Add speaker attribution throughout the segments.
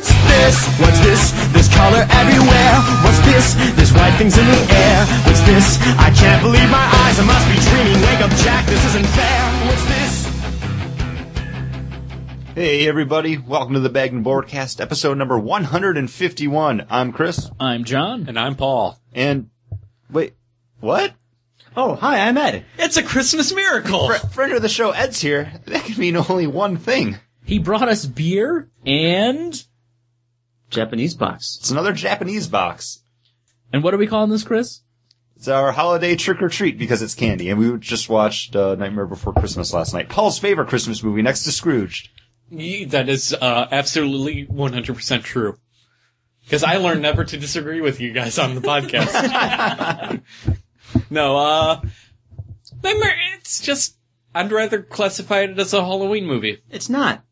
Speaker 1: this? What's this? There's color everywhere. What's this? There's white things in the air. What's this? I can't believe my eyes. I must be dreaming. Wake up, Jack. This isn't fair. What's this? Hey everybody, welcome to the Bag and Boardcast, episode number 151. I'm Chris,
Speaker 2: I'm John.
Speaker 3: And I'm Paul.
Speaker 1: and wait, what?
Speaker 4: Oh, hi, I'm Ed.
Speaker 3: It's a Christmas miracle.
Speaker 1: Fr- friend of the show, Ed's here. That can mean only one thing.
Speaker 2: He brought us beer and
Speaker 4: Japanese box.
Speaker 1: It's another Japanese box.
Speaker 2: and what are we calling this, Chris?
Speaker 1: It's our holiday trick or treat because it's candy, and we just watched uh, Nightmare Before Christmas last night. Paul's favorite Christmas movie, next to Scrooged.
Speaker 3: Ye- That is uh, absolutely 100% true. Because I learned never to disagree with you guys on the podcast. no, uh, Nightmare, it's just, I'd rather classify it as a Halloween movie.
Speaker 4: It's not.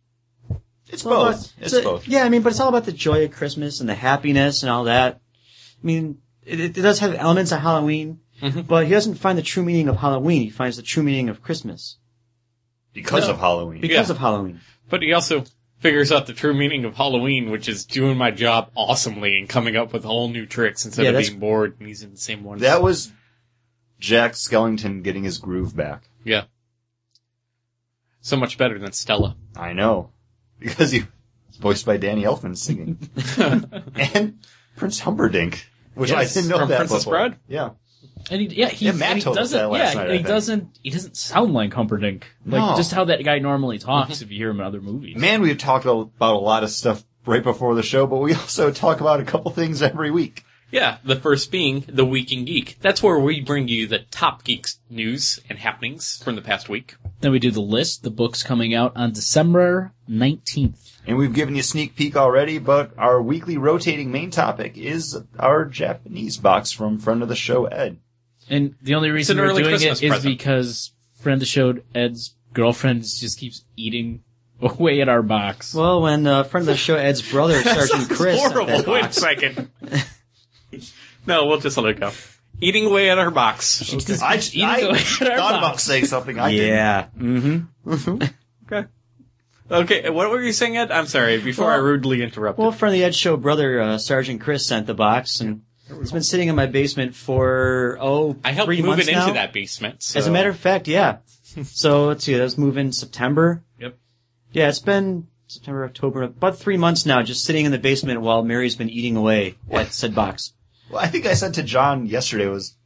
Speaker 1: It's
Speaker 4: all
Speaker 1: both.
Speaker 4: about-
Speaker 1: it's
Speaker 4: a-
Speaker 1: both.
Speaker 4: Yeah, I mean, but it's all about the joy of Christmas and the happiness and all that. I mean, it, it does have elements of Halloween,
Speaker 3: Mm-hmm.
Speaker 4: but he doesn't find the true meaning of Halloween. He finds the true meaning of Christmas
Speaker 1: Because of Halloween.
Speaker 4: because
Speaker 3: Yeah.
Speaker 4: of Halloween.
Speaker 3: But he also figures out the true meaning of Halloween, which is doing my job awesomely and coming up with whole new tricks instead
Speaker 4: Yeah,
Speaker 3: of
Speaker 4: that's-
Speaker 3: being bored and using the same ones.
Speaker 1: that was Jack Skellington getting his groove back.
Speaker 3: yeah. So much better than Stella.
Speaker 1: I know. Because he was voiced by Danny Elfman singing. and Prince Humperdinck, which
Speaker 3: Yes,
Speaker 1: I didn't know
Speaker 3: from
Speaker 1: that
Speaker 3: Princess
Speaker 1: before.
Speaker 3: Bride?
Speaker 1: Yeah.
Speaker 2: And he, yeah, he,
Speaker 1: Yeah, Matt
Speaker 2: and he
Speaker 1: told us
Speaker 2: doesn't.
Speaker 1: that last
Speaker 2: yeah,
Speaker 1: night, I
Speaker 2: he
Speaker 1: think.
Speaker 2: doesn't. He doesn't sound like Humperdinck. Like
Speaker 1: No. Mm-hmm.
Speaker 2: just how that guy normally talks if you hear him in other movies.
Speaker 1: Man, we've talked about a lot of stuff right before the show, but we also talk about a couple things every week.
Speaker 3: Yeah, the first being the Week in Geek. That's where we bring you the top geeks news and happenings from the past week.
Speaker 2: Then we do the list. The book's coming out on December nineteenth.
Speaker 1: And we've given you a sneak peek already, but our weekly rotating main topic is our Japanese box from friend of the show Ed.
Speaker 2: And the only reason
Speaker 3: an
Speaker 2: we're
Speaker 3: early
Speaker 2: doing
Speaker 3: Christmas
Speaker 2: it is
Speaker 3: present.
Speaker 2: because friend showed Ed's girlfriend just keeps eating away at our box.
Speaker 4: Well, when uh, friend of the show Ed's brother, Sergeant Chris, sent that
Speaker 3: Horrible. Wait a
Speaker 4: box,
Speaker 3: second. no, we'll just let it go. Eating away at our box.
Speaker 2: Just
Speaker 1: I, I
Speaker 2: keeps eating away at our
Speaker 1: thought about
Speaker 2: box.
Speaker 1: saying something. I didn't.
Speaker 4: yeah,
Speaker 3: Okay. Okay, what were you saying, Ed? I'm sorry, before I
Speaker 4: Well-
Speaker 3: rudely interrupted.
Speaker 4: Well, friend of the Ed Show brother, uh, Sergeant Chris sent the box, and it's been sitting in my basement for oh,
Speaker 3: I helped
Speaker 4: three
Speaker 3: move
Speaker 4: months
Speaker 3: it into
Speaker 4: now.
Speaker 3: that basement.
Speaker 4: As a
Speaker 3: so-
Speaker 4: matter of fact, yeah. so let's see, that was moved in September.
Speaker 3: Yep.
Speaker 4: Yeah, it's been September, October, about three months now, just sitting in the basement while Mary's been eating away at said box.
Speaker 1: Well, I think I said to John yesterday was,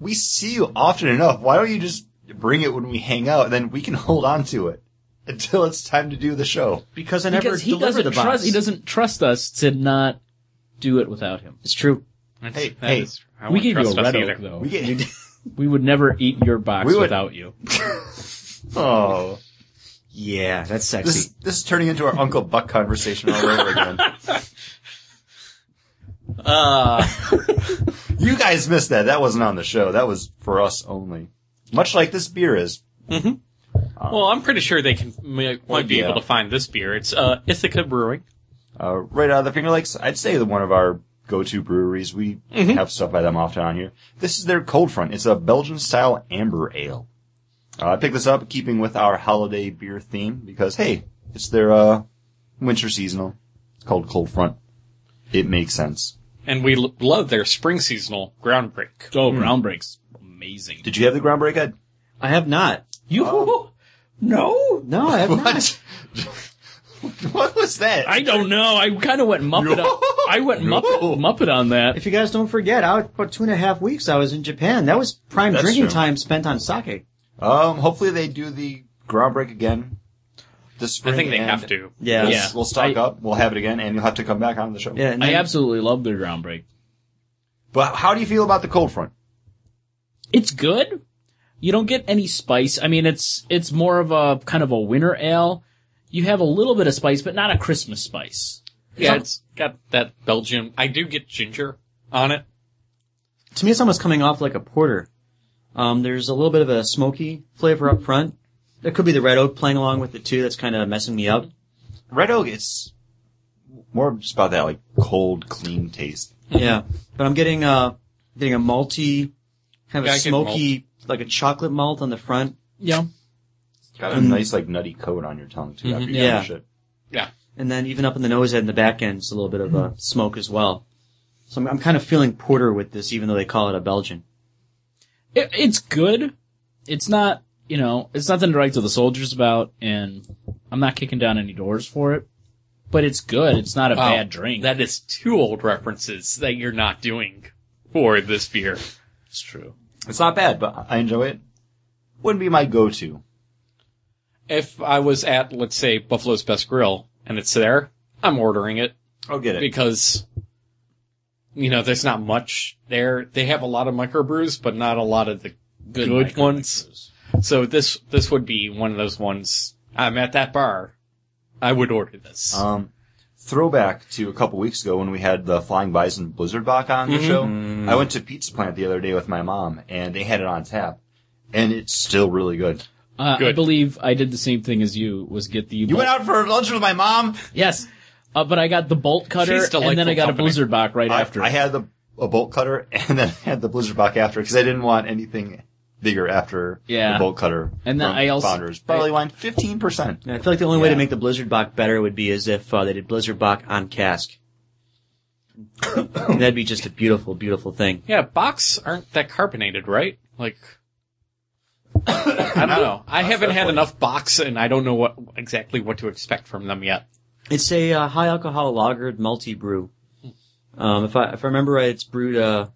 Speaker 1: we see you often enough. Why don't you just bring it when we hang out? Then we can hold on to it until it's time to do the show.
Speaker 4: Because I never
Speaker 2: because he
Speaker 4: delivered
Speaker 2: doesn't
Speaker 4: the box.
Speaker 2: trust. He doesn't trust us to not do it without him.
Speaker 4: It's true.
Speaker 3: That's-
Speaker 1: Hey,
Speaker 3: that
Speaker 1: hey.
Speaker 3: is- I
Speaker 2: We
Speaker 3: wouldn't
Speaker 2: gave you
Speaker 3: trust
Speaker 2: a
Speaker 3: us
Speaker 2: red
Speaker 3: either.
Speaker 2: oak, though.
Speaker 1: We get,
Speaker 2: We would never eat your box
Speaker 1: We would-
Speaker 2: without you.
Speaker 1: oh,
Speaker 4: Yeah, that's
Speaker 1: this
Speaker 4: sexy.
Speaker 1: is, this is turning into our Uncle Buck conversation all over again.
Speaker 3: Uh,
Speaker 1: You guys missed that. That wasn't on the show. That was for us only. Much like this beer is.
Speaker 3: well, I'm pretty sure they can might be
Speaker 1: yeah.
Speaker 3: able to find this beer. It's uh, Ithaca Brewing.
Speaker 1: Uh, right out of the Finger Lakes, I'd say that one of our go-to breweries. We have stuff by them often on here. This is their Cold Front. It's a Belgian-style amber ale. Uh, I picked this up keeping with our holiday beer theme because, hey, it's their uh, winter seasonal. It's called Cold Front. It makes sense.
Speaker 3: And we l- love their spring seasonal ground break.
Speaker 2: Oh, ground breaks, amazing.
Speaker 1: Did you have the ground break, Ed?
Speaker 4: I have not.
Speaker 2: you? no,
Speaker 4: No, I have not.
Speaker 1: What? what was that?
Speaker 2: I don't know. I kind of went Muppet.
Speaker 1: No.
Speaker 2: on, I went
Speaker 1: No.
Speaker 2: Muppet, Muppet on that.
Speaker 4: If you guys don't forget, out about two and a half weeks I was in Japan. That was prime
Speaker 1: That's
Speaker 4: drinking
Speaker 1: true.
Speaker 4: time spent on sake.
Speaker 1: Um, hopefully they do the ground break again this spring.
Speaker 3: I think they
Speaker 1: and
Speaker 3: have to.
Speaker 4: Yeah.
Speaker 1: We'll,
Speaker 2: Yeah.
Speaker 1: we'll stock
Speaker 2: I-
Speaker 1: up. We'll have it again, and you'll have to come back on the show.
Speaker 4: Yeah, and
Speaker 2: I
Speaker 4: then-
Speaker 2: absolutely love their ground break.
Speaker 1: But how do you feel about the cold front?
Speaker 2: It's good. You don't get any spice. I mean, it's it's more of a kind of a winter ale. You have a little bit of spice, but not a Christmas spice.
Speaker 3: Yeah, it's got that Belgian. I do get ginger on it.
Speaker 4: to me, it's almost coming off like a porter. Um, there's a little bit of a smoky flavor up front. There could be the red oak playing along with it too. That's kind of messing me up.
Speaker 1: Red Oak, it's more just about that like cold, clean taste.
Speaker 4: Yeah, but I'm getting uh getting a malty, kind of
Speaker 3: Yeah,
Speaker 4: a
Speaker 3: I get
Speaker 4: smoky, like a chocolate malt on the front.
Speaker 2: Yeah,
Speaker 1: It's got a nice like nutty coat on your tongue too. After you
Speaker 4: Yeah.
Speaker 1: finish it.
Speaker 3: Yeah.
Speaker 4: and then even up in the nose head and the back end, it's a little bit of
Speaker 3: Mm.
Speaker 4: a smoke as well. So I'm, I'm kind of feeling porter with this, even though they call it a Belgian.
Speaker 2: it, it's good. It's not, you know, it's nothing to write to the soldiers about, and I'm not kicking down any doors for it. But it's good. It's not a
Speaker 3: Wow.
Speaker 2: bad
Speaker 3: Oh.
Speaker 2: drink.
Speaker 3: That is two old references that you're not doing for this beer.
Speaker 2: That's true.
Speaker 1: It's not bad, but I enjoy it. Wouldn't be my go-to.
Speaker 3: If I was at, let's say, Buffalo's Best Grill and it's there, I'm ordering it
Speaker 1: I'll get it.
Speaker 3: because, you know, there's not much there. They have a lot of microbrews, but not a lot of the good,
Speaker 2: micro
Speaker 3: ones. So this, this would be one of those ones. I'm at that bar. I would order this.
Speaker 1: Um, throwback to a couple weeks ago when we had the Flying Bison Blizzard Bach on the show. I went to Pizza Plant the other day with my mom, and they had it on tap, and it's still really good.
Speaker 2: Uh, I
Speaker 3: Good.
Speaker 2: believe I did the same thing as you. Was get the
Speaker 1: You
Speaker 2: bolt-
Speaker 1: went out for lunch with my mom.
Speaker 2: Yes, uh, but I got the bolt cutter
Speaker 3: She's
Speaker 2: and then I
Speaker 3: delightful
Speaker 2: got a
Speaker 3: company.
Speaker 2: blizzard box right
Speaker 1: I,
Speaker 2: after.
Speaker 1: I had the a bolt cutter, and then I had the Blizzard Bach after because I didn't want anything bigger after
Speaker 2: Yeah.
Speaker 1: the bolt cutter.
Speaker 2: And then
Speaker 1: from
Speaker 2: I also-
Speaker 1: Founders barley wine, fifteen percent.
Speaker 4: And I feel like the only way to
Speaker 2: Yeah.
Speaker 4: make the Blizzard Bach better would be as if uh, they did Blizzard Bach on cask. And that'd be just a beautiful, beautiful thing.
Speaker 3: Yeah, box aren't that carbonated, right? Like, I don't know. I haven't had enough box, and I don't know what exactly what to expect from them yet.
Speaker 4: It's a uh, high alcohol lagered multi brew. Um, if I if I remember right, it's brewed uh,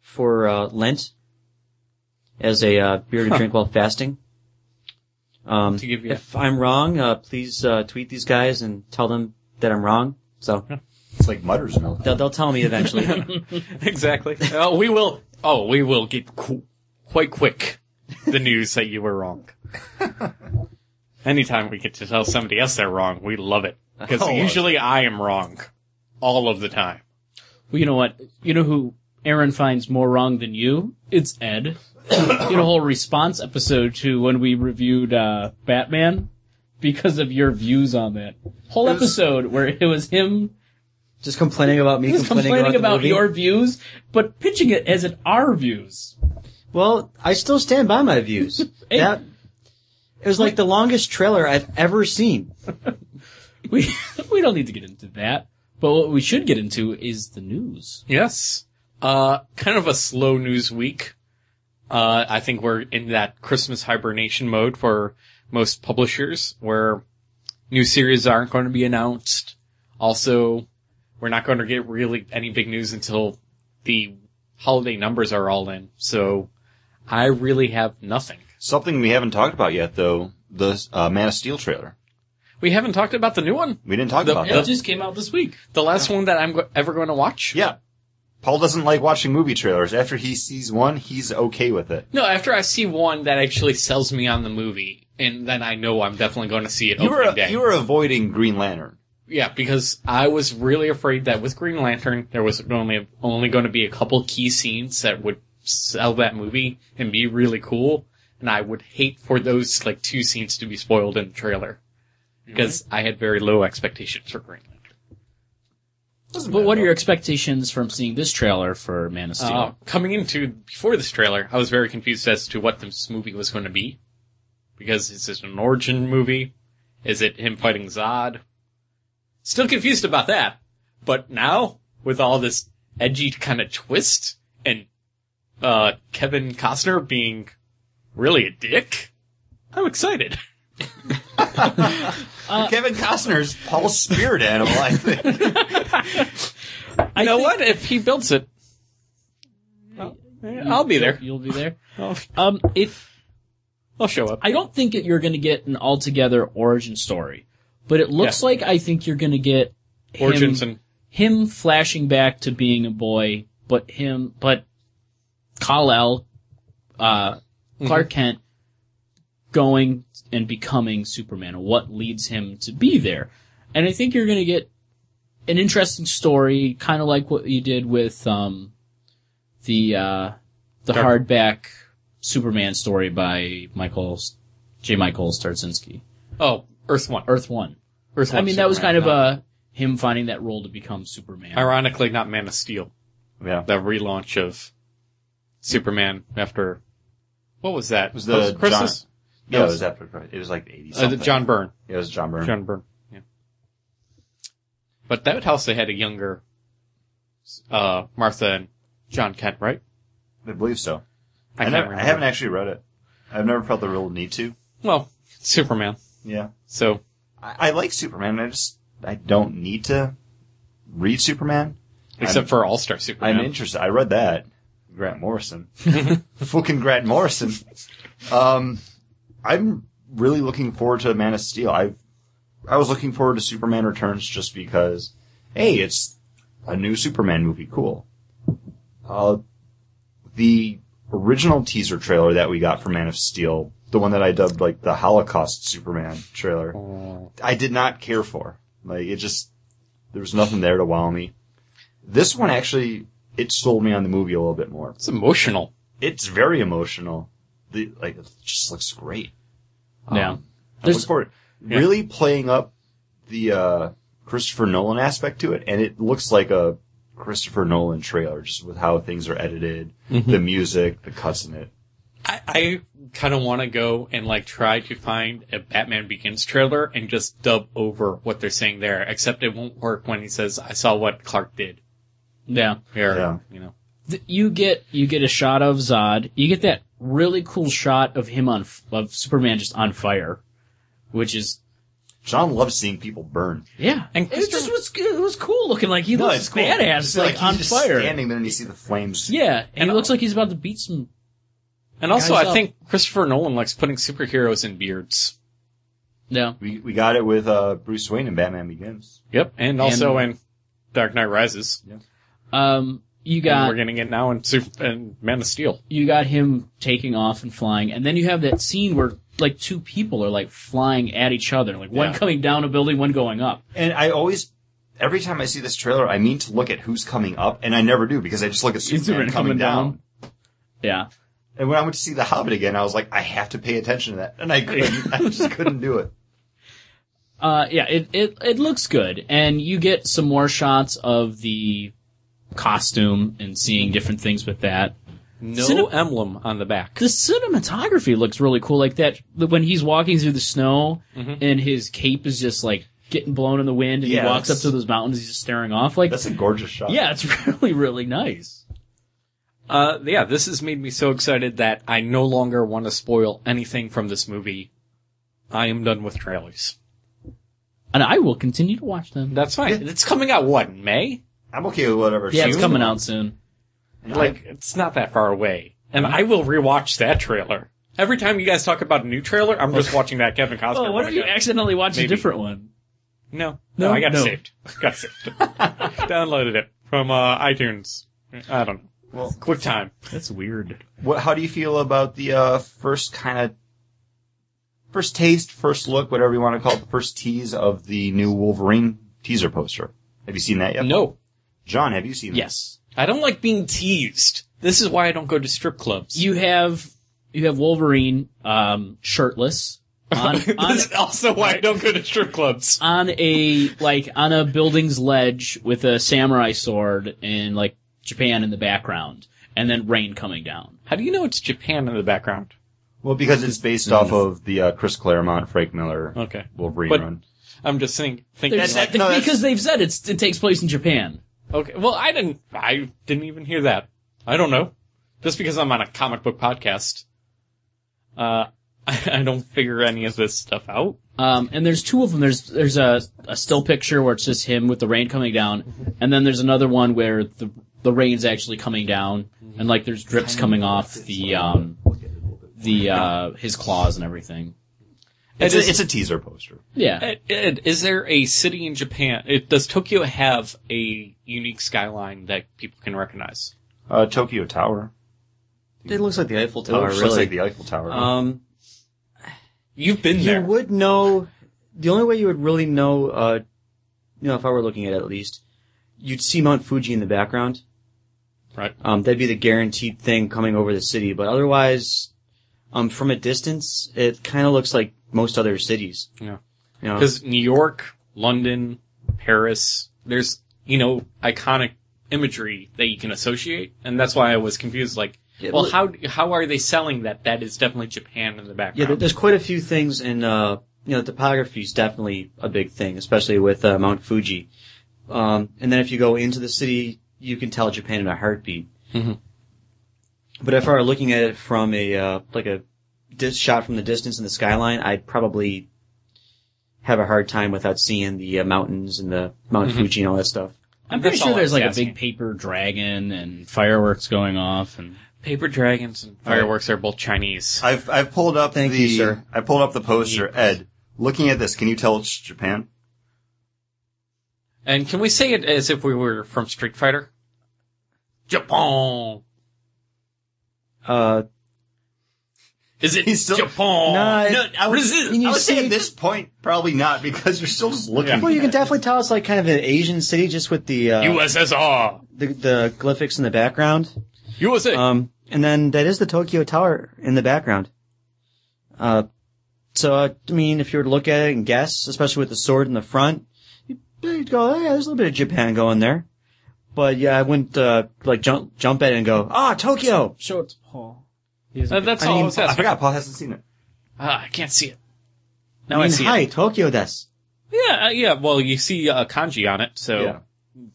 Speaker 4: for uh, Lent as a uh, beer to drink while fasting. Um,
Speaker 3: To give you-
Speaker 4: if I'm wrong, uh, please uh, tweet these guys and tell them that I'm wrong. So
Speaker 1: It's like Mutter's milk.
Speaker 4: they'll, they'll tell me eventually.
Speaker 3: exactly. Oh, we will. Oh, we will get qu- quite quick the news that you were wrong. Anytime we get to tell somebody else they're wrong, we love it because
Speaker 1: Oh.
Speaker 3: usually I am wrong all of the time.
Speaker 2: Well, you know what? You know who Aaron finds more wrong than you? It's Ed. you know, whole response episode to when we reviewed uh, Batman because of your views on that whole episode where it was him
Speaker 4: Just complaining about me complaining,
Speaker 2: complaining about,
Speaker 4: about, the movie.
Speaker 2: your views, but pitching it as an our views.
Speaker 4: Well, I still stand by my views.
Speaker 2: Hey.
Speaker 4: that it was like the longest trailer I've ever seen.
Speaker 2: We we don't need to get into that, but what we should get into is the news.
Speaker 3: Yes. Uh, kind of a slow news week. Uh, I think we're in that Christmas hibernation mode for most publishers where new series aren't going to be announced. Also, we're not going to get really any big news until the holiday numbers are all in. So I really have nothing.
Speaker 1: Something we haven't talked about yet, though, the uh, Man of Steel trailer.
Speaker 3: We haven't talked about the new one.
Speaker 1: We didn't talk
Speaker 3: The-
Speaker 1: about
Speaker 2: It
Speaker 1: that.
Speaker 2: just came out this week.
Speaker 3: The last one that I'm go- ever going to watch.
Speaker 1: Yeah. Paul doesn't like watching movie trailers. After he sees one, he's okay with it.
Speaker 3: No, after I see one that actually sells me on the movie, and then I know I'm definitely going to see it
Speaker 1: You
Speaker 3: opening
Speaker 1: were
Speaker 3: day.
Speaker 1: you were avoiding Green Lantern.
Speaker 3: Yeah, because I was really afraid that with Green Lantern, there was only only going to be a couple key scenes that would sell that movie and be really cool, and I would hate for those like two scenes to be spoiled in the trailer because I had very low expectations for Green Lantern.
Speaker 2: But what are your expectations from seeing this trailer for Man of Steel?
Speaker 3: Uh, coming into before this trailer, I was very confused as to what this movie was going to be because is this an origin movie? Is it him fighting Zod? Still confused about that. But now, with all this edgy kind of twist and uh Kevin Costner being really a dick, I'm excited.
Speaker 1: Kevin Costner's Paul's spirit animal, I think.
Speaker 3: Oh. You know what? If he builds it, I'll, I'll be there.
Speaker 2: You'll be there.
Speaker 3: I'll,
Speaker 2: Um, it
Speaker 3: I'll show up.
Speaker 2: I don't think that you're going to get an altogether origin story, but it looks
Speaker 3: Yeah.
Speaker 2: like I think you're going to get him-
Speaker 3: Origins and
Speaker 2: him flashing back to being a boy, but him, but Kal El, uh,
Speaker 3: Mm-hmm.
Speaker 2: Clark Kent going and becoming Superman, and what leads him to be there. And I think you're going to get an interesting story, kind of like what you did with um, the uh, the
Speaker 3: Dark-
Speaker 2: hardback Superman story by Michael J. Michael Starzinski,
Speaker 3: oh, Earth One.
Speaker 2: Earth One.
Speaker 3: Earth
Speaker 2: I
Speaker 3: One
Speaker 2: mean, that was
Speaker 3: Superman,
Speaker 2: kind of
Speaker 3: not-
Speaker 2: uh him finding that role to become Superman.
Speaker 3: ironically not Man of Steel.
Speaker 1: yeah.
Speaker 3: the relaunch of Superman after what was that?
Speaker 1: was the
Speaker 3: That Christmas?
Speaker 1: John- Yeah, it was after it was like eighty
Speaker 3: Uh,
Speaker 1: something.
Speaker 3: the John Byrne.
Speaker 1: It was John Byrne.
Speaker 3: John Byrne. Yeah. But that house they had a younger uh, Martha and John Kent, right?
Speaker 1: I believe so.
Speaker 3: I
Speaker 1: I,
Speaker 3: can't
Speaker 1: never, I
Speaker 3: remember.
Speaker 1: haven't actually read it. I've never felt the real need to.
Speaker 3: Well, Superman.
Speaker 1: Yeah.
Speaker 3: So
Speaker 1: I, I like Superman. I just, I don't need to read Superman.
Speaker 3: except
Speaker 1: I'm-
Speaker 3: for All Star Superman.
Speaker 1: I'm interested. I read that. Grant Morrison. Fucking Grant Morrison. Um, I'm really looking forward to Man of Steel. I, I was looking forward to Superman Returns just because, hey, it's a new Superman movie. Cool. Uh, the original teaser trailer that we got for Man of Steel, the one that I dubbed like the Holocaust Superman trailer, I did not care for. Like it just, there was nothing there to wow me. This one actually, it sold me on the movie a little bit more.
Speaker 3: It's emotional.
Speaker 1: It's very emotional. The like, it just looks great. I
Speaker 2: Yeah.
Speaker 1: look
Speaker 2: There's-
Speaker 1: forward. Really playing up the uh, Christopher Nolan aspect to it, and it looks like a Christopher Nolan trailer, just with how things are edited,
Speaker 2: Mm-hmm.
Speaker 1: the music, the cuts in it.
Speaker 3: I, I kind of want to go and like try to find a Batman Begins trailer and just dub over what they're saying there. Except it won't work when he says, "I saw what Clark did."
Speaker 2: Yeah.
Speaker 3: Or,
Speaker 1: Yeah.
Speaker 3: You know.
Speaker 2: th- you get you get a shot of Zod. You get that really cool shot of him on f- of Superman just on fire, which is
Speaker 1: John loves seeing people burn.
Speaker 2: yeah.
Speaker 3: And
Speaker 2: it just was it was cool looking. Like he looks
Speaker 1: cool.
Speaker 2: badass,
Speaker 1: Just
Speaker 2: like,
Speaker 1: he's
Speaker 2: on
Speaker 1: just
Speaker 2: fire.
Speaker 1: standing there, and you see the flames.
Speaker 2: Yeah, and
Speaker 3: And
Speaker 2: he looks like he's about to beat some.
Speaker 3: And also,
Speaker 2: Guys
Speaker 3: I
Speaker 2: up.
Speaker 3: think Christopher Nolan likes putting superheroes in beards.
Speaker 2: No,
Speaker 1: We we got it with uh, Bruce Wayne and Batman Begins.
Speaker 3: Yep. And also in Dark Knight Rises.
Speaker 2: um, you
Speaker 3: And
Speaker 2: got
Speaker 3: we're getting it now in, Super- in Man of Steel.
Speaker 2: you got him taking off and flying, and then you have that scene where like two people are like flying at each other, like one
Speaker 1: Yeah.
Speaker 2: coming down a building, one going up.
Speaker 1: And I always, every time I see this trailer, I mean to look at who's coming up, and I never do because I just look at Superman,
Speaker 2: Superman
Speaker 1: coming,
Speaker 2: coming down.
Speaker 1: down.
Speaker 2: Yeah,
Speaker 1: And when I went to see The Hobbit again, I was like, I have to pay attention to that. And I couldn't. I just couldn't do it.
Speaker 2: uh, yeah, it, it it looks good, and you get some more shots of the costume and seeing different things with that.
Speaker 3: No
Speaker 2: Cine-
Speaker 3: emblem on the back.
Speaker 2: The cinematography looks really cool, like that when he's walking through the snow
Speaker 3: Mm-hmm.
Speaker 2: and his cape is just like getting blown in the wind, and
Speaker 1: Yeah,
Speaker 2: he walks up
Speaker 1: that's-
Speaker 2: to those mountains, he's just staring off. Like,
Speaker 1: That's a gorgeous shot.
Speaker 2: yeah, it's really really nice.
Speaker 3: Uh, yeah, this has made me so excited that I no longer want to spoil anything from this movie. I am done with trailers.
Speaker 2: And I will continue to watch them.
Speaker 3: That's fine. It's coming out, what, in May?
Speaker 1: I'm okay with whatever.
Speaker 2: Yeah, it's
Speaker 1: June.
Speaker 2: coming out soon.
Speaker 1: And
Speaker 3: Like, it's not that far away. And
Speaker 2: Hmm.
Speaker 3: I will rewatch that trailer. Every time you guys talk about a new trailer, I'm just watching that Kevin Costner.
Speaker 2: Oh, what
Speaker 3: one
Speaker 2: if you
Speaker 3: again.
Speaker 2: accidentally watch a
Speaker 3: Maybe.
Speaker 2: different one?
Speaker 3: No,
Speaker 2: No,
Speaker 3: no, I got it
Speaker 2: no.
Speaker 3: saved. Got it saved. Downloaded it from uh, iTunes. I don't know.
Speaker 1: Well-
Speaker 3: QuickTime.
Speaker 2: That's weird.
Speaker 1: what, how do you feel about the uh, first kind of first taste, first look, whatever you want to call it, the first tease of the new Wolverine teaser poster? Have you seen that yet?
Speaker 3: No,
Speaker 1: John, have you seen that?
Speaker 2: Yes,
Speaker 3: I don't like being teased. This is why I don't go to strip clubs.
Speaker 2: you have you have Wolverine um, shirtless on on,
Speaker 3: this is also why I don't go to strip clubs.
Speaker 2: on a like on a building's ledge with a samurai sword and like Japan in the background, and then rain coming down.
Speaker 3: How do you know it's Japan in the background?
Speaker 1: Well, because it's based off of the uh, Chris Claremont, Frank Miller
Speaker 3: Okay.
Speaker 1: Wolverine
Speaker 3: But-
Speaker 1: run.
Speaker 3: I'm just think, thinking.
Speaker 2: There's
Speaker 1: that-
Speaker 2: that,
Speaker 1: no, that's-
Speaker 2: because they've said it's, it takes place in Japan.
Speaker 3: like- okay. Well, I didn't. I didn't even hear that. I don't know. Just because I'm on a comic book podcast, uh, I, I don't figure any of this stuff out.
Speaker 2: Um, and there's two of them. There's there's a, a still picture where it's just him with the rain coming down, and then there's another one where the the rain's actually coming down, and like there's drips coming off the um the uh his claws and everything.
Speaker 1: It's,
Speaker 3: It
Speaker 1: a,
Speaker 3: is-
Speaker 1: it's a teaser poster.
Speaker 2: Yeah,
Speaker 3: Ed, Ed, is there a city in Japan? It, does Tokyo have a unique skyline that people can recognize?
Speaker 1: Uh, Tokyo Tower.
Speaker 4: It looks like the Eiffel
Speaker 1: It
Speaker 4: Tower,
Speaker 1: looks
Speaker 4: Oh, really.
Speaker 1: like the Eiffel Tower.
Speaker 4: um,
Speaker 3: You've been
Speaker 4: you
Speaker 3: there.
Speaker 4: would know. The only way you would really know, uh, you know, if I were looking at it at least, you'd see Mount Fuji in the background.
Speaker 3: Right.
Speaker 4: Um, that'd be the guaranteed thing coming over the city. But otherwise, um, from a distance, it kind of looks like most other cities.
Speaker 3: Yeah.
Speaker 4: You know,
Speaker 3: Because New York, London, Paris, there's, you know, iconic imagery that you can associate. And that's why I was confused. Like,
Speaker 4: Yeah,
Speaker 3: well,
Speaker 4: well-
Speaker 3: how, how are they selling that? That is definitely Japan in the
Speaker 4: Yeah,
Speaker 3: background.
Speaker 4: there- there's quite a few things in, uh, you know, topography is definitely a big thing, especially with uh, Mount Fuji. Um, and then if you go into the city, you can tell Japan in a heartbeat.
Speaker 3: Mhm.
Speaker 4: But if I were looking at it from a uh, like a dis- shot from the distance in the skyline, I'd probably have a hard time without seeing the uh, mountains and the Mount Fuji and all that stuff.
Speaker 2: I'm pretty
Speaker 3: That's
Speaker 2: sure
Speaker 3: all I
Speaker 2: there's
Speaker 3: was
Speaker 2: like a
Speaker 3: asking.
Speaker 2: big paper dragon and fireworks going off and
Speaker 3: Paper dragons and fireworks are both Chinese.
Speaker 1: I've I've pulled up
Speaker 4: Thank
Speaker 1: the
Speaker 4: you, sir.
Speaker 1: I pulled up the poster. Ed, looking at this, can you tell it's Japan?
Speaker 3: And can we say it as if we were from Street Fighter? Japan.
Speaker 4: Uh,
Speaker 3: Is it
Speaker 1: He's still-
Speaker 3: Japan?
Speaker 4: Nah,
Speaker 1: No, I would,
Speaker 3: resist.
Speaker 1: I
Speaker 4: you
Speaker 1: would say
Speaker 4: see-
Speaker 1: at this point probably not because you're still just looking.
Speaker 4: well, you can definitely tell it's like kind of an Asian city just with the uh,
Speaker 3: USSR.
Speaker 4: the, the glyphics in the background.
Speaker 3: USA.
Speaker 4: Um, and then that is the Tokyo Tower in the background. Uh, so uh, I mean, if you were to look at it and guess, especially with the sword in the front, you'd you'd go, "Yeah, there's a little bit of Japan going there." But yeah, I wouldn't uh, like jump jump at it and go, "Ah, Tokyo."
Speaker 2: show it to Paul.
Speaker 3: Uh, that's
Speaker 4: I
Speaker 3: all I
Speaker 4: mean,
Speaker 3: was
Speaker 1: I
Speaker 3: asking.
Speaker 1: forgot Paul hasn't seen it.
Speaker 3: Ah, I can't see it. Now I
Speaker 4: mean,
Speaker 3: see
Speaker 4: hi,
Speaker 3: it.
Speaker 4: Tokyo. That's
Speaker 3: Yeah, uh, yeah. Well, you see uh, kanji on it, so
Speaker 1: Yeah.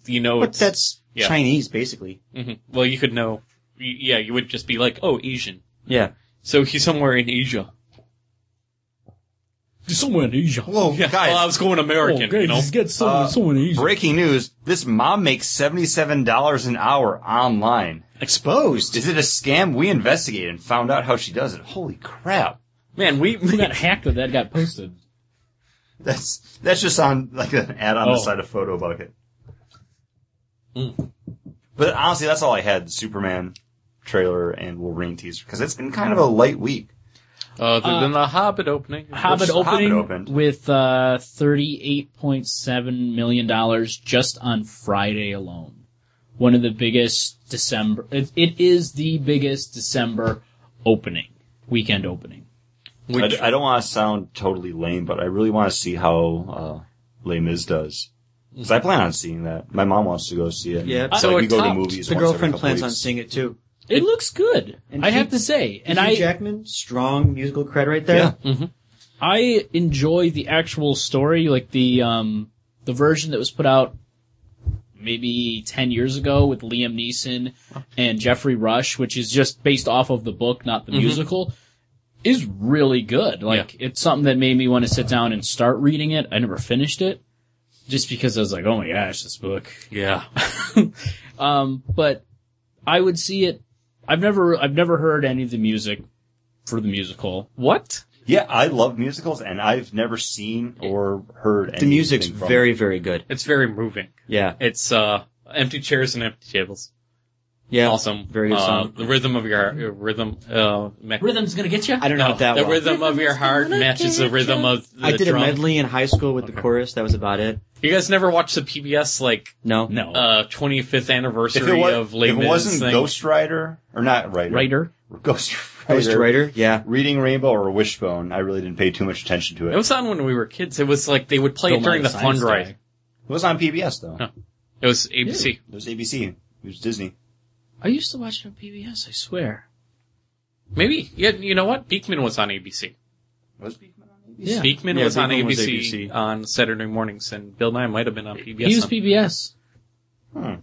Speaker 3: you know
Speaker 4: but
Speaker 3: it's.
Speaker 4: that's
Speaker 3: yeah.
Speaker 4: Chinese, basically.
Speaker 3: Mhm. Well, you could know. y- Yeah, you would just be like, oh, Asian.
Speaker 4: Yeah.
Speaker 3: So he's somewhere in Asia.
Speaker 2: Somewhere in Asia. Oh,
Speaker 1: Whoa,
Speaker 3: Yeah.
Speaker 1: guys!
Speaker 3: Well, I was going American,
Speaker 4: Oh,
Speaker 3: you know.
Speaker 2: get someone,
Speaker 1: Uh,
Speaker 2: someone in Asia.
Speaker 1: breaking news: This mom makes seventy-seven dollars an hour online.
Speaker 4: Exposed.
Speaker 1: Is it a scam? We investigated and found out how she does it. Holy crap!
Speaker 3: Man, we
Speaker 2: Who got hacked with that got posted?
Speaker 1: That's that's just on like an ad on
Speaker 2: Oh.
Speaker 1: the side of Photo Bucket.
Speaker 4: Hmm.
Speaker 1: But honestly, that's all I had: the Superman trailer and Wolverine teaser because it's been kind of a light week.
Speaker 3: other than Uh, the Hobbit opening.
Speaker 1: Hobbit
Speaker 2: Hobbit opening
Speaker 1: opened.
Speaker 2: with uh, $38.7 million just on Friday alone. One of the biggest December, it, it is the biggest December opening, weekend opening.
Speaker 1: I, d- I don't want to sound totally lame, but I really want to see how uh, Les Mis does. Because I plan on seeing that. My mom wants to go see it.
Speaker 4: Hmm. Yeah.
Speaker 1: so
Speaker 3: So
Speaker 1: like, we
Speaker 3: it
Speaker 1: go to
Speaker 3: topped.
Speaker 1: movies.
Speaker 4: The
Speaker 1: once every
Speaker 4: girlfriend
Speaker 1: couple
Speaker 4: plans on
Speaker 1: weeks.
Speaker 4: seeing it too.
Speaker 2: It, looks good,
Speaker 4: And
Speaker 2: I
Speaker 4: Hugh-
Speaker 2: have to say. And
Speaker 4: Hugh
Speaker 2: I,
Speaker 4: Jackman, strong musical cred right there.
Speaker 1: Yeah.
Speaker 2: I enjoy the actual story, like the um the version that was put out maybe ten years ago with Liam Neeson and Jeffrey Rush, which is just based off of the book, not the musical, is really good. Like it's something that made me want to sit down and start reading it. I never finished it. Just because I was like, oh my gosh, this book.
Speaker 3: Yeah.
Speaker 2: Um, but I would see it. I've never, I've never heard any of the music for the musical.
Speaker 3: What?
Speaker 1: Yeah, I love musicals, and I've never seen or heard
Speaker 4: The music's
Speaker 1: anything from
Speaker 4: very, very good.
Speaker 3: It's very moving.
Speaker 4: Yeah.
Speaker 3: It's uh empty chairs and empty tables.
Speaker 4: Yeah.
Speaker 3: Awesome.
Speaker 4: Very good
Speaker 3: Uh,
Speaker 4: song.
Speaker 3: The rhythm of your your rhythm uh mech-
Speaker 2: Rhythm's gonna get you.
Speaker 4: I don't know if that
Speaker 3: the
Speaker 4: one.
Speaker 3: rhythm of your heart matches the rhythm of the
Speaker 4: I did
Speaker 3: drum.
Speaker 4: a medley in high school with the chorus. That was about it.
Speaker 3: You guys never watched the PBS like
Speaker 4: No.
Speaker 2: No.
Speaker 3: uh 25th
Speaker 1: If
Speaker 3: anniversary
Speaker 1: it, was,
Speaker 3: of Les
Speaker 1: if
Speaker 3: Mis
Speaker 1: it wasn't
Speaker 3: thing?
Speaker 1: Ghost Rider or not Rider,
Speaker 2: writer.
Speaker 1: Ghost Rider,
Speaker 4: Ghost Rider. Yeah.
Speaker 1: Reading Rainbow or Wishbone, I really didn't pay too much attention to it.
Speaker 3: It was on when we were kids. It was like they would play it
Speaker 2: Bill
Speaker 3: during the
Speaker 2: Nye Science
Speaker 3: fundraiser.
Speaker 2: Guy.
Speaker 1: It was on PBS though.
Speaker 3: Huh. It was ABC.
Speaker 1: It was ABC. It was Disney.
Speaker 2: I used to watch it on PBS. I swear.
Speaker 3: Maybe yeah. You know what? Beekman was on ABC.
Speaker 1: Was Beekman on ABC?
Speaker 2: Yeah,
Speaker 3: Beekman
Speaker 4: Yeah,
Speaker 3: was on
Speaker 4: Beekman was
Speaker 3: ABC,
Speaker 4: ABC.
Speaker 3: on Saturday mornings, and Bill Nye might have been on PBS.
Speaker 2: he was
Speaker 3: on-
Speaker 2: PBS.
Speaker 1: Hmm.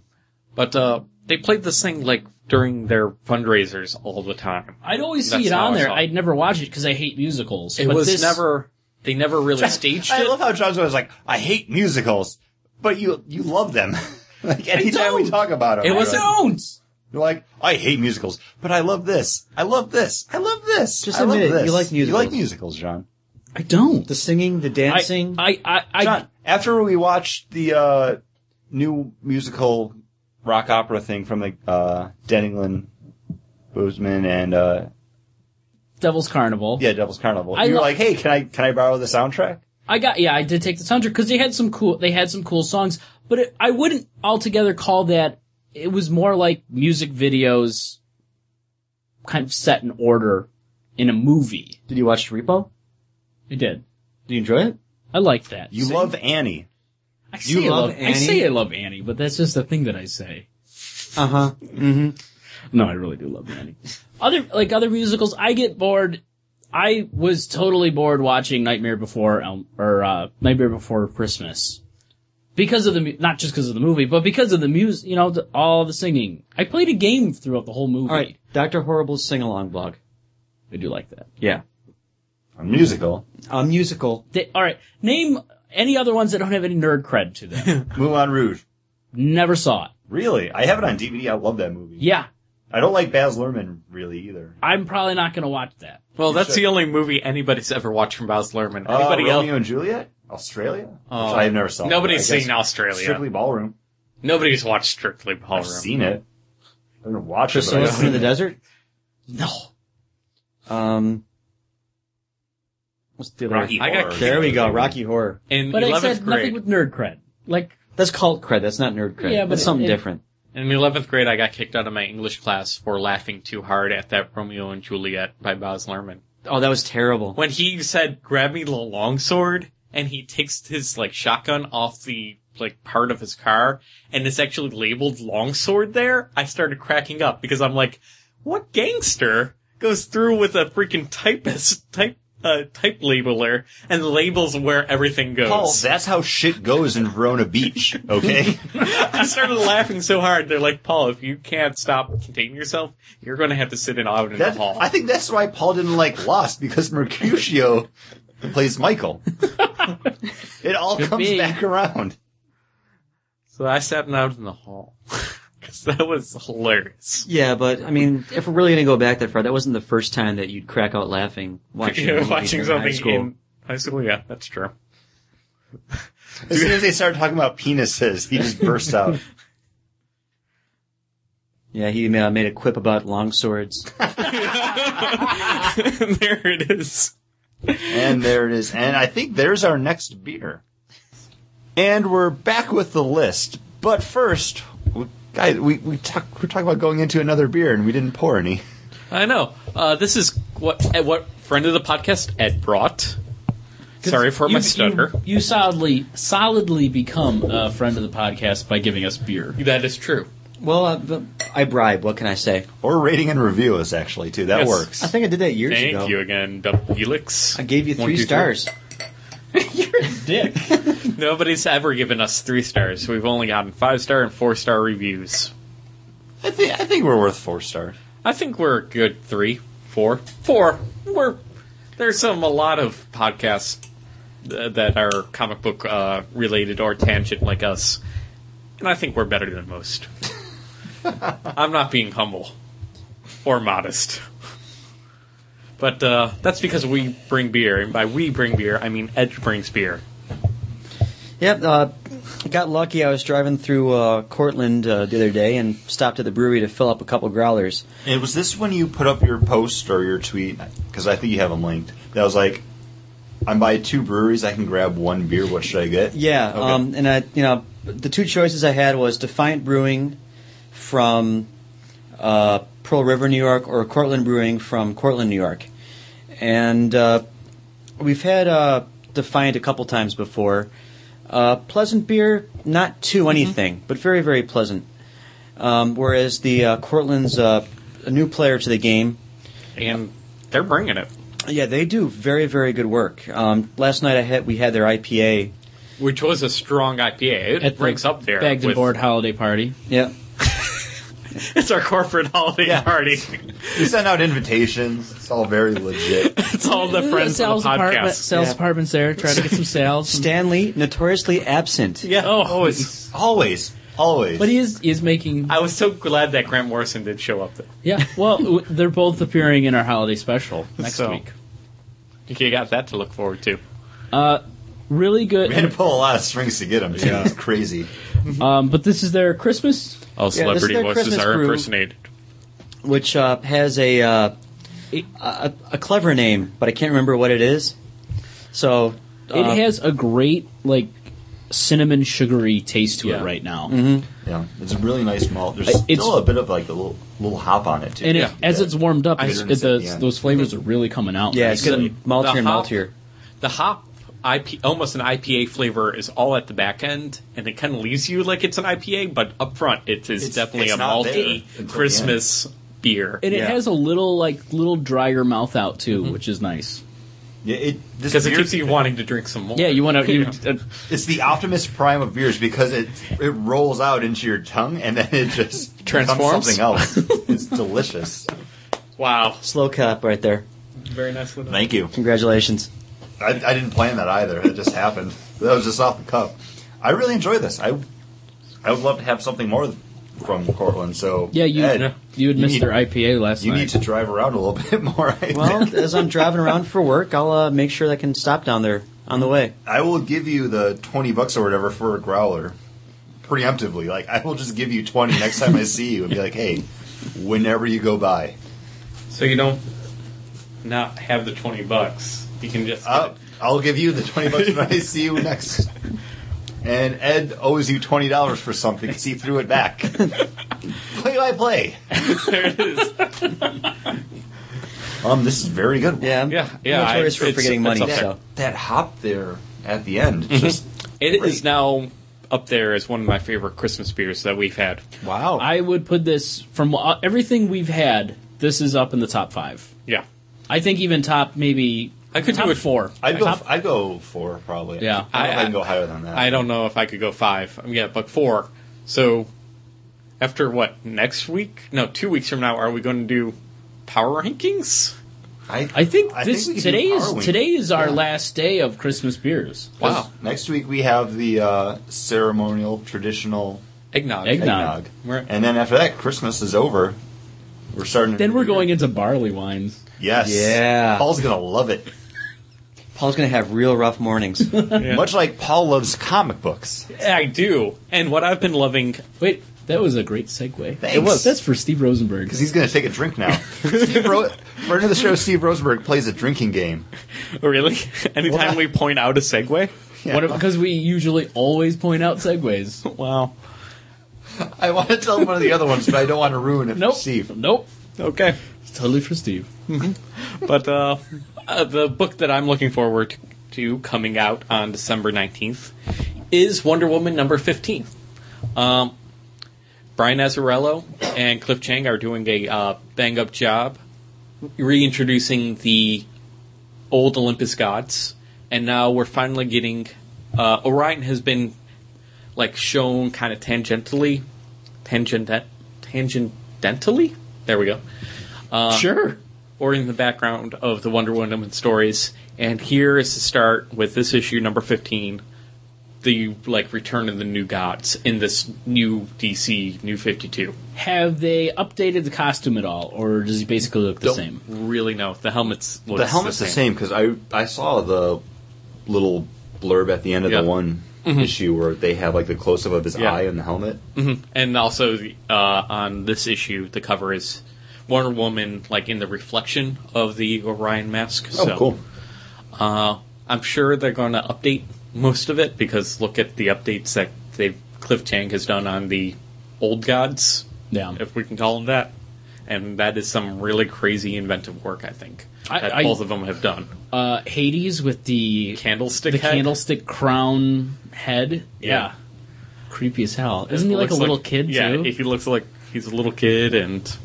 Speaker 3: But uh, they played this thing like during their fundraisers all the time.
Speaker 2: I'd always see
Speaker 3: That's
Speaker 2: it
Speaker 3: how
Speaker 2: on
Speaker 3: I
Speaker 2: there.
Speaker 3: saw it.
Speaker 2: I'd never watch it because I hate musicals.
Speaker 3: It
Speaker 2: but
Speaker 3: was
Speaker 2: this-
Speaker 3: never. They never really staged
Speaker 1: I love
Speaker 3: it.
Speaker 1: how John's always like, I hate musicals, but you you love them. like anytime we
Speaker 2: don't.
Speaker 1: talk about them,
Speaker 3: It
Speaker 1: I
Speaker 3: wasn't-
Speaker 1: like-
Speaker 2: Don't.
Speaker 1: You're like, I hate musicals, but I love this. I love this. I love this.
Speaker 4: Just
Speaker 1: I love
Speaker 4: admit it,
Speaker 1: this.
Speaker 4: you like
Speaker 1: You like
Speaker 4: musicals.
Speaker 1: musicals, John.
Speaker 2: I don't.
Speaker 4: The singing, the
Speaker 2: I,
Speaker 4: dancing.
Speaker 2: I, I, I,
Speaker 1: John, after we watched the uh, new musical rock opera thing from the uh, Deningland, Bozeman, and uh,
Speaker 2: Devil's Carnival.
Speaker 1: yeah, Devil's Carnival,
Speaker 2: I
Speaker 1: you were
Speaker 2: lo-
Speaker 1: like, hey, can I can I borrow the soundtrack?
Speaker 2: I got yeah, I did take the soundtrack because they had some cool they had some cool songs, but it, I wouldn't altogether call that. It was more like music videos, kind of set in order in a movie.
Speaker 4: did you watch Repo?
Speaker 2: I did.
Speaker 4: Did you enjoy it?
Speaker 2: I like that.
Speaker 1: You love Annie.
Speaker 2: I
Speaker 4: you
Speaker 2: say I
Speaker 4: love
Speaker 2: I
Speaker 4: Annie?
Speaker 2: say I love Annie, but that's just a thing that I say.
Speaker 4: Uh huh. Mm-hmm.
Speaker 2: No, I really do love Annie. other like other musicals, I get bored. I was totally bored watching Nightmare Before Elm or uh, Nightmare Before Christmas. because of the mu- not just because of the movie, but because of the music, you know, the, all the singing. I played a game throughout the whole movie.
Speaker 4: All right, Doctor Horrible's sing along blog.
Speaker 2: I do like that.
Speaker 4: Yeah,
Speaker 1: A musical.
Speaker 4: a musical.
Speaker 2: They, all right, name any other ones that don't have any nerd cred to them.
Speaker 1: Moulin Rouge.
Speaker 2: Never saw it.
Speaker 1: Really? I have it on DVD. I love that movie.
Speaker 2: Yeah,
Speaker 1: I don't like Baz Luhrmann really either.
Speaker 2: I'm probably not gonna watch that.
Speaker 3: Well, that's
Speaker 1: should.
Speaker 3: the only movie anybody's ever watched from Baz Luhrmann.
Speaker 1: Uh,
Speaker 3: Anybody
Speaker 1: Romeo
Speaker 3: else?
Speaker 1: and Juliet? Australia?
Speaker 3: Oh.
Speaker 1: Which I've never saw.
Speaker 3: Nobody's
Speaker 1: I guess
Speaker 3: seen Australia.
Speaker 1: Strictly Ballroom.
Speaker 3: Nobody's watched Strictly
Speaker 1: I've
Speaker 3: Ballroom.
Speaker 1: seen it. I didn't watch it. But I
Speaker 4: Chrysalis in the desert.
Speaker 2: No,
Speaker 4: Um, what's the other?
Speaker 1: Rocky
Speaker 3: I got-
Speaker 1: Horror.
Speaker 4: There we go. Rocky Horror.
Speaker 3: In
Speaker 2: but I said
Speaker 3: eleventh grade,
Speaker 2: nothing with nerd cred. Like
Speaker 4: That's cult cred. That's not nerd cred.
Speaker 2: Yeah, but
Speaker 4: that's something
Speaker 2: it-
Speaker 4: different.
Speaker 3: in eleventh grade, I got kicked out of my English class for laughing too hard at that Romeo and Juliet by Baz Luhrmann.
Speaker 4: Oh, that was terrible.
Speaker 3: When he said, "Grab me the long sword," and he takes his like shotgun off the like part of his car, and it's actually labeled longsword there, I started cracking up because I'm like, "What gangster goes through with a freaking typist type uh, type labeler and labels where everything goes?"
Speaker 1: Paul, that's how shit goes in Verona Beach, okay?
Speaker 3: I started laughing so hard. They're like, Paul, if you can't stop containing yourself, you're going to have to sit in out in
Speaker 1: That-
Speaker 3: the hall.
Speaker 1: I think that's why Paul didn't like Lost because Mercutio plays Michael. it all comes
Speaker 2: be.
Speaker 1: back around.
Speaker 3: so I sat in out in the hall because that was hilarious.
Speaker 4: Yeah, but I mean, if we're really gonna go back that far, that wasn't the first time that you'd crack out laughing watching,
Speaker 3: You
Speaker 4: a
Speaker 3: know,
Speaker 4: movie
Speaker 3: watching
Speaker 4: during
Speaker 3: something
Speaker 4: high school.
Speaker 3: in high school. Yeah, that's true.
Speaker 1: As soon as they started talking about penises, he just burst out.
Speaker 4: Yeah, he uh, made a quip about long swords.
Speaker 3: there it is.
Speaker 1: And there it is. And I think there's our next beer. And we're back with the list. But first, we, guys, we, we talk, we're talking about going into another beer and we didn't pour any.
Speaker 3: I know. Uh, this is what uh, what friend of the podcast Ed brought. Sorry for
Speaker 2: you-
Speaker 3: my stutter.
Speaker 2: You, you solidly solidly become a friend of the podcast by giving us beer.
Speaker 3: that is true.
Speaker 4: Well, uh, but I bribe. What can I say?
Speaker 1: Or rating and review us, actually, too. That
Speaker 3: Yes.
Speaker 1: works.
Speaker 4: I think I did that years
Speaker 3: Thank
Speaker 4: ago.
Speaker 3: you again, Dub Helix.
Speaker 4: I gave you
Speaker 3: One,
Speaker 4: three
Speaker 3: two,
Speaker 4: stars.
Speaker 2: Dick.
Speaker 3: Nobody's ever given us three stars. We've only gotten five star and four star reviews.
Speaker 1: I, think, I think we're worth four stars.
Speaker 3: I think we're a good three, four, four. We're there's some a lot of podcasts th- that are comic book uh, related or tangent like us, and I think we're better than most. I'm not being humble or modest, but uh, that's because we bring beer, and by we bring beer, I mean Edge brings beer.
Speaker 4: Yep. Uh, got lucky. I was driving through uh, Cortland uh, the other day and stopped at the brewery to fill up a couple growlers.
Speaker 1: And was this when you put up your post or your tweet? Because I think you have them linked. That was like, I'm by two breweries. I can grab one beer. What should I get?
Speaker 4: Yeah,
Speaker 1: Okay.
Speaker 4: um, and I, you know, the two choices I had was Defiant Brewing from uh, Pearl River, New York, or Cortland Brewing from Cortland, New York. And uh, we've had uh, Defiant a couple times before. Uh, pleasant beer, not too anything, but very, very pleasant. Um, whereas the uh, Cortland's uh, a new player to the game.
Speaker 3: And they're bringing it,
Speaker 4: Yeah, they do very, very good work. Um, last night I had we had their IPA.
Speaker 3: which was a strong IPA. It
Speaker 2: At the
Speaker 3: ranks up there.
Speaker 2: Bagged and
Speaker 3: with-
Speaker 2: board holiday party.
Speaker 4: Yeah.
Speaker 3: It's our corporate holiday
Speaker 1: Yeah.
Speaker 3: party.
Speaker 1: We send out invitations. It's all very legit.
Speaker 3: It's all the friends of
Speaker 2: sales
Speaker 3: the
Speaker 2: department,
Speaker 3: podcast.
Speaker 2: sales
Speaker 4: Yeah.
Speaker 2: department's there. Try to get some sales. some-
Speaker 4: Stanley, notoriously absent.
Speaker 3: Yeah, oh, it's,
Speaker 1: Always, always.
Speaker 2: but he is he is making.
Speaker 3: I was so glad that Grant Morrison did show up. Though.
Speaker 2: Yeah. Well, w- they're both appearing in our holiday special next
Speaker 3: So.
Speaker 2: week.
Speaker 3: You got that to look forward to.
Speaker 2: Uh, really
Speaker 1: we had
Speaker 2: good.
Speaker 1: to pull a lot of strings to get him. Too. It's crazy.
Speaker 2: Um, but this is their Christmas.
Speaker 3: All
Speaker 4: Yeah, this is
Speaker 3: celebrity
Speaker 4: their
Speaker 3: voices
Speaker 4: Christmas
Speaker 3: are
Speaker 4: brew.
Speaker 3: impersonated.
Speaker 4: which uh, has a, uh, a- a a clever name, but I can't remember what it is. So uh,
Speaker 2: it has a great like cinnamon sugary taste to
Speaker 3: Yeah. Mm-hmm.
Speaker 2: it right now,
Speaker 1: Yeah, it's a really nice malt. There's
Speaker 2: I- it's-
Speaker 1: still a bit of like a little little hop on it too.
Speaker 2: and it,
Speaker 3: Yeah.
Speaker 2: as it's warmed up, it's, it,
Speaker 1: Bitterness at
Speaker 2: the,
Speaker 1: the end.
Speaker 2: those flavors are really coming out.
Speaker 4: yeah, it's
Speaker 3: the-
Speaker 4: getting maltier and
Speaker 3: the hop-
Speaker 4: maltier.
Speaker 3: The hop, IP, almost an IPA flavor, is all at the back end, and it kind of leaves you like it's an IPA, but up front, it is
Speaker 1: It's-
Speaker 3: definitely
Speaker 1: it's
Speaker 3: a
Speaker 1: not there
Speaker 3: malty
Speaker 1: until the
Speaker 3: Christmas beer.
Speaker 2: and it
Speaker 4: Yeah.
Speaker 2: Mm-hmm. has a little like little drier mouth out too, which is nice.
Speaker 1: Yeah, it this
Speaker 3: Because it
Speaker 1: beer-
Speaker 3: keeps you wanting to drink some more.
Speaker 2: Yeah, you want to. You, uh,
Speaker 1: It's the Optimus Prime of beers because it it rolls out into your tongue and then it just becomes
Speaker 3: Transforms?
Speaker 1: something else. It's delicious.
Speaker 3: Wow.
Speaker 4: Slow cup right there.
Speaker 3: Very nicely done.
Speaker 1: Thank you.
Speaker 4: Congratulations.
Speaker 1: I, I didn't plan that either. It just happened. That was just off the cuff. I really enjoy this. I I would love to have something more from Cortland. So
Speaker 2: yeah, you
Speaker 1: Ed,
Speaker 2: you had
Speaker 1: you
Speaker 2: missed
Speaker 1: need-
Speaker 2: their IPA last
Speaker 1: you
Speaker 2: night.
Speaker 1: need to drive around a little bit more. I think.
Speaker 4: Well, as I'm driving around for work, I'll uh, make sure that I can stop down there on the way.
Speaker 1: I will give you the twenty bucks or whatever for a growler, preemptively. Like I will just give you twenty next time I see you and be like, hey, whenever you go by.
Speaker 3: So you don't not have the 20 bucks. You can just.
Speaker 1: I'll, I'll give you the twenty bucks when I see you next. And Ed owes you twenty dollars for something because he threw it back. play by play.
Speaker 3: there it is.
Speaker 1: Um, this is very good.
Speaker 4: Yeah, I'm
Speaker 3: Yeah, yeah, I-
Speaker 4: notorious for
Speaker 3: it's-
Speaker 4: forgetting
Speaker 3: it's
Speaker 4: money.
Speaker 3: up there.
Speaker 4: So
Speaker 1: that hop there at the end.
Speaker 3: Mm-hmm.
Speaker 1: Just
Speaker 3: It is now up there as one of my favorite Christmas beers that we've had.
Speaker 1: wow.
Speaker 2: I would put this from uh, everything we've had. This is up in the top five.
Speaker 3: Yeah.
Speaker 2: I think even top maybe
Speaker 3: I could
Speaker 2: top
Speaker 3: do it-
Speaker 2: four.
Speaker 1: I'd go. I'd go four probably.
Speaker 2: Yeah.
Speaker 1: I, don't know if I
Speaker 3: I-
Speaker 1: can go higher than that.
Speaker 3: I don't know if I could go five. I'm yeah, but four. So after what next week? No, two weeks from now, are we going to do power rankings?
Speaker 2: I think this
Speaker 1: we could do
Speaker 2: today is
Speaker 1: Harrowing.
Speaker 2: today is our
Speaker 1: Yeah.
Speaker 2: last day of Christmas beers.
Speaker 3: Wow,
Speaker 1: Next week we have the uh, ceremonial traditional
Speaker 3: eggnog.
Speaker 2: Egg-
Speaker 1: eggnog,
Speaker 3: Right.
Speaker 1: and then after that, Christmas is over. We're starting. a
Speaker 2: Then
Speaker 1: new
Speaker 2: we're
Speaker 1: year.
Speaker 2: going into barley wines.
Speaker 1: Yes.
Speaker 4: Yeah.
Speaker 1: Paul's gonna love it.
Speaker 4: Paul's gonna have real rough mornings.
Speaker 3: Yeah.
Speaker 1: Much like Paul loves comic books.
Speaker 3: I do, and what I've been loving.
Speaker 2: Wait, that was a great segue.
Speaker 1: Thanks.
Speaker 2: It was. That's for Steve Rosenberg.
Speaker 1: Because he's going to take a drink now. Steve Ro- friend of the show, Steve Rosenberg, plays a drinking game.
Speaker 3: Really, anytime
Speaker 1: What?
Speaker 3: we point out a segue.
Speaker 2: Because we usually always point out segues.
Speaker 3: Wow.
Speaker 1: I want to tell him one of the other ones, but I don't want to ruin it
Speaker 2: Nope.
Speaker 1: for Steve.
Speaker 2: Nope.
Speaker 3: Okay.
Speaker 2: It's totally for Steve.
Speaker 3: but uh, uh, the book that I'm looking forward to coming out on December 19th is Wonder Woman number 15. Um, Brian Azzarello and Cliff Chang are doing a uh, bang up job reintroducing the old Olympus gods, and now we're finally getting uh, Orion has been like shown kind of tangentially, tangent tangentially. There we go
Speaker 2: sure.
Speaker 3: or in the background of the Wonder Woman stories. And here is the start with this issue number fifteen, the like return of the new gods in this new DC New Fifty Two.
Speaker 2: Have they updated the costume at all, or does he basically look the same?
Speaker 3: really know the helmets. Looks
Speaker 1: The helmet's the same because I, I saw the little blurb at the end of
Speaker 3: Yeah. Mm-hmm.
Speaker 1: the one issue where they have like the close up of his
Speaker 3: Yeah. Mm-hmm.
Speaker 1: eye and the helmet.
Speaker 3: And also the- uh, on this issue, the cover is Wonder Woman like in the reflection of the Orion mask.
Speaker 1: Oh,
Speaker 3: so,
Speaker 1: cool.
Speaker 3: Uh, I'm sure they're going to update most of it because look at the updates that they've Cliff Chang has done on the old gods,
Speaker 2: Yeah.
Speaker 3: if we can call them that. And that is some really crazy inventive work, I think,
Speaker 2: I-
Speaker 3: that
Speaker 2: I-
Speaker 3: both of them have done.
Speaker 2: Uh, Hades with the
Speaker 3: Candlestick
Speaker 2: the
Speaker 3: head?
Speaker 2: candlestick crown head.
Speaker 3: Yeah.
Speaker 2: Creepy as hell. Isn't he
Speaker 3: It
Speaker 2: like a
Speaker 3: looks
Speaker 2: little kid
Speaker 3: yeah,
Speaker 2: too?
Speaker 3: he looks like he's a little kid, and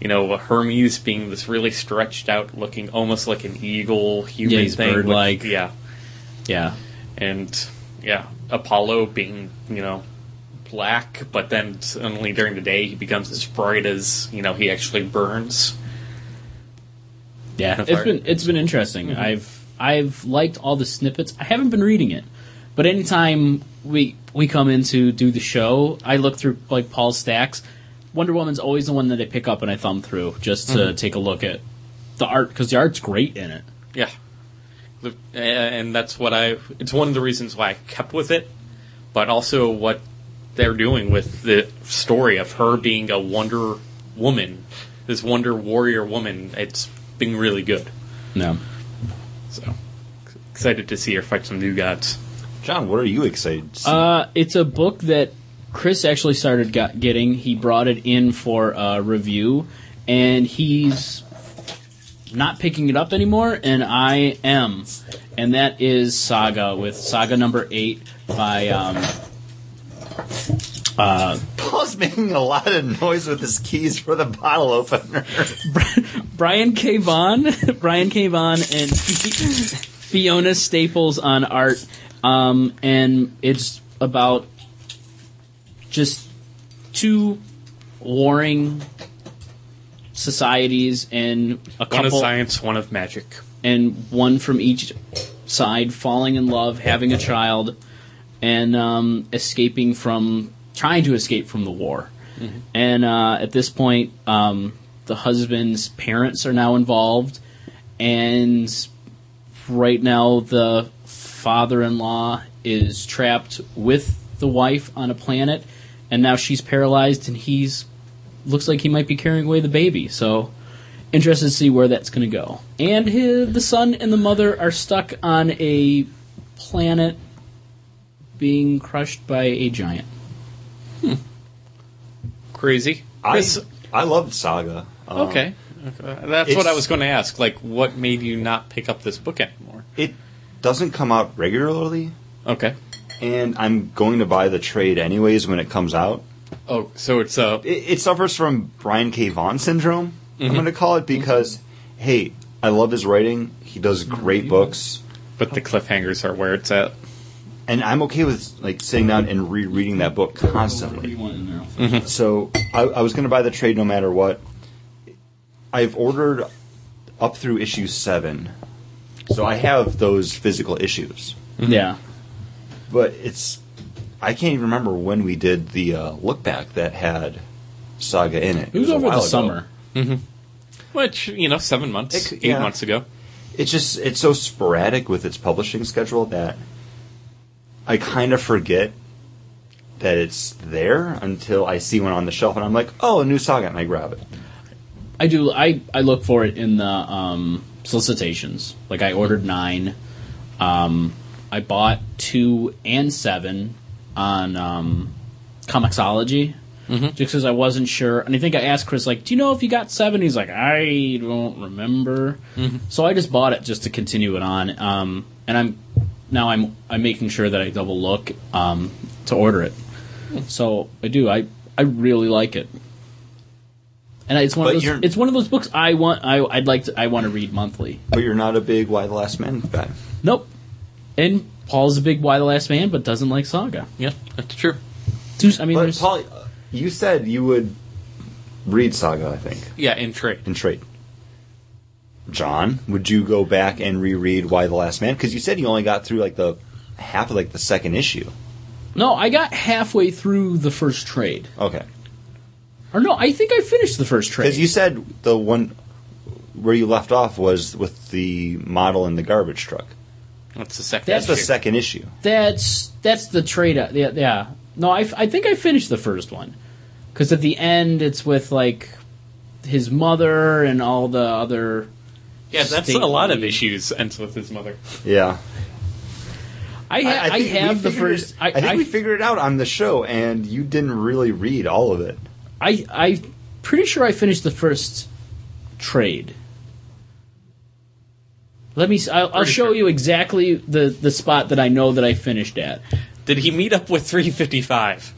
Speaker 3: you know Hermes being this really stretched out, looking almost like an eagle human
Speaker 2: Yeah, he's
Speaker 3: thing, which-
Speaker 2: bird-like.
Speaker 3: yeah,
Speaker 2: yeah.
Speaker 3: and yeah, Apollo being you know black, but then suddenly during the day he becomes as bright as you know he actually burns.
Speaker 2: Yeah,
Speaker 3: Kind of
Speaker 2: it's
Speaker 3: art.
Speaker 2: been it's been interesting.
Speaker 3: Mm-hmm.
Speaker 2: I've I've liked all the snippets. I haven't been reading it, but anytime we we come in to do the show, I look through like Paul's stacks. Wonder Woman's always the one that I pick up and I thumb through just to
Speaker 3: Mm-hmm.
Speaker 2: take a look at the art because the art's great in it.
Speaker 3: Yeah, The- a- and that's what I. It's one of the reasons why I kept with it, but also what they're doing with the story of her being a Wonder Woman, this Wonder Warrior woman. It's been really good.
Speaker 2: No,
Speaker 3: So excited to see her fight some new gods.
Speaker 1: John, what are you excited to see?
Speaker 2: uh, it's a book that Chris actually started got, getting. He brought it in for a review, and he's not picking it up anymore, and I am. And that is Saga with Saga number eight by um, Uh,
Speaker 1: Paul's making a lot of noise with his keys for the bottle opener.
Speaker 2: Brian K. Vaughn, Brian K. Vaughn, and Fiona Staples on art, um, and it's about just two warring societies and a
Speaker 3: One of
Speaker 2: couple
Speaker 3: science, one of magic.
Speaker 2: and one from each side falling in love, having a child, and um, escaping from trying to escape from the war. And uh, at this point, um, the husband's parents are now involved, and right now the father-in-law is trapped with the wife on a planet, and now she's paralyzed, and he's looks like he might be carrying away the baby. So interested to see where that's going to go. And his, the son and the mother are stuck on a planet being crushed by a giant.
Speaker 3: Crazy.
Speaker 1: I,
Speaker 3: This-
Speaker 1: I loved Saga. Um,
Speaker 3: okay. Okay. That's
Speaker 1: it's-
Speaker 3: what I was going to ask. Like, what made you not pick up this book anymore?
Speaker 1: It doesn't come out regularly,
Speaker 3: Okay.
Speaker 1: and I'm going to buy the trade anyways when it comes out.
Speaker 3: Oh, so it's uh,
Speaker 1: It, it suffers from Brian K. Vaughan syndrome, I'm
Speaker 2: Mm-hmm.
Speaker 1: going to call it, because, hey, I love his writing. He does
Speaker 2: Mm-hmm.
Speaker 1: great books.
Speaker 3: but the cliffhangers are where it's at.
Speaker 1: And I'm okay with like sitting down and rereading that book constantly. Mm-hmm. So I, I was going to buy the trade no matter what. I've ordered up through issue seven, so I have those physical issues.
Speaker 2: Yeah.
Speaker 1: But it's I can't even remember when we did the uh, look back that had Saga in it.
Speaker 2: It was
Speaker 1: a
Speaker 2: over
Speaker 1: while
Speaker 2: the
Speaker 1: ago.
Speaker 2: summer.
Speaker 3: Which you know, seven months,
Speaker 1: It could-
Speaker 3: eight
Speaker 1: yeah.
Speaker 3: months ago.
Speaker 1: It's just it's so sporadic with its publishing schedule that I kind of forget that it's there until I see one on the shelf and I'm like, oh, a new Saga, and I grab it.
Speaker 2: I do. I, I look for it in the um, solicitations. Like I ordered nine. Um, I bought two and seven on um, Comixology
Speaker 1: Mm-hmm.
Speaker 2: just because I wasn't sure. And I think I asked Chris, like, "Do you know if you got seven? He's like, "I don't remember."
Speaker 1: Mm-hmm.
Speaker 2: So I just bought it just to continue it on. Um, and I'm now I'm I'm making sure that I double look um, to order it.
Speaker 1: Hmm.
Speaker 2: So I do. I I really like it. And it's one
Speaker 1: But
Speaker 2: of
Speaker 1: you're-
Speaker 2: those. It's one of those books I want. I I'd like to. I want to read monthly.
Speaker 1: But you're not a big Why the Last Man guy.
Speaker 2: Nope. And Paul's a big Why the Last Man, but doesn't like Saga.
Speaker 3: Yeah, that's true.
Speaker 2: Two- I mean,
Speaker 1: But
Speaker 2: there's,
Speaker 1: Paul, uh, you said you would read Saga, I think,
Speaker 3: Yeah, in trade.
Speaker 1: in trade. John, would you go back and reread Why the Last Man? Because you said you only got through like the half of like the second issue.
Speaker 2: no. I got halfway through the first trade,
Speaker 1: Okay,
Speaker 2: or no, I think I finished the first trade.
Speaker 1: because you said the one where you left off was with the model in the garbage truck.
Speaker 3: That's the second.
Speaker 2: That's
Speaker 1: That's the
Speaker 3: issue.
Speaker 1: second issue.
Speaker 2: That's that's the trade. uh, Yeah, yeah. No, I, f- I think I finished the first one because at the end it's with like his mother and all the other.
Speaker 3: Yeah, that's
Speaker 2: State
Speaker 3: a lot of
Speaker 2: lead.
Speaker 3: issues. Ends with his mother.
Speaker 1: Yeah,
Speaker 2: I ha- I,
Speaker 1: think we
Speaker 2: have the
Speaker 1: figured it-
Speaker 2: first.
Speaker 1: I, think we figured it out on the show, and you didn't really read all of it.
Speaker 2: I I pretty sure I finished the first trade. Let me. s- I'll, I'll
Speaker 3: Pretty
Speaker 2: show
Speaker 3: sure.
Speaker 2: you exactly the the spot that I know that I finished at.
Speaker 3: Did he meet up with 355,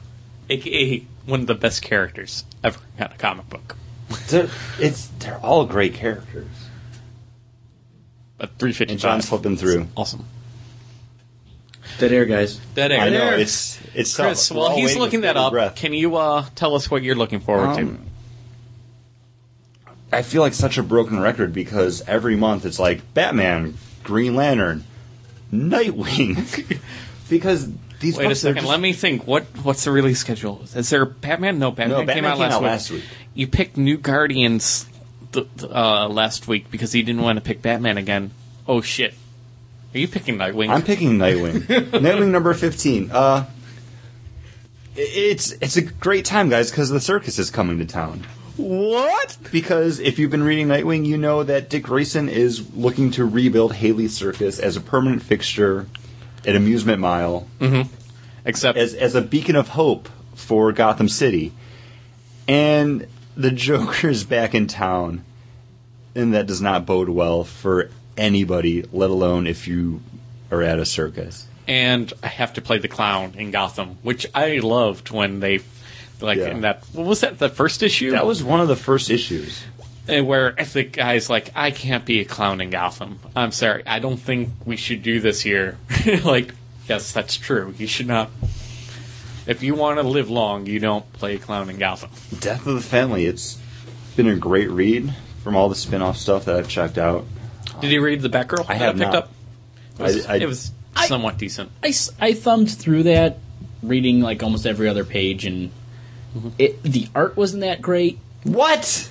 Speaker 3: aka one of the best characters ever in a comic book?
Speaker 1: They're, it's they're all great characters.
Speaker 3: But
Speaker 1: And
Speaker 3: 355.
Speaker 1: John's flipping through.
Speaker 3: Awesome.
Speaker 4: Dead air, guys.
Speaker 3: That air.
Speaker 1: I know
Speaker 3: There.
Speaker 1: it's it's tough.
Speaker 3: Chris,
Speaker 1: We're
Speaker 3: while
Speaker 1: all
Speaker 3: he's
Speaker 1: waiting
Speaker 3: looking
Speaker 1: with
Speaker 3: that up,
Speaker 1: bated breath.
Speaker 3: can you uh, tell us what you're looking forward
Speaker 1: Um, I feel like such a broken record because every month it's like Batman, Green Lantern, Nightwing, because these
Speaker 3: to? Wait a
Speaker 1: books, they're
Speaker 3: second.
Speaker 1: just-
Speaker 3: Let me think. What What's the release schedule? Is there Batman? No, Batman,
Speaker 1: No, Batman
Speaker 3: came out, last, week.
Speaker 1: last week.
Speaker 3: You picked New Guardians th- th- uh, last week because he didn't want to pick Batman again. Oh shit! Are you picking Nightwing?
Speaker 1: I'm picking Nightwing. Nightwing number fifteen. Uh, i- it's it's a great time, guys, because the circus is coming to town.
Speaker 3: what?
Speaker 1: Because if you've been reading Nightwing, you know that Dick Grayson is looking to rebuild Haley Circus as a permanent fixture at Amusement Mile.
Speaker 3: Except
Speaker 1: as as a beacon of hope for Gotham City. And the Joker's back in town, and that does not bode well for anybody, let alone if you are at a circus.
Speaker 3: and I have to play the clown in Gotham, which I loved when they, like
Speaker 1: Yeah.
Speaker 3: in that what was that the first issue
Speaker 1: That was one of the first issues.
Speaker 3: And where the guy's like, I can't be a clown in Gotham. I'm sorry, I don't think we should do this here. like, yes, that's true. You should not. If you want to live long, you don't play a clown in Gotham.
Speaker 1: Death of the Family. It's been a great read from all the spin off stuff that I've checked out.
Speaker 3: Did you read the Batgirl?
Speaker 1: I
Speaker 3: that
Speaker 1: have
Speaker 3: picked
Speaker 1: not.
Speaker 3: up. It was,
Speaker 1: I- I-
Speaker 3: it was
Speaker 2: I-
Speaker 3: somewhat decent.
Speaker 2: I, s- I thumbed through that, reading like almost every other page, and
Speaker 3: Mm-hmm.
Speaker 2: it, the art wasn't that great
Speaker 1: What?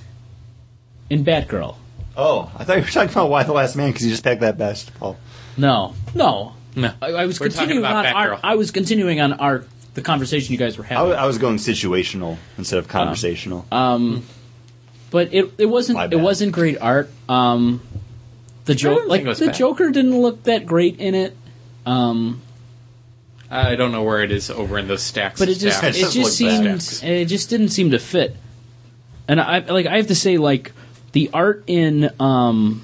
Speaker 2: in Batgirl.
Speaker 1: Oh, I thought you were talking about Why the Last Man because you just picked that best. Paul.
Speaker 2: No, no.
Speaker 3: No,
Speaker 2: I, I was
Speaker 3: We're talking
Speaker 2: continuing
Speaker 3: about
Speaker 2: on
Speaker 3: Batgirl.
Speaker 2: our. I was continuing on our the conversation you guys were
Speaker 1: I,
Speaker 2: having,
Speaker 1: w- I was going situational instead of
Speaker 3: Uh-huh.
Speaker 1: conversational.
Speaker 2: but it it wasn't
Speaker 1: My
Speaker 2: it
Speaker 1: bad.
Speaker 2: wasn't great art. Um, the joke
Speaker 3: didn't
Speaker 2: like
Speaker 3: think it was
Speaker 2: the
Speaker 3: bad.
Speaker 2: Joker didn't look that great in it. Um,
Speaker 3: I don't know where it is over in those stacks.
Speaker 2: but
Speaker 3: of
Speaker 2: it just
Speaker 3: stacks.
Speaker 1: It
Speaker 2: it
Speaker 1: doesn't
Speaker 2: just
Speaker 1: look
Speaker 2: seemed
Speaker 1: bad.
Speaker 2: it just didn't seem to fit. And I like I have to say like the art in um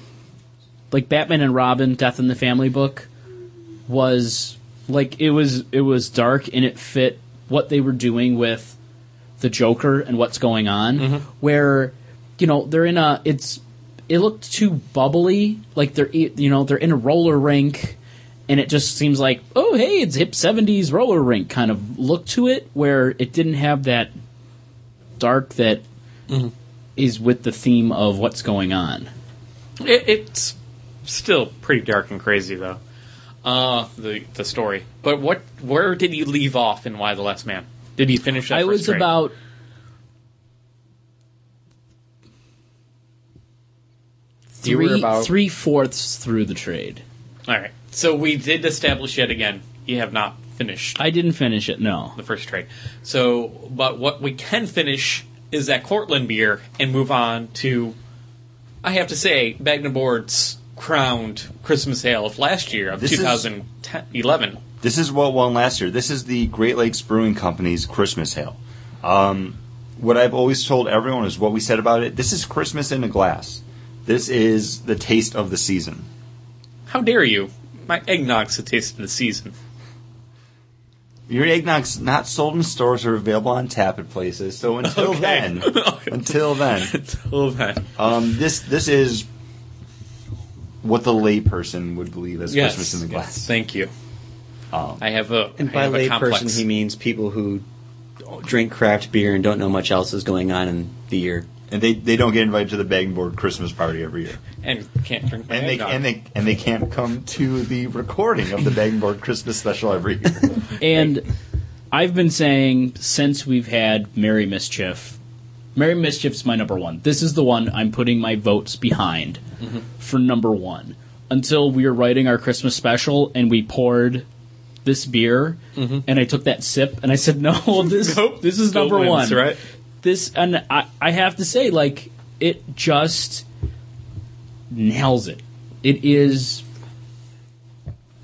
Speaker 2: like Batman and Robin Death in the Family book was like it was it was dark and it fit what they were doing with the Joker and what's going on where you know they're in a it's it looked too bubbly like they're e- you know they're in a roller rink and it just seems like oh hey it's hip 70s roller rink kind of look to it where it didn't have that dark that is with the theme of what's going on
Speaker 3: It, it's still pretty dark and crazy, though. Uh, the the story. But what? Where did you leave off in Why the Last Man? Did you finish? That
Speaker 2: i
Speaker 3: first
Speaker 2: was
Speaker 3: trade?
Speaker 2: about
Speaker 3: You were
Speaker 2: three
Speaker 3: about-
Speaker 2: three fourths through the trade
Speaker 3: All right. So we did establish yet again. You have not finished
Speaker 2: i didn't finish it no
Speaker 3: the first trade. So, but what we can finish is that Cortland beer and move on to. I have to say, Magna Board's crowned Christmas Ale of last year of
Speaker 1: This is-
Speaker 3: 2011.
Speaker 1: This is what won last year. This is the Great Lakes Brewing Company's Christmas Ale. Um, what I've always told everyone is what we said about it. This is Christmas in a glass. This is the taste of the season.
Speaker 3: How dare you? My eggnog's the taste of the season.
Speaker 1: Your eggnog's not sold in stores or available on tap at places. So until
Speaker 3: Okay.
Speaker 1: then, until then,
Speaker 3: Until then.
Speaker 1: um, this this is what the layperson would believe as
Speaker 3: Yes.
Speaker 1: Christmas in the
Speaker 3: yes,
Speaker 1: glass.
Speaker 3: Thank you.
Speaker 1: Um,
Speaker 3: I have a.
Speaker 4: And
Speaker 3: I
Speaker 4: by
Speaker 3: have a
Speaker 4: layperson,
Speaker 3: complex.
Speaker 4: he means people who drink craft beer and don't know much else is going on in the year.
Speaker 1: and they, they don't get invited to the bag and board Christmas party every year.
Speaker 3: and can't drink my
Speaker 1: And they
Speaker 3: eggnog.
Speaker 1: and they and they can't come to the recording of the bag and board Christmas special every year.
Speaker 2: And I've been saying since we've had Merry Mischief, Merry Mischief's my number one. This is the one I'm putting my votes behind
Speaker 3: Mm-hmm.
Speaker 2: for number one. Until we were writing our Christmas special and we poured this beer, and I took that sip and I said, "No, this
Speaker 3: Mm-hmm. Nope,
Speaker 2: this is
Speaker 3: still
Speaker 2: number
Speaker 3: wins,
Speaker 2: one."
Speaker 3: right?
Speaker 2: This and I, I have to say, like it just nails it. It is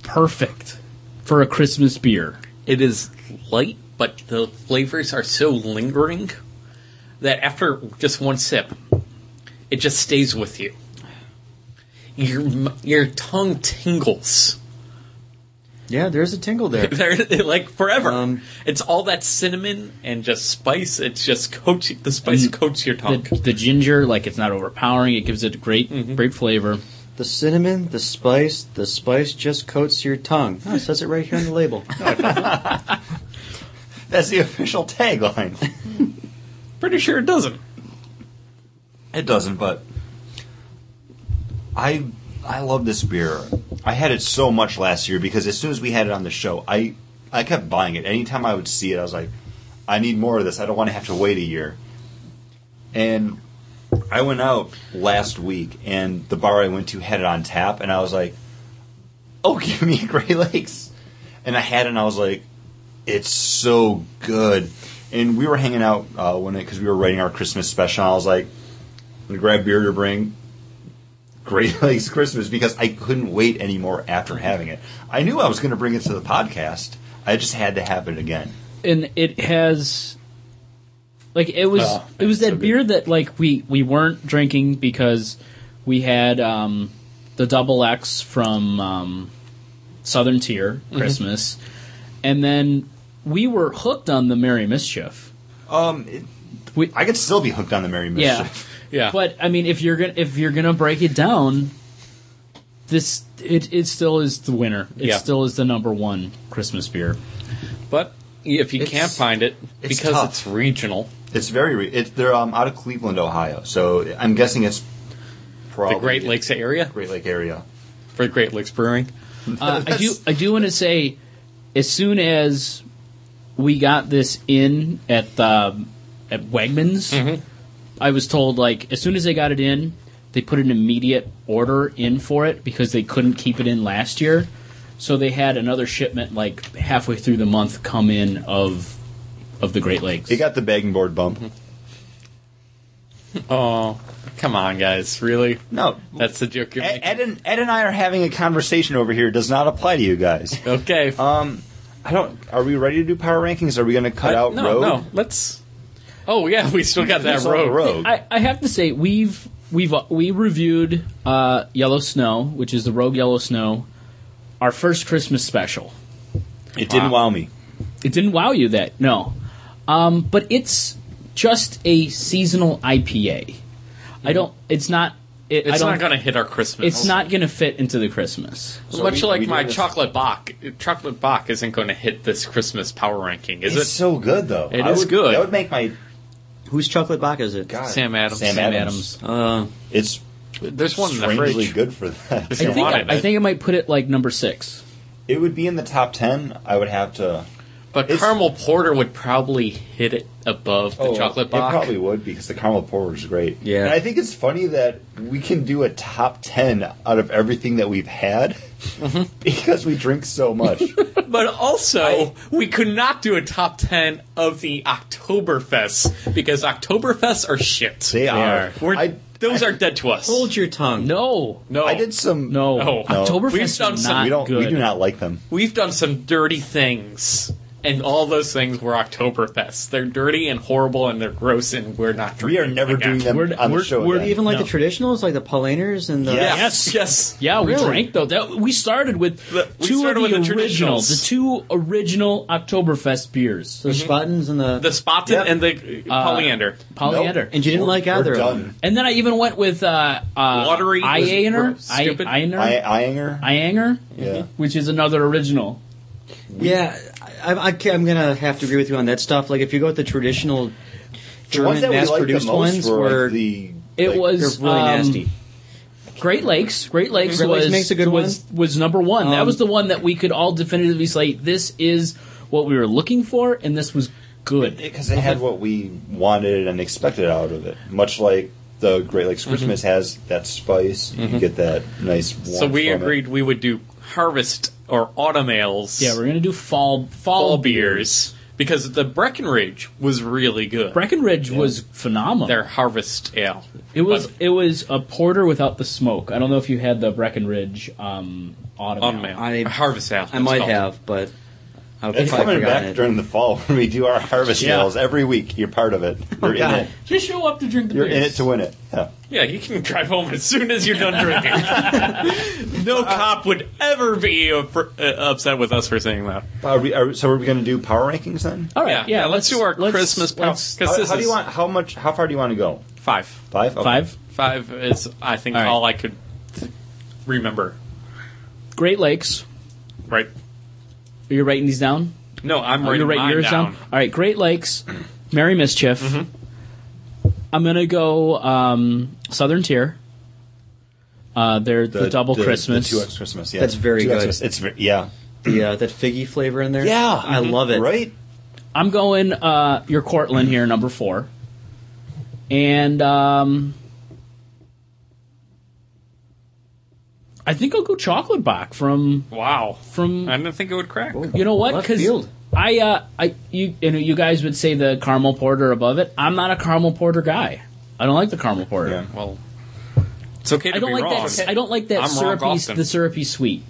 Speaker 2: perfect for a Christmas beer.
Speaker 3: It is light, but the flavors are so lingering that after just one sip, it just stays with you. Your m- your tongue tingles.
Speaker 4: Yeah, there's a tingle there.
Speaker 3: There, like forever.
Speaker 4: Um,
Speaker 3: it's all that cinnamon and just spice. It's just coats the spice coats your tongue.
Speaker 2: the, the ginger, like it's not overpowering. It gives it a great,
Speaker 1: Mm-hmm.
Speaker 2: great flavor.
Speaker 4: The cinnamon, the spice, the spice just coats your tongue. Oh, it says it right here on the label.
Speaker 1: That's the official tagline.
Speaker 3: Pretty sure it doesn't.
Speaker 1: It doesn't, but I I love this beer. I had it so much last year because as soon as we had it on the show, I I kept buying it. Anytime I would see it, I was like, I need more of this. I don't want to have to wait a year. And I went out last week, and the bar I went to had it on tap, and I was like, "Oh, give me Gray Lakes," and I had it, and I was like, "It's so good." And we were hanging out uh, one night because we were writing our Christmas special. And I was like, and grab beer to bring Great Lakes Christmas because I couldn't wait anymore after having it. I knew I was going to bring it to the podcast. I just had to have it again.
Speaker 2: and it has like it was
Speaker 1: Oh,
Speaker 2: it was
Speaker 1: that's
Speaker 2: that
Speaker 1: so good.
Speaker 2: beer that like we we weren't drinking because we had um the double x from um Southern Tier
Speaker 1: Mm-hmm.
Speaker 2: Christmas, and then we were hooked on the Merry Mischief.
Speaker 1: Um, it,
Speaker 2: We-
Speaker 1: I could still be hooked on the Merry
Speaker 2: Yeah.
Speaker 1: Mischief.
Speaker 3: Yeah.
Speaker 2: But I mean, if you're gonna if you're gonna break it down, this it it still is the winner. It
Speaker 3: Yeah.
Speaker 2: still is the number one Christmas beer.
Speaker 3: But if you
Speaker 1: It's-
Speaker 3: can't find it,
Speaker 1: it's
Speaker 3: because
Speaker 1: tough.
Speaker 3: it's regional,
Speaker 1: It's very. Re- it's they're um, out of Cleveland, Ohio, so I'm guessing it's probably
Speaker 3: the Great Lakes area
Speaker 1: Great Lake area.
Speaker 3: for Great Lakes Brewing.
Speaker 2: Uh, I do I do want to say, as soon as we got this in at the at Wegmans, I was told like as soon as they got it in, they put an immediate order in for it because they couldn't keep it in last year. So they had another shipment like halfway through the month come in of of the Great Lakes.
Speaker 1: It got the bagging board bump.
Speaker 3: Mm-hmm. Oh, come on, guys! Really?
Speaker 1: No,
Speaker 3: That's the joke you're
Speaker 1: Ed, Ed
Speaker 3: making.
Speaker 1: and Ed and I are having a conversation over here. It does not apply to you guys.
Speaker 3: okay.
Speaker 1: Um, I don't. Are we ready to do power rankings? Are we going to cut
Speaker 3: Uh,
Speaker 1: out
Speaker 3: no,
Speaker 1: road?
Speaker 3: no. Let's. Oh yeah, we still got that
Speaker 1: It's all
Speaker 3: road.
Speaker 1: road.
Speaker 2: I, I have to say we've we've uh, we reviewed uh, Yellow Snow, which is the Rogue Yellow Snow, our first Christmas special.
Speaker 1: it didn't wow me.
Speaker 2: It didn't wow you that no, um, but it's just a seasonal IPA. I don't. It's not. It, I
Speaker 3: Mm-hmm. It's
Speaker 2: don't,
Speaker 3: not going to hit our Christmas.
Speaker 2: It's not going to fit into the Christmas.
Speaker 1: So
Speaker 3: Much
Speaker 1: we-
Speaker 3: like
Speaker 1: we do
Speaker 3: my
Speaker 1: this-
Speaker 3: chocolate bock, chocolate bock isn't going to hit this Christmas power ranking, is
Speaker 1: It's
Speaker 3: it?
Speaker 1: so good though.
Speaker 3: It
Speaker 1: I
Speaker 3: is
Speaker 1: would-
Speaker 3: good.
Speaker 1: That would make my
Speaker 4: Whose chocolate box is it?
Speaker 1: God.
Speaker 3: Sam Adams.
Speaker 1: Sam,
Speaker 2: Sam
Speaker 1: Adams.
Speaker 4: Uh,
Speaker 1: It's
Speaker 3: There's one in the
Speaker 1: strangely
Speaker 3: fridge.
Speaker 1: good for that.
Speaker 3: If
Speaker 2: I
Speaker 3: you
Speaker 2: think
Speaker 3: wanted
Speaker 2: I,
Speaker 3: it.
Speaker 2: think I might put it like number six.
Speaker 1: It would be in the top ten. I would have to.
Speaker 3: But
Speaker 1: It's-
Speaker 3: caramel porter would probably hit it above the
Speaker 1: Oh,
Speaker 3: chocolate
Speaker 1: It
Speaker 3: bock.
Speaker 1: probably would because the caramel porter is great.
Speaker 4: Yeah.
Speaker 1: and I think it's funny that we can do a top ten out of everything that we've had because we drink so much.
Speaker 3: But also, we could not do a top 10 of the Oktoberfests because Oktoberfests are shit.
Speaker 1: They are.
Speaker 3: We're,
Speaker 1: I-
Speaker 3: those are dead to us.
Speaker 4: hold your tongue.
Speaker 2: No,
Speaker 3: no,
Speaker 1: I did some.
Speaker 2: no,
Speaker 3: No.
Speaker 2: Oktoberfest
Speaker 3: We've done
Speaker 2: is
Speaker 3: some-
Speaker 2: not
Speaker 1: we don't.
Speaker 2: good.
Speaker 1: We do not like them.
Speaker 3: We've done some dirty things, and all those things were Oktoberfests. They're dirty and horrible, and they're gross, and we're not
Speaker 1: We
Speaker 3: drinking.
Speaker 1: are never
Speaker 3: again.
Speaker 1: doing them
Speaker 2: We're-
Speaker 1: on
Speaker 2: we're-
Speaker 1: the show.
Speaker 2: we're
Speaker 1: again.
Speaker 4: Even like
Speaker 2: No.
Speaker 4: the traditionals, like the Polliners and the.
Speaker 1: Yeah.
Speaker 3: Yes, yes.
Speaker 2: Yeah, we
Speaker 4: Really?
Speaker 2: drank though. That we started with
Speaker 3: The- we
Speaker 2: two
Speaker 3: started
Speaker 2: of the,
Speaker 3: with the
Speaker 2: original,
Speaker 3: traditionals.
Speaker 2: the two original Oktoberfest beers,
Speaker 4: The Spattens and the.
Speaker 3: The Spaten
Speaker 1: Yep.
Speaker 3: and the uh, Polyander.
Speaker 1: Nope.
Speaker 2: Polyander,
Speaker 4: And you didn't
Speaker 1: We're-
Speaker 4: like either
Speaker 1: We're
Speaker 4: of
Speaker 1: done.
Speaker 4: them.
Speaker 2: and then I even went with uh, uh,
Speaker 3: Watery was-
Speaker 2: Ianer,
Speaker 3: were stupid.
Speaker 1: I,
Speaker 2: Ianer,
Speaker 1: Ianger.
Speaker 2: Ianger,
Speaker 1: Yeah.
Speaker 2: which is another original.
Speaker 4: Yeah, I, I, ca- I'm gonna have to agree with you on that stuff. Like, if you go with the traditional
Speaker 1: the ones
Speaker 4: German
Speaker 1: that we liked the
Speaker 4: mass-produced
Speaker 1: most
Speaker 4: ones,
Speaker 1: were like,
Speaker 4: were
Speaker 1: the.
Speaker 2: It
Speaker 1: like,
Speaker 4: they're
Speaker 2: was
Speaker 4: really
Speaker 2: um,
Speaker 4: nasty.
Speaker 2: Great Lakes. Great Lakes
Speaker 4: Great
Speaker 2: was
Speaker 4: Lakes makes a good
Speaker 2: was was number one. that
Speaker 4: Um,
Speaker 2: was the one that we could all definitively say this is what we were looking for, and this was good.
Speaker 1: because it had what we wanted and expected out of it. Much like the Great Lakes Christmas has that spice, you get that nice. Warmth
Speaker 3: So we
Speaker 1: from it.
Speaker 3: agreed we would do Harvest or Autumn Ales.
Speaker 2: yeah, we're gonna do fall fall,
Speaker 3: all beers because the Breckenridge was really good.
Speaker 2: Breckenridge was phenomenal.
Speaker 3: Their harvest ale.
Speaker 2: It was
Speaker 3: But
Speaker 2: it was a porter without the smoke. I don't know if you had the Breckenridge um, autumn.
Speaker 3: autumn
Speaker 2: ale.
Speaker 3: ale.
Speaker 4: I-
Speaker 3: harvest ale.
Speaker 4: I
Speaker 3: it's
Speaker 4: might
Speaker 3: called.
Speaker 4: have, but I've
Speaker 1: It's
Speaker 4: probably
Speaker 1: coming back
Speaker 4: forgotten it.
Speaker 1: during the fall when we do our harvest
Speaker 2: Yeah.
Speaker 1: sales every week. You're part of it. You're in it.
Speaker 2: Just show up to drink the
Speaker 1: You're in
Speaker 2: beers.
Speaker 1: it to win it. Yeah.
Speaker 3: Yeah, you can drive home as soon as you're done drinking. no
Speaker 2: Uh,
Speaker 3: cop would ever be uh, fr- uh, upset with us for saying that.
Speaker 1: Are we, are, we- so are we going to do power rankings then?
Speaker 2: All right,
Speaker 3: yeah,
Speaker 2: yeah.
Speaker 3: yeah, let's do our
Speaker 2: let's-
Speaker 3: Christmas power-
Speaker 2: let's-
Speaker 3: 'cause
Speaker 1: How,
Speaker 3: this
Speaker 1: how do
Speaker 3: is-
Speaker 1: you want? How much? How far do you want to go?
Speaker 3: Five.
Speaker 1: Five. Okay.
Speaker 2: Five
Speaker 3: Five is, I think,
Speaker 2: All right.
Speaker 3: all I could remember.
Speaker 2: Great Lakes.
Speaker 3: Right?
Speaker 2: Are you writing these down?
Speaker 3: No, I'm
Speaker 2: Are you
Speaker 3: writing
Speaker 2: writing
Speaker 3: mine
Speaker 2: yours
Speaker 3: down.
Speaker 2: down? All Oh, right, Great Lakes, Merry Mischief. I'm gonna go um, Southern Tier. Uh, they're the, double Christmas.
Speaker 1: the two X Christmas. Yeah,
Speaker 4: That's very
Speaker 1: Two X
Speaker 4: good.
Speaker 1: Christmas. It's ver- yeah,
Speaker 4: The, uh, that figgy flavor in there.
Speaker 1: Yeah.
Speaker 4: I love it.
Speaker 1: right.
Speaker 2: I'm going uh, your Cortland here, number four, and um, I think I'll go Chocolate Bock from
Speaker 3: Wow.
Speaker 2: from
Speaker 3: I didn't think it would crack.
Speaker 2: you know what
Speaker 4: Left
Speaker 2: because
Speaker 4: field.
Speaker 2: I uh, I you you know you guys would say the caramel porter above it. I'm not a caramel porter guy. I don't like the caramel porter.
Speaker 1: Yeah.
Speaker 3: Well, it's okay to
Speaker 2: I don't
Speaker 3: be
Speaker 2: like
Speaker 3: wrong.
Speaker 2: that. I don't like that
Speaker 3: I'm wrong
Speaker 2: syrupy
Speaker 3: often.
Speaker 2: the syrupy sweet.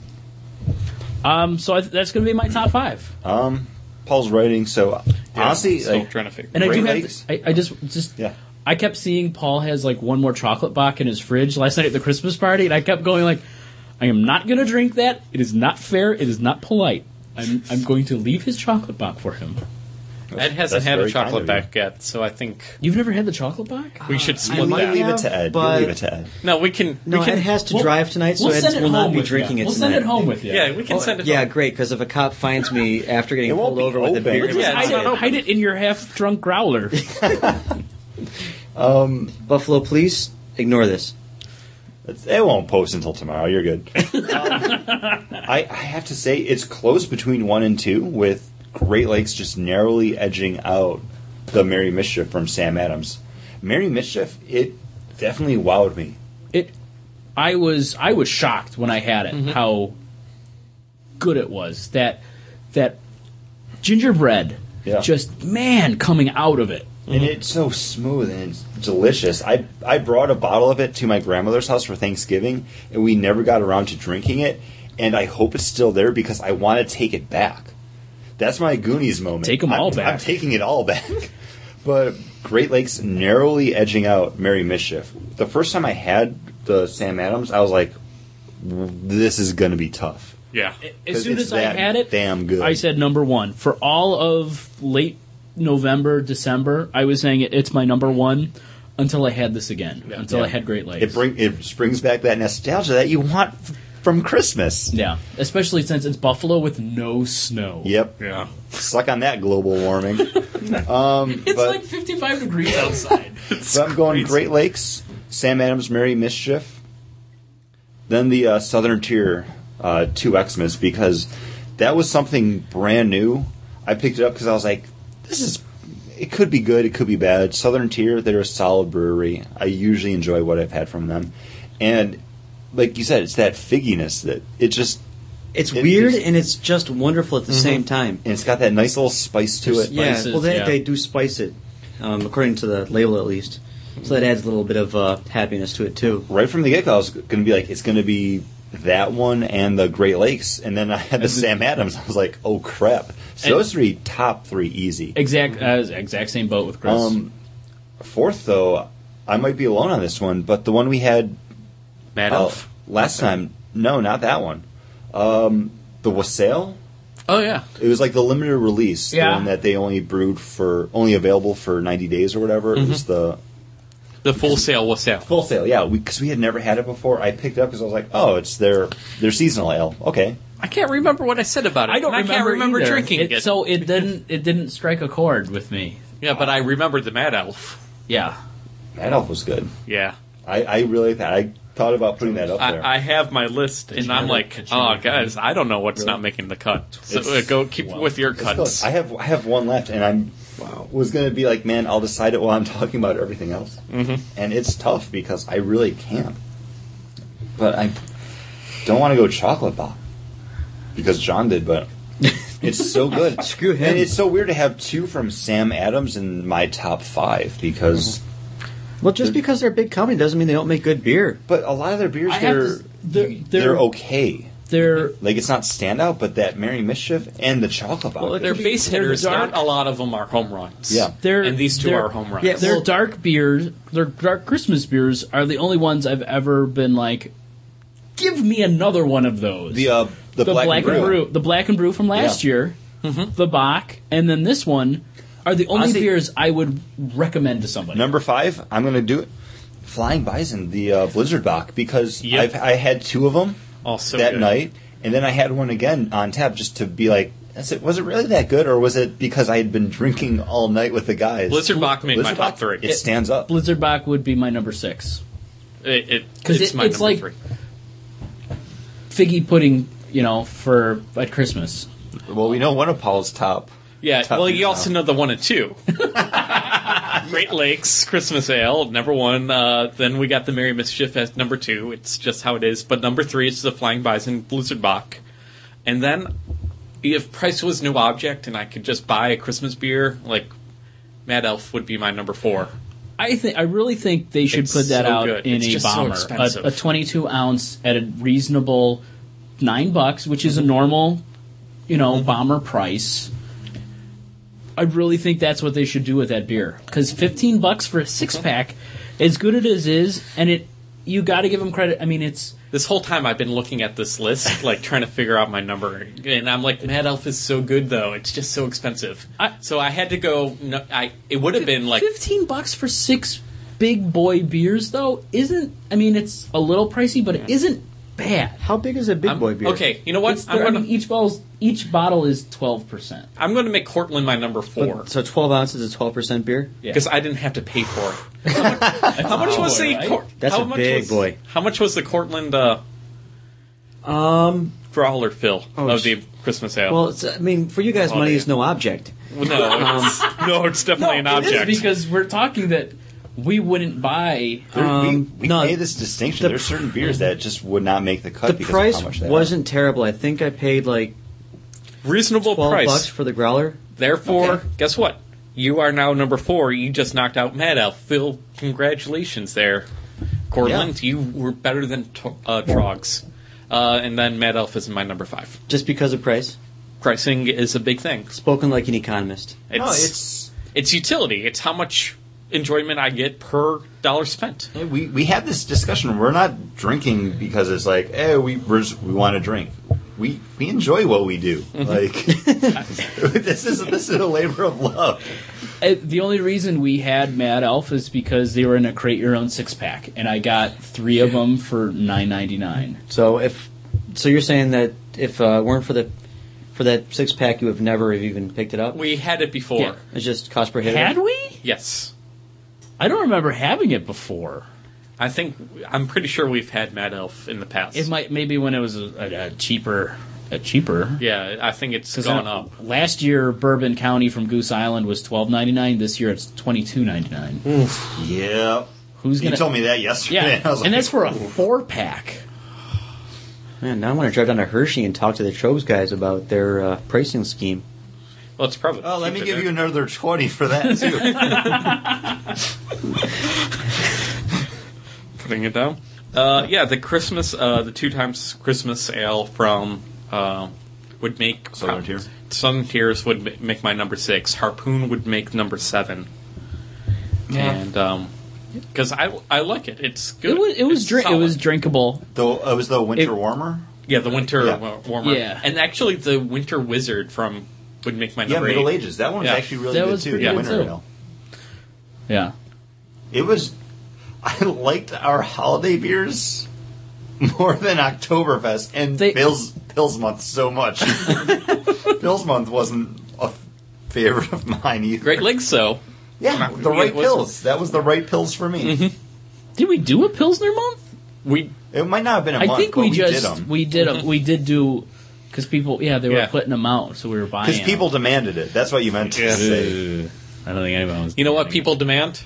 Speaker 2: Um, so I, that's going to be my top five.
Speaker 1: Um, Paul's writing. So
Speaker 3: Yeah,
Speaker 1: honestly,
Speaker 3: still
Speaker 1: like,
Speaker 3: trying to figure.
Speaker 2: And I do
Speaker 1: Great
Speaker 2: have.
Speaker 1: Lakes.
Speaker 2: I, I just just
Speaker 1: yeah.
Speaker 2: I kept seeing Paul has like one more chocolate box in his fridge last night at the Christmas party, and I kept going like, I am not going to drink that. It is not fair. It is not polite. I'm, I'm going to leave his chocolate box for him.
Speaker 3: Ed hasn't
Speaker 1: that's
Speaker 3: had a
Speaker 1: very kind
Speaker 3: chocolate
Speaker 1: of you.
Speaker 3: back yet, so I think
Speaker 2: You've never had the chocolate box?
Speaker 3: we should
Speaker 1: You
Speaker 3: split
Speaker 1: might
Speaker 3: that.
Speaker 1: leave it
Speaker 4: have,
Speaker 1: to Ed. You
Speaker 4: but-
Speaker 1: leave it to Ed.
Speaker 3: No, we can.
Speaker 4: No,
Speaker 3: we can.
Speaker 4: Ed has to
Speaker 2: we'll-
Speaker 4: drive tonight, so
Speaker 2: we'll
Speaker 4: Ed
Speaker 2: send it
Speaker 4: will
Speaker 2: home
Speaker 4: not be
Speaker 2: with
Speaker 4: drinking
Speaker 2: you.
Speaker 4: it
Speaker 2: We'll
Speaker 4: tonight.
Speaker 2: send it Oh, home with you.
Speaker 3: yeah, we can send it.
Speaker 4: Yeah, great. Because if a cop finds me after getting
Speaker 1: It won't
Speaker 4: pulled
Speaker 1: be
Speaker 4: over with a
Speaker 1: open.
Speaker 4: beer, in my
Speaker 3: Yeah,
Speaker 2: Hide
Speaker 3: it's not
Speaker 2: it,
Speaker 3: open.
Speaker 2: hide it in your half drunk growler.
Speaker 4: Buffalo police, ignore this.
Speaker 1: It's- It won't post until tomorrow. You're good. Um, I, I have to say, it's close between one and two, with Great Lakes just narrowly edging out the Merry Mischief from Sam Adams. Merry Mischief, it definitely wowed me.
Speaker 2: it i was i was shocked when i had it how good it was that that gingerbread
Speaker 1: Yeah.
Speaker 2: just man coming out of it
Speaker 1: And it's so smooth and it's delicious. I, I brought a bottle of it to my grandmother's house for Thanksgiving, and we never got around to drinking it. And I hope it's still there because I want to take it back. That's my Goonies moment.
Speaker 2: Take 'em
Speaker 1: I'm-
Speaker 2: all back.
Speaker 1: I'm taking it all back. but Great Lakes narrowly edging out Merry Mischief. The first time I had the Sam Adams, I was like, this is going to be tough.
Speaker 3: Yeah.
Speaker 2: as soon
Speaker 1: It's
Speaker 2: as i
Speaker 1: that
Speaker 2: had it
Speaker 1: damn good.
Speaker 2: i said number one for all of late november december i was saying it, it's my number one until i had this again until i
Speaker 1: Yeah.
Speaker 2: had great lakes
Speaker 1: It, bring, it brings back that nostalgia that you want f- from Christmas.
Speaker 2: yeah especially since it's buffalo with no snow
Speaker 1: Yep.
Speaker 3: Yeah.
Speaker 1: Suck on that global warming. um,
Speaker 2: it's
Speaker 1: but,
Speaker 2: like 55 degrees outside
Speaker 1: but I'm going Great Lakes, Sam Adams, Merry Mischief, then the uh, Southern Tier uh, Two Xmas because that was something brand new. I picked it up because I was like, this is. It could be good. It could be bad. Southern Tier, they're a solid brewery. I usually enjoy what I've had from them, and like you said, it's that figginess that it just.
Speaker 4: It's
Speaker 1: It
Speaker 4: weird
Speaker 1: just- Mm-hmm.
Speaker 4: and it's just wonderful at the same time.
Speaker 1: And it's got that nice little spice to it.
Speaker 4: Yeah,
Speaker 2: Spices,
Speaker 4: well, they,
Speaker 2: yeah.
Speaker 4: they do spice it, um, according to the label at least. So that adds a little bit of uh, happiness to it too.
Speaker 1: right from the get go, I was going to be like, it's going to be that one and the Great Lakes, and then I had the Sam Adams. I was like, oh crap! So
Speaker 2: And-
Speaker 1: those three, top three, easy.
Speaker 2: exact uh, exact same boat with chris
Speaker 1: Um, fourth though, I might be alone on this one, but the one we had
Speaker 3: Mad
Speaker 1: uh,
Speaker 3: Elf.
Speaker 1: last time, no, not that one. Um, the Wassail.
Speaker 3: Oh yeah.
Speaker 1: It was like the limited release, the
Speaker 2: Yeah.
Speaker 1: one that they only brewed for, only available for ninety days or whatever. It was the
Speaker 3: The full sale was out.
Speaker 1: Full Sail, yeah, because we, had never had it before. I picked it up because I was like, oh, it's their their seasonal ale. Okay,
Speaker 3: I can't remember what I said about it.
Speaker 2: I don't
Speaker 3: and
Speaker 2: remember
Speaker 3: I can't remember
Speaker 2: either.
Speaker 3: drinking it.
Speaker 2: it, So it didn't it didn't strike a chord with me.
Speaker 3: yeah, but I remembered the Mad Elf.
Speaker 2: Yeah.
Speaker 1: That elf was good.
Speaker 3: Yeah.
Speaker 1: I, I really like that. I thought about putting that up there.
Speaker 3: I, I have my list, and I'm like, oh, guys, I don't know what's not making the cut. So
Speaker 1: It's-
Speaker 3: uh, go keep with your
Speaker 1: It's close.
Speaker 3: cuts.
Speaker 1: I have I have one left, and I'm was gonna be like, man, I'll decide it while I'm talking about everything else. Mm-hmm. And it's tough because I really can't. But I don't want to go chocolate bar because John did, but. It's so good.
Speaker 4: Screw him.
Speaker 1: And it's so weird to have two from Sam Adams in my top five because,
Speaker 4: Well,
Speaker 1: Mm.
Speaker 4: just because they're a big company doesn't mean they don't make good beer.
Speaker 1: but a lot of their beers
Speaker 2: I have
Speaker 1: they're,
Speaker 2: to s- they're-
Speaker 1: they're
Speaker 2: they're-
Speaker 1: okay.
Speaker 2: They're
Speaker 1: Like it's not standout, but that Merry Mischief and the chocolate bar.
Speaker 4: Well,
Speaker 3: They're base
Speaker 2: They're
Speaker 3: hitters.
Speaker 2: dark.
Speaker 3: Not a lot of them are home runs.
Speaker 1: Yeah.
Speaker 2: they're
Speaker 3: and these two
Speaker 2: they're-
Speaker 3: are home runs.
Speaker 4: Yeah,
Speaker 2: Their
Speaker 4: well-
Speaker 2: dark beers, their dark Christmas beers, are the only ones I've ever been like. Give me another one of those.
Speaker 1: The uh, the, black, and brew.
Speaker 2: the black and brew from last
Speaker 1: Yeah.
Speaker 2: year,
Speaker 3: Mm-hmm.
Speaker 2: the Bach, and then this one are the only
Speaker 1: Honestly-
Speaker 2: beers I would recommend to somebody.
Speaker 1: Number five, I'm gonna do it. Flying Bison, the uh, Blizzard Bach, because
Speaker 3: Yep.
Speaker 1: I've, I had two of them
Speaker 3: Also
Speaker 1: that
Speaker 3: good.
Speaker 1: night, and then I had one again on tap just to be like, is it, was it really that good, or was it because I had been drinking all night with the guys?
Speaker 3: Blizzard Bach made my
Speaker 1: Blizzard
Speaker 3: top
Speaker 1: Bach,
Speaker 3: three.
Speaker 1: It, stands up.
Speaker 2: Blizzard Bach would be my number six.
Speaker 3: It, it,
Speaker 2: 'Cause
Speaker 3: it's
Speaker 2: it-
Speaker 3: my
Speaker 2: it's
Speaker 3: number
Speaker 2: like-
Speaker 3: three.
Speaker 2: Figgy pudding, you know, for at Christmas.
Speaker 1: Well, we know one of Paul's top.
Speaker 3: Yeah,
Speaker 1: top
Speaker 3: well,
Speaker 1: beers
Speaker 3: you also
Speaker 1: now.
Speaker 3: know the one and two. Great Lakes Christmas Ale, number one. Uh, then we got the Merry Mischief as number two. It's just how it is. But number three is the Flying Bison Blizzard Bach. And then, if price was no object and I could just buy a Christmas beer, like Mad Elf would be my number four.
Speaker 2: I think I really think they should
Speaker 3: It's
Speaker 2: put that
Speaker 3: so
Speaker 2: out
Speaker 3: good.
Speaker 2: in
Speaker 3: It's
Speaker 2: a
Speaker 3: just so
Speaker 2: bomber,
Speaker 3: expensive.
Speaker 2: a, a 22 ounce at a reasonable nine bucks, which is a normal, you know,
Speaker 3: Mm-hmm.
Speaker 2: bomber price. I really think that's what they should do with that beer because 15 bucks for a six pack, as good it is is, and it you got to give him credit. I mean, it's
Speaker 3: This whole time I've been looking at this list, like trying to figure out my number, and I'm like, Mad Elf is so good though; it's just so expensive.
Speaker 2: I-
Speaker 3: so I had to go. No, I it would have been like
Speaker 2: fifteen bucks for six big boy beers, though. Isn't I mean, it's a little pricey, but it isn't bad.
Speaker 4: How big is a big
Speaker 3: I'm-
Speaker 4: boy beer?
Speaker 3: Okay, you know what?
Speaker 2: It's-
Speaker 3: I'm
Speaker 2: I mean,
Speaker 3: gonna
Speaker 2: each bottle's each bottle is twelve percent.
Speaker 3: I'm gonna make Cortland my number four
Speaker 4: But- so 12 ounces is 12% beer?
Speaker 3: because I didn't have to pay for it.
Speaker 2: How
Speaker 3: How much was the Cor-
Speaker 4: That's
Speaker 3: how
Speaker 4: a
Speaker 3: much
Speaker 4: big
Speaker 3: was-
Speaker 4: boy.
Speaker 3: How much was the Cortland uh,
Speaker 4: Um,
Speaker 3: growler fill
Speaker 4: Oh,
Speaker 3: of
Speaker 4: sh-
Speaker 3: the Christmas ale?
Speaker 4: well, it's, I mean, for you guys,
Speaker 3: Oh,
Speaker 4: money
Speaker 3: yeah.
Speaker 4: is no object.
Speaker 3: Well, no,
Speaker 4: um,
Speaker 3: it's, no, it's definitely an object.
Speaker 2: because we're talking that we wouldn't buy.
Speaker 1: There-
Speaker 4: Um,
Speaker 1: we we
Speaker 4: no,
Speaker 1: made this distinction.
Speaker 4: the
Speaker 1: There's certain beers that just would not make the cut
Speaker 4: The
Speaker 1: because of
Speaker 4: price
Speaker 1: how much they are.
Speaker 4: wasn't terrible. I think I paid like
Speaker 3: Reasonable
Speaker 4: 12
Speaker 3: price.
Speaker 4: bucks for the growler.
Speaker 3: Therefore,
Speaker 1: Okay.
Speaker 3: guess what? You are now number four. You just knocked out Mad Elf. Phil, congratulations there. Cortland, you were better than to- uh, Trogs. Uh, and then Mad Elf is my number five.
Speaker 4: Just because of price.
Speaker 3: Pricing is a big thing.
Speaker 4: Spoken like an economist.
Speaker 3: It's,
Speaker 1: No,
Speaker 3: it's
Speaker 1: it's
Speaker 3: utility. It's how much enjoyment I get per dollar spent.
Speaker 1: Hey, we we had this discussion. We're not drinking because it's like, hey, we we're just, we want to drink. We we enjoy what we do. Like this is this is a labor of love.
Speaker 2: Uh, the only reason we had Mad Elf is because they were in a create your own six pack, and I got three of them for nine ninety nine.
Speaker 4: So if, so you're saying that if uh, it weren't for the, for that six pack, you would have never have even picked it up.
Speaker 3: We had it before.
Speaker 2: Yeah.
Speaker 4: It's just cost prohibitive.
Speaker 2: Had we?
Speaker 3: Yes.
Speaker 2: I don't remember having it before.
Speaker 3: I think, I'm pretty sure we've had Mad Elf in the past.
Speaker 2: It might maybe when it was a, a, a cheaper, a cheaper.
Speaker 3: yeah, I think it's
Speaker 2: 'Cause
Speaker 3: gone
Speaker 2: I-
Speaker 3: up.
Speaker 2: Last year, Bourbon County from Goose Island was twelve ninety nine. This year, it's twenty two ninety nine.
Speaker 1: Yeah.
Speaker 2: Who's
Speaker 1: You
Speaker 2: gonna?
Speaker 1: told me that yesterday.
Speaker 2: Mm. yeah,
Speaker 1: I was like,
Speaker 2: and that's for a four pack.
Speaker 4: Man, now I want to drive down to Hershey and talk to the Trobes guys about their uh, pricing scheme.
Speaker 3: Well, it's probably.
Speaker 1: Oh, let me give you another twenty for that too.
Speaker 3: putting it down. Uh, yeah, the Christmas, uh, the two times Christmas ale from uh, would make
Speaker 1: Southern Tier.
Speaker 3: Southern Tears would ma- make my number six. Harpoon would make number seven. And um 'cause because I I like it, it's good.
Speaker 2: It was it was
Speaker 3: It's
Speaker 2: drink it
Speaker 3: solid.
Speaker 2: was drinkable.
Speaker 1: Though it was the winter
Speaker 2: It-
Speaker 1: warmer.
Speaker 3: yeah the winter
Speaker 1: Yeah.
Speaker 3: wa- warmer.
Speaker 2: Yeah.
Speaker 3: and actually the Winter Wizard from would make my
Speaker 1: Yeah,
Speaker 3: number
Speaker 1: Middle
Speaker 3: eight.
Speaker 1: Ages. That one was
Speaker 3: Yeah.
Speaker 1: actually really
Speaker 2: That
Speaker 1: good
Speaker 2: was
Speaker 1: too.
Speaker 2: pretty
Speaker 1: the
Speaker 2: good
Speaker 1: winter
Speaker 2: too.
Speaker 1: ale.
Speaker 2: Yeah,
Speaker 1: It was. I liked our holiday beers more than Oktoberfest and
Speaker 2: They-
Speaker 1: Bills Bills Month so much. Bills Month wasn't a f- favorite of mine either.
Speaker 3: Great Lakes though.
Speaker 1: Yeah,
Speaker 3: Yeah,
Speaker 1: the right
Speaker 3: it wasn't.
Speaker 1: pills. That was the right pills for me.
Speaker 2: did we do a Pilsner month?
Speaker 3: We
Speaker 1: It might not have been a
Speaker 2: I
Speaker 1: month,
Speaker 2: think
Speaker 1: but
Speaker 2: we,
Speaker 1: we, did
Speaker 2: just
Speaker 1: them
Speaker 2: we did a, we did do because people yeah they were
Speaker 3: Yeah.
Speaker 2: putting them out so we were buying
Speaker 1: because
Speaker 2: them.
Speaker 1: people demanded it. That's what you meant to
Speaker 3: Yeah.
Speaker 1: say.
Speaker 2: I don't think anyone was
Speaker 3: you know what people demand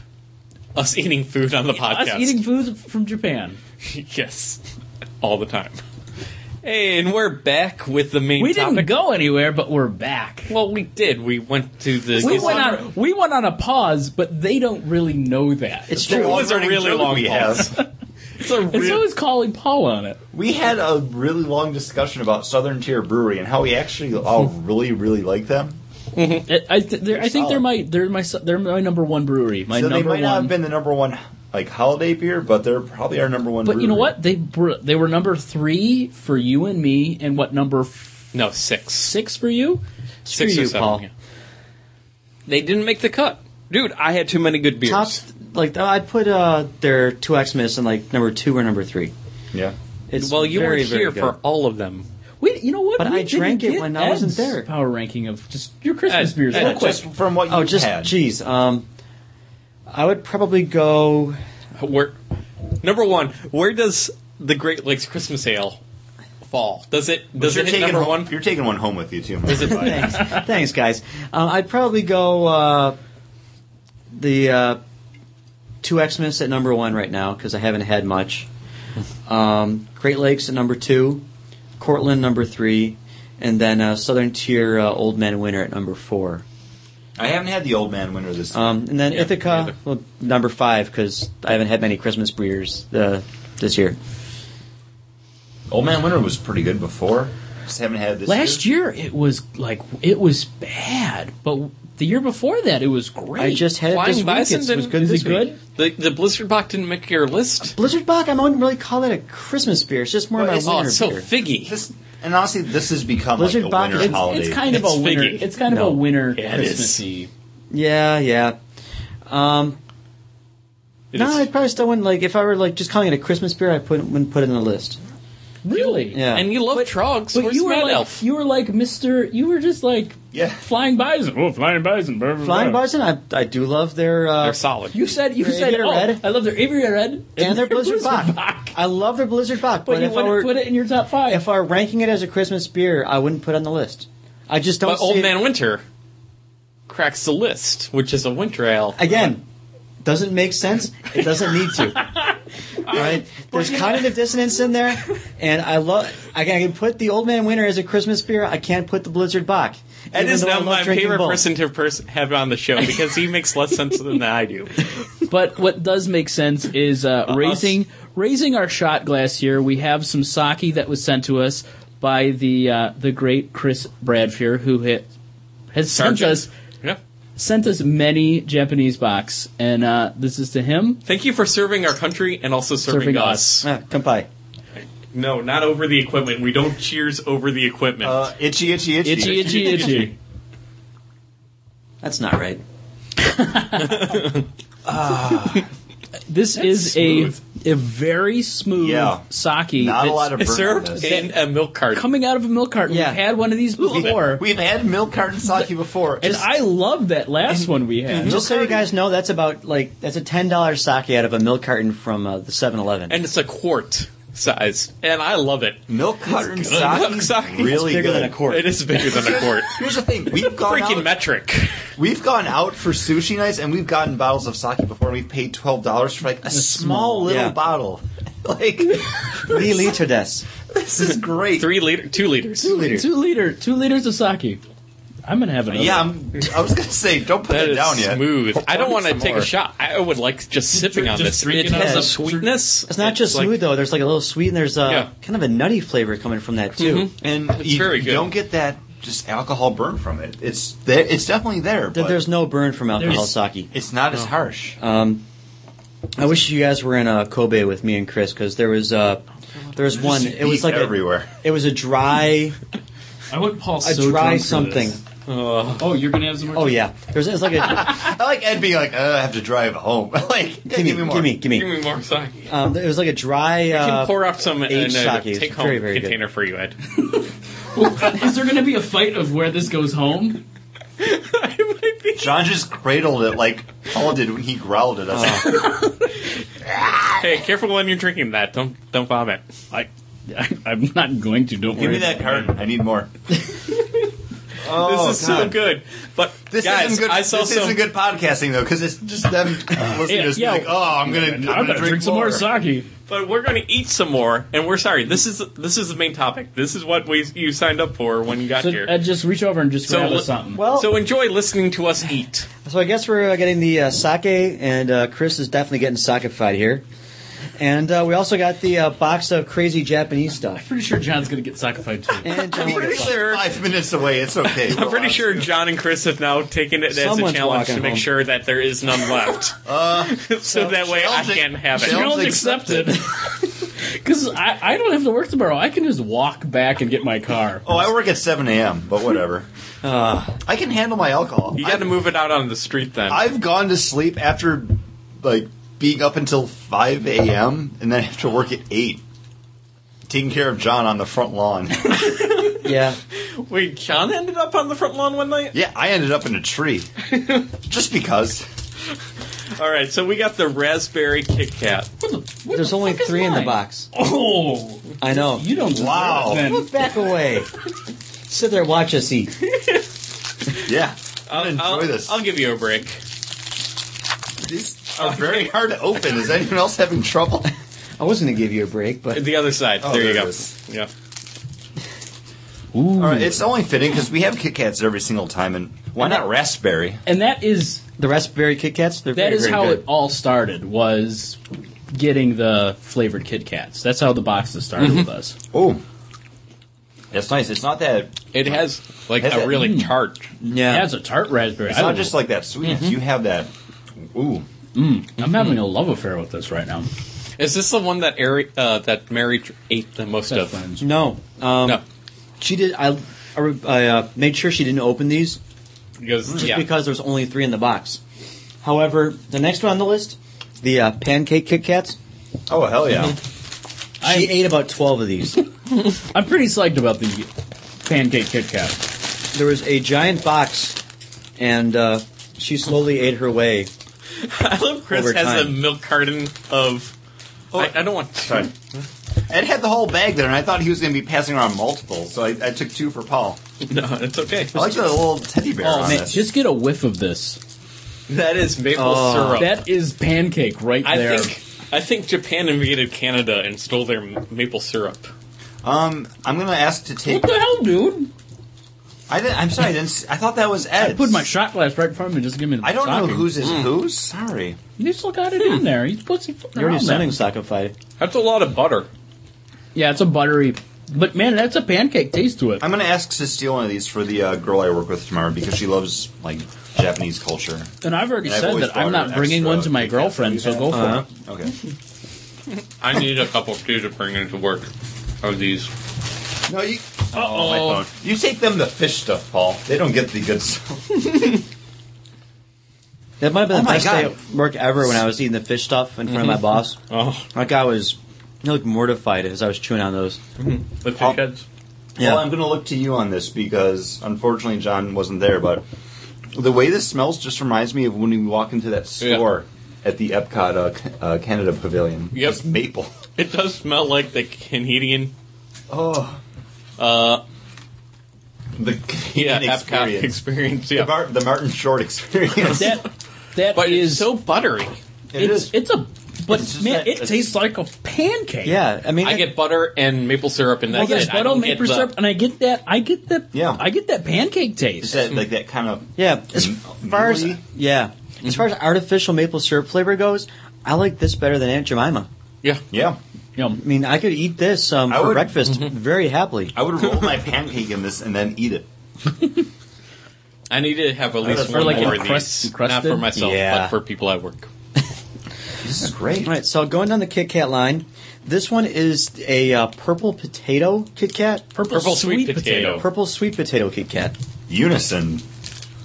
Speaker 3: us eating food on the podcast.
Speaker 2: us eating food from Japan.
Speaker 3: yes, all the time. Hey, and we're back with the main
Speaker 2: We
Speaker 3: topic.
Speaker 2: didn't go anywhere, but we're back.
Speaker 3: Well, we did. We went to the.
Speaker 2: We went on we went on a pause, but they don't really know that.
Speaker 4: It's
Speaker 1: The
Speaker 4: true.
Speaker 3: was a
Speaker 1: long-running
Speaker 3: really
Speaker 1: joke
Speaker 3: long
Speaker 1: we
Speaker 3: pause.
Speaker 1: have.
Speaker 3: It's a
Speaker 2: and so
Speaker 3: real.
Speaker 2: is calling Paul on it.
Speaker 1: We had a really long discussion about Southern Tier Brewery and how we actually all really, really like them.
Speaker 2: I, I, th- they're- I think
Speaker 1: Solid.
Speaker 2: they're my they're my they're my number one brewery. My
Speaker 1: so they
Speaker 2: number
Speaker 1: might not
Speaker 2: one.
Speaker 1: have been the number one like holiday beer, but they're probably our number one.
Speaker 2: but you know
Speaker 1: brewery.
Speaker 2: what? They were- they were number three for you and me, and what number f-
Speaker 3: no, six.
Speaker 2: six for you?
Speaker 3: Six
Speaker 4: Screw
Speaker 3: or
Speaker 4: you,
Speaker 3: seven.
Speaker 4: Paul.
Speaker 3: yeah. They didn't make the cut. Dude, I had too many good beers.
Speaker 4: Top, like I'd put uh, their two X miss in like number two or number three.
Speaker 1: Yeah,
Speaker 4: It's
Speaker 3: well, you
Speaker 4: very,
Speaker 3: were here
Speaker 4: very good.
Speaker 3: for all of them.
Speaker 2: Wait, you know what?
Speaker 4: But
Speaker 2: We
Speaker 4: I drank
Speaker 2: didn't
Speaker 4: it
Speaker 2: get
Speaker 4: when I wasn't
Speaker 2: Ed's
Speaker 4: there.
Speaker 2: Power ranking of just your Christmas
Speaker 3: Ed,
Speaker 2: beers.
Speaker 3: Ed,
Speaker 2: real quick.
Speaker 1: just from what you
Speaker 4: oh, just
Speaker 1: had.
Speaker 4: geez. Um, I would probably go.
Speaker 3: Where, number one, where does the Great Lakes Christmas Ale fall? Does it does
Speaker 1: you're
Speaker 3: it hit
Speaker 1: taking
Speaker 3: number
Speaker 1: home-
Speaker 3: one?
Speaker 1: You're taking one home with you too.
Speaker 3: Is it-
Speaker 1: Mike.
Speaker 4: Thanks, thanks, guys. Um, I'd probably go uh, the uh, two X miss at number one right now because I haven't had much. Um, Great Lakes at number two, Cortland number three, and then uh, Southern Tier uh, Old Man Winter at number four.
Speaker 1: I haven't had the Old Man Winter this.
Speaker 4: Um, and then
Speaker 3: Yeah, me
Speaker 4: Ithaca,
Speaker 3: either.
Speaker 4: well, number five, because I haven't had many Christmas breeders uh, this year.
Speaker 1: Old Man Winter was pretty good before. Just haven't had this
Speaker 2: Last year it was like it was bad, but The year before that, it was great.
Speaker 4: I just had it
Speaker 3: Flying
Speaker 4: this week.
Speaker 3: Bison
Speaker 4: It's- It was
Speaker 3: didn't-
Speaker 4: good
Speaker 2: is
Speaker 4: this
Speaker 2: it
Speaker 4: week.
Speaker 2: good?
Speaker 3: The the Blizzard Bock didn't make your list.
Speaker 4: Blizzard Bach, I wouldn't really call that a Christmas beer. It's just more
Speaker 1: Well,
Speaker 4: of
Speaker 1: it's-
Speaker 4: my
Speaker 3: Oh,
Speaker 4: winter
Speaker 3: it's so
Speaker 4: beer.
Speaker 3: figgy.
Speaker 1: This and honestly, this has become
Speaker 4: Blizzard
Speaker 1: like a
Speaker 4: Bach
Speaker 1: winter
Speaker 4: is- it's-
Speaker 1: holiday.
Speaker 2: It's kind of
Speaker 3: It's
Speaker 2: a winter.
Speaker 3: figgy.
Speaker 2: It's kind
Speaker 4: No.
Speaker 2: of a winter
Speaker 3: Yeah, it is.
Speaker 2: Christmassy.
Speaker 4: yeah, yeah. Um,
Speaker 3: It
Speaker 4: no,
Speaker 3: is-
Speaker 4: I probably still wouldn't like. If I were like just calling it a Christmas beer, I put, wouldn't put it in the list.
Speaker 2: Really?
Speaker 4: Yeah.
Speaker 3: And you love Trogs.
Speaker 2: But
Speaker 3: Where's
Speaker 2: you were
Speaker 3: Mad
Speaker 2: like
Speaker 3: Elf?
Speaker 2: you were like Mister. You were just like
Speaker 1: Yeah.
Speaker 2: flying bison. Oh, flying bison. blah, blah,
Speaker 4: Flying
Speaker 2: blah.
Speaker 4: Bison, I, I do love their. Uh,
Speaker 3: They're solid.
Speaker 2: You said you
Speaker 4: Their
Speaker 2: said.
Speaker 4: Aviator
Speaker 2: Oh,
Speaker 4: Red.
Speaker 2: I love their aviator red and,
Speaker 4: and their Blizzard Bach.
Speaker 2: Bach.
Speaker 4: I love their Blizzard Bach,
Speaker 2: But,
Speaker 4: but,
Speaker 2: you
Speaker 4: if I
Speaker 2: wouldn't
Speaker 4: were
Speaker 2: put it in your top five.
Speaker 4: if I were ranking it as a Christmas beer, I wouldn't put it on the list. I just don't.
Speaker 3: but Old
Speaker 4: see it-
Speaker 3: Man Winter cracks the list, which is a winter ale.
Speaker 4: again doesn't make sense it doesn't need to right there's cognitive dissonance in there and i love I, can- I can put the old man winter as a christmas beer i can't put the blizzard Bach.
Speaker 3: That
Speaker 4: even
Speaker 3: is
Speaker 4: though I
Speaker 3: now
Speaker 4: love
Speaker 3: my
Speaker 4: drinking
Speaker 3: favorite
Speaker 4: both.
Speaker 3: person to pers- have on the show because he makes less sense than I do.
Speaker 2: But what does make sense is uh, raising
Speaker 3: us.
Speaker 2: raising our shot glass here. We have some sake that was sent to us by the uh, the great Chris Bradford, who hit, has sent
Speaker 3: Sergeant.
Speaker 2: us
Speaker 3: Yeah.
Speaker 2: sent us many Japanese box, and uh, this is to him.
Speaker 3: Thank you for serving our country and also serving,
Speaker 2: Serving
Speaker 3: us.
Speaker 4: ah, kanpai
Speaker 3: No, not over the equipment. We don't cheers over the equipment.
Speaker 1: uh, itchy, itchy, itchy,
Speaker 2: Itchy, itchy, itchy.
Speaker 4: that's not right
Speaker 2: This is
Speaker 3: smooth.
Speaker 2: a a very smooth
Speaker 1: Yeah.
Speaker 2: sake.
Speaker 1: Not a
Speaker 2: that's
Speaker 1: lot of burn on
Speaker 3: Served
Speaker 1: this.
Speaker 3: in a milk cart.
Speaker 2: coming out of a milk carton.
Speaker 4: Yeah.
Speaker 2: We've had one of these before,
Speaker 1: We've had milk carton sake before.
Speaker 2: and
Speaker 1: Just-
Speaker 2: I love that last one we had.
Speaker 4: just so you guys know that's about like that's a $10 sake out of a milk carton from uh, the 7-eleven
Speaker 3: and it's a quart size, and I love it.
Speaker 1: milk carton
Speaker 3: It's
Speaker 1: sake
Speaker 3: good.
Speaker 1: is
Speaker 3: Sake.
Speaker 1: really
Speaker 4: bigger
Speaker 1: good.
Speaker 4: than a quart
Speaker 3: It is bigger than a quart.
Speaker 1: Here's the thing: we've gone
Speaker 3: Freaking
Speaker 1: out,
Speaker 3: metric.
Speaker 1: we've gone out for sushi nights, and we've gotten bottles of sake before, and we've paid twelve dollars for like a, small,
Speaker 4: small,
Speaker 1: little
Speaker 4: yeah.
Speaker 1: bottle. like
Speaker 4: three liter des
Speaker 1: this is great.
Speaker 3: Three liter, two liters.
Speaker 1: Two liters.
Speaker 2: Two liter, two liters of sake. I'm gonna have another.
Speaker 1: Yeah, I'm, I was gonna say, don't put
Speaker 3: That
Speaker 1: it
Speaker 3: is
Speaker 1: down yet.
Speaker 3: smooth. I don't
Speaker 1: Pour
Speaker 3: want to
Speaker 1: some
Speaker 3: take
Speaker 1: more.
Speaker 3: a shot. I would like just sipping on
Speaker 5: just
Speaker 3: this.
Speaker 5: drink
Speaker 3: It
Speaker 5: it
Speaker 3: has
Speaker 4: out
Speaker 3: a
Speaker 4: of-
Speaker 3: sweetness.
Speaker 4: it's not just
Speaker 3: like-
Speaker 4: smooth though there's like a little sweet and there's uh,
Speaker 3: Yeah. Mm-hmm.
Speaker 4: kind of a nutty flavor coming from that too
Speaker 1: and
Speaker 3: It's
Speaker 1: you,
Speaker 3: very
Speaker 1: you
Speaker 3: good.
Speaker 1: don't get that just alcohol burn from it. It's there. It's definitely there.
Speaker 4: Th-
Speaker 1: But
Speaker 4: there's no burn from alcohol
Speaker 2: There's-
Speaker 4: sake
Speaker 1: it's not as harsh.
Speaker 4: Um, I wish you guys were in uh, Kobe with me and Chris because there was uh, there was one. It was
Speaker 1: Heat
Speaker 4: like a,
Speaker 1: everywhere.
Speaker 4: it was a dry
Speaker 5: I would Paul
Speaker 4: a
Speaker 5: so
Speaker 4: dry
Speaker 5: drunk for
Speaker 4: something.
Speaker 5: this. Oh, you're gonna have some more.
Speaker 4: Oh yeah, there's it's like a
Speaker 1: I like Ed being like, uh, I have to drive home. like,
Speaker 4: give me,
Speaker 1: more.
Speaker 4: give me, give
Speaker 3: Give
Speaker 4: me.
Speaker 3: me more sake.
Speaker 4: Um, it was like a dry.
Speaker 3: I
Speaker 4: Uh,
Speaker 3: can pour up some in
Speaker 4: aged
Speaker 3: a
Speaker 4: sake is
Speaker 3: take home
Speaker 4: very, very good.
Speaker 3: container for you, Ed.
Speaker 5: Is there gonna be a fight of where this goes home?
Speaker 3: I might be.
Speaker 1: John just cradled it like Paul did when he growled at us.
Speaker 4: Oh,
Speaker 3: Hey, careful when you're drinking that. Don't don't vomit.
Speaker 2: I, I'm not going to. Don't
Speaker 1: give
Speaker 2: worry.
Speaker 1: me that carton. I need more. oh,
Speaker 3: this is so
Speaker 1: God.
Speaker 3: good. But
Speaker 1: This
Speaker 3: guys,
Speaker 1: isn't good.
Speaker 3: I saw
Speaker 1: this
Speaker 3: some.
Speaker 1: isn't good podcasting though, because it's just them listening to us
Speaker 2: yeah.
Speaker 1: be like, "Oh, I'm gonna, I'm,
Speaker 5: I'm
Speaker 1: gonna
Speaker 5: gonna
Speaker 1: drink,
Speaker 5: drink some more sake.
Speaker 3: But we're going to eat some more, and we're sorry. This is this is the main topic. This is what we you signed up for when you got
Speaker 2: So,
Speaker 3: here.
Speaker 2: Ed, just reach over and just
Speaker 3: So
Speaker 2: grab
Speaker 3: what-
Speaker 2: us something.
Speaker 4: well, so,
Speaker 3: so enjoy listening to us eat.
Speaker 4: I guess we're uh, getting the uh, sake, and uh, Chris is definitely getting sake fied here. And uh, we also got the uh, box of crazy Japanese stuff.
Speaker 5: Pretty sure John's gonna get sacrificed too.
Speaker 4: And
Speaker 1: I'm
Speaker 4: John,
Speaker 1: pretty sure five minutes away. It's okay.
Speaker 3: I'm pretty sure John and Chris have now taken it as a
Speaker 4: Oh, Someone's
Speaker 3: challenge to
Speaker 4: walking
Speaker 3: make
Speaker 4: home.
Speaker 3: sure that there is none left,
Speaker 1: Uh,
Speaker 3: so, that way I
Speaker 1: challenging-
Speaker 3: can have it.
Speaker 1: challenging-
Speaker 2: Challenge accepted. Because I, I don't have to work tomorrow. I can just walk back and get my car.
Speaker 1: Oh, I work at 7 a.m., but whatever. I can handle my alcohol.
Speaker 3: Uh. You
Speaker 1: I-
Speaker 3: got to move it out on the street then.
Speaker 1: I've gone to sleep after like being up until 5 a.m. and then have to work at 8. Taking care of John on the front lawn.
Speaker 4: yeah,
Speaker 3: Wait, John ended up on the front lawn one night.
Speaker 1: yeah, I ended up in a tree. Just because.
Speaker 3: All right, so we got the raspberry Kit Kat.
Speaker 5: What the, what
Speaker 4: there's
Speaker 5: the
Speaker 4: only
Speaker 5: fuck is
Speaker 4: three in the
Speaker 5: mine?
Speaker 4: box.
Speaker 5: Oh,
Speaker 4: I know.
Speaker 2: You don't deserve
Speaker 1: Wow.
Speaker 2: it then.
Speaker 4: Move back away. Sit there, watch us eat.
Speaker 1: Yeah. I'm
Speaker 3: I'll,
Speaker 1: gonna enjoy
Speaker 3: I'll-
Speaker 1: this.
Speaker 3: I'll give you a break.
Speaker 1: These are very hard to open. Is anyone else having trouble?
Speaker 4: I was going to give you a break, but
Speaker 3: The other side.
Speaker 1: Oh,
Speaker 3: there, you
Speaker 1: there it
Speaker 3: go.
Speaker 1: is.
Speaker 3: Yeah.
Speaker 1: All right, it's only fitting because we have Kit Kats every single time, and why not raspberry?
Speaker 2: And that is
Speaker 4: the raspberry Kit Kats, they're
Speaker 2: that
Speaker 4: very,
Speaker 2: is
Speaker 4: very
Speaker 2: how
Speaker 4: good.
Speaker 2: it all started. Was getting the flavored Kit Kats. That's how the boxes started with us.
Speaker 1: Oh, It's nice. It's not that.
Speaker 3: It has like
Speaker 1: Has
Speaker 3: a
Speaker 1: that-
Speaker 3: really
Speaker 1: Mm.
Speaker 3: tart.
Speaker 4: Yeah.
Speaker 2: That's a tart raspberry.
Speaker 1: It's
Speaker 2: I
Speaker 1: not
Speaker 2: will-
Speaker 1: just like that sweetness. You have that. Ooh,
Speaker 2: I'm having a love affair with this right now.
Speaker 3: Is this the one that Ari, uh, that Mary tr- ate the most
Speaker 2: That's
Speaker 3: of?
Speaker 2: fine.
Speaker 4: No. Um,
Speaker 3: No,
Speaker 4: She did. I, I, re- I uh, made sure she didn't open these
Speaker 3: because
Speaker 4: just
Speaker 3: yeah,
Speaker 4: because there's only three in the box. However, the next one on the list, the uh, pancake Kit Kats.
Speaker 1: oh hell yeah!
Speaker 4: She
Speaker 2: I-
Speaker 4: ate about twelve of these.
Speaker 2: I'm pretty psyched about the pancake Kit Kat.
Speaker 4: there was a giant box, and uh, she slowly ate her way.
Speaker 3: I love Chris
Speaker 4: Over
Speaker 3: has a
Speaker 4: time.
Speaker 3: milk carton of. I, I don't want.
Speaker 1: Sorry. Ed had the whole bag there, and I thought he was going to be passing around multiple, so I, I took two for Paul.
Speaker 3: No, it's okay.
Speaker 1: I like the little teddy bear
Speaker 2: Oh
Speaker 1: on
Speaker 2: man,
Speaker 1: this.
Speaker 2: just get a whiff of this.
Speaker 3: That is maple
Speaker 4: Oh.
Speaker 3: syrup.
Speaker 2: That is pancake right
Speaker 3: I
Speaker 2: there.
Speaker 3: think I think Japan invaded Canada and stole their m- maple syrup.
Speaker 1: Um, I'm going to ask to take.
Speaker 2: what the hell, dude?
Speaker 1: I didn't, I'm sorry. I, didn't, s- I thought that was Ed's.
Speaker 2: I put my shot glass right in front of me. Just give me. The
Speaker 1: I don't know
Speaker 2: sake.
Speaker 1: whose is whose. Sorry.
Speaker 2: You still got it in there. He's pussy. fucking
Speaker 4: You're already
Speaker 2: around there.
Speaker 4: sounding sackified.
Speaker 3: That's a lot of butter.
Speaker 2: Yeah, it's a buttery. But man, that's a pancake taste to it.
Speaker 1: I'm going to ask to steal one of these for the uh, girl I work with tomorrow because she loves like Japanese culture.
Speaker 2: And I've already
Speaker 1: I've
Speaker 2: said
Speaker 1: always
Speaker 2: that I'm
Speaker 1: bought
Speaker 2: not
Speaker 1: an
Speaker 2: bringing
Speaker 1: extra
Speaker 2: one to my
Speaker 1: Kit Kat
Speaker 2: girlfriend, so
Speaker 1: that
Speaker 2: go for
Speaker 4: Uh-huh.
Speaker 2: it.
Speaker 1: Okay.
Speaker 3: I need a couple too to bring into work. Of these. Oh
Speaker 1: No, you.
Speaker 3: Uh-oh.
Speaker 1: my phone. You take them the fish stuff, Paul. They don't get the good stuff.
Speaker 4: That might have been
Speaker 1: Oh
Speaker 4: the
Speaker 1: my
Speaker 4: best
Speaker 1: God. Mm-hmm.
Speaker 4: day at work ever when I was eating the fish stuff in front of my boss.
Speaker 3: Oh,
Speaker 4: Like I was, I looked mortified as I was chewing on those.
Speaker 3: the fish
Speaker 1: Oh.
Speaker 3: heads.
Speaker 1: Well, I'm going to look to you on this because unfortunately John wasn't there, but the way this smells just reminds me of when we walk into that
Speaker 3: Yeah.
Speaker 1: store at the Epcot uh, C- uh, Canada Pavilion.
Speaker 3: Yep.
Speaker 1: It's maple.
Speaker 3: It does smell like the Canadian.
Speaker 1: Oh,
Speaker 3: Uh,
Speaker 1: the
Speaker 3: yeah,
Speaker 1: Canadian
Speaker 3: Epcot
Speaker 1: experience.
Speaker 3: experience.
Speaker 1: The,
Speaker 3: Yeah,
Speaker 1: Mar- the Martin Short experience.
Speaker 2: That that
Speaker 3: but it's
Speaker 2: is-
Speaker 3: so buttery.
Speaker 1: it
Speaker 2: it's,
Speaker 1: is.
Speaker 2: It's a. But
Speaker 1: It's just
Speaker 2: man,
Speaker 1: that-
Speaker 2: it tastes like a pancake.
Speaker 4: Yeah, I mean,
Speaker 3: I get butter and maple syrup, and
Speaker 2: Well,
Speaker 3: that's
Speaker 2: there's
Speaker 3: it. I uh, don't
Speaker 2: butter,
Speaker 3: get
Speaker 2: maple
Speaker 3: the-
Speaker 2: syrup, and I get that. I get that.
Speaker 1: Yeah.
Speaker 2: I get that pancake
Speaker 1: It's
Speaker 2: taste.
Speaker 1: that, like that kind of
Speaker 4: yeah. As
Speaker 1: Mm,
Speaker 4: far as
Speaker 1: really?
Speaker 4: yeah, as far as
Speaker 1: Mm-hmm.
Speaker 4: artificial maple syrup flavor goes, I like this better than Aunt Jemima.
Speaker 3: Yeah,
Speaker 1: yeah.
Speaker 2: Yum.
Speaker 4: I mean, I could eat this um,
Speaker 1: I
Speaker 4: for
Speaker 1: would- Mm-hmm.
Speaker 4: breakfast very happily.
Speaker 1: I would roll my pancake in this and then eat it.
Speaker 3: I need to have at least
Speaker 1: that's
Speaker 3: one
Speaker 1: for like
Speaker 3: more
Speaker 2: a
Speaker 3: of
Speaker 2: crust-
Speaker 3: these, not
Speaker 2: crusted?
Speaker 3: for myself,
Speaker 4: Yeah.
Speaker 3: but for people at work.
Speaker 1: This is great.
Speaker 4: All right, so going down the Kit Kat line, this one is a uh, purple potato Kit Kat,
Speaker 2: Purple,
Speaker 3: Purple sweet potato.
Speaker 4: purple sweet potato Kit Kat.
Speaker 1: Unison.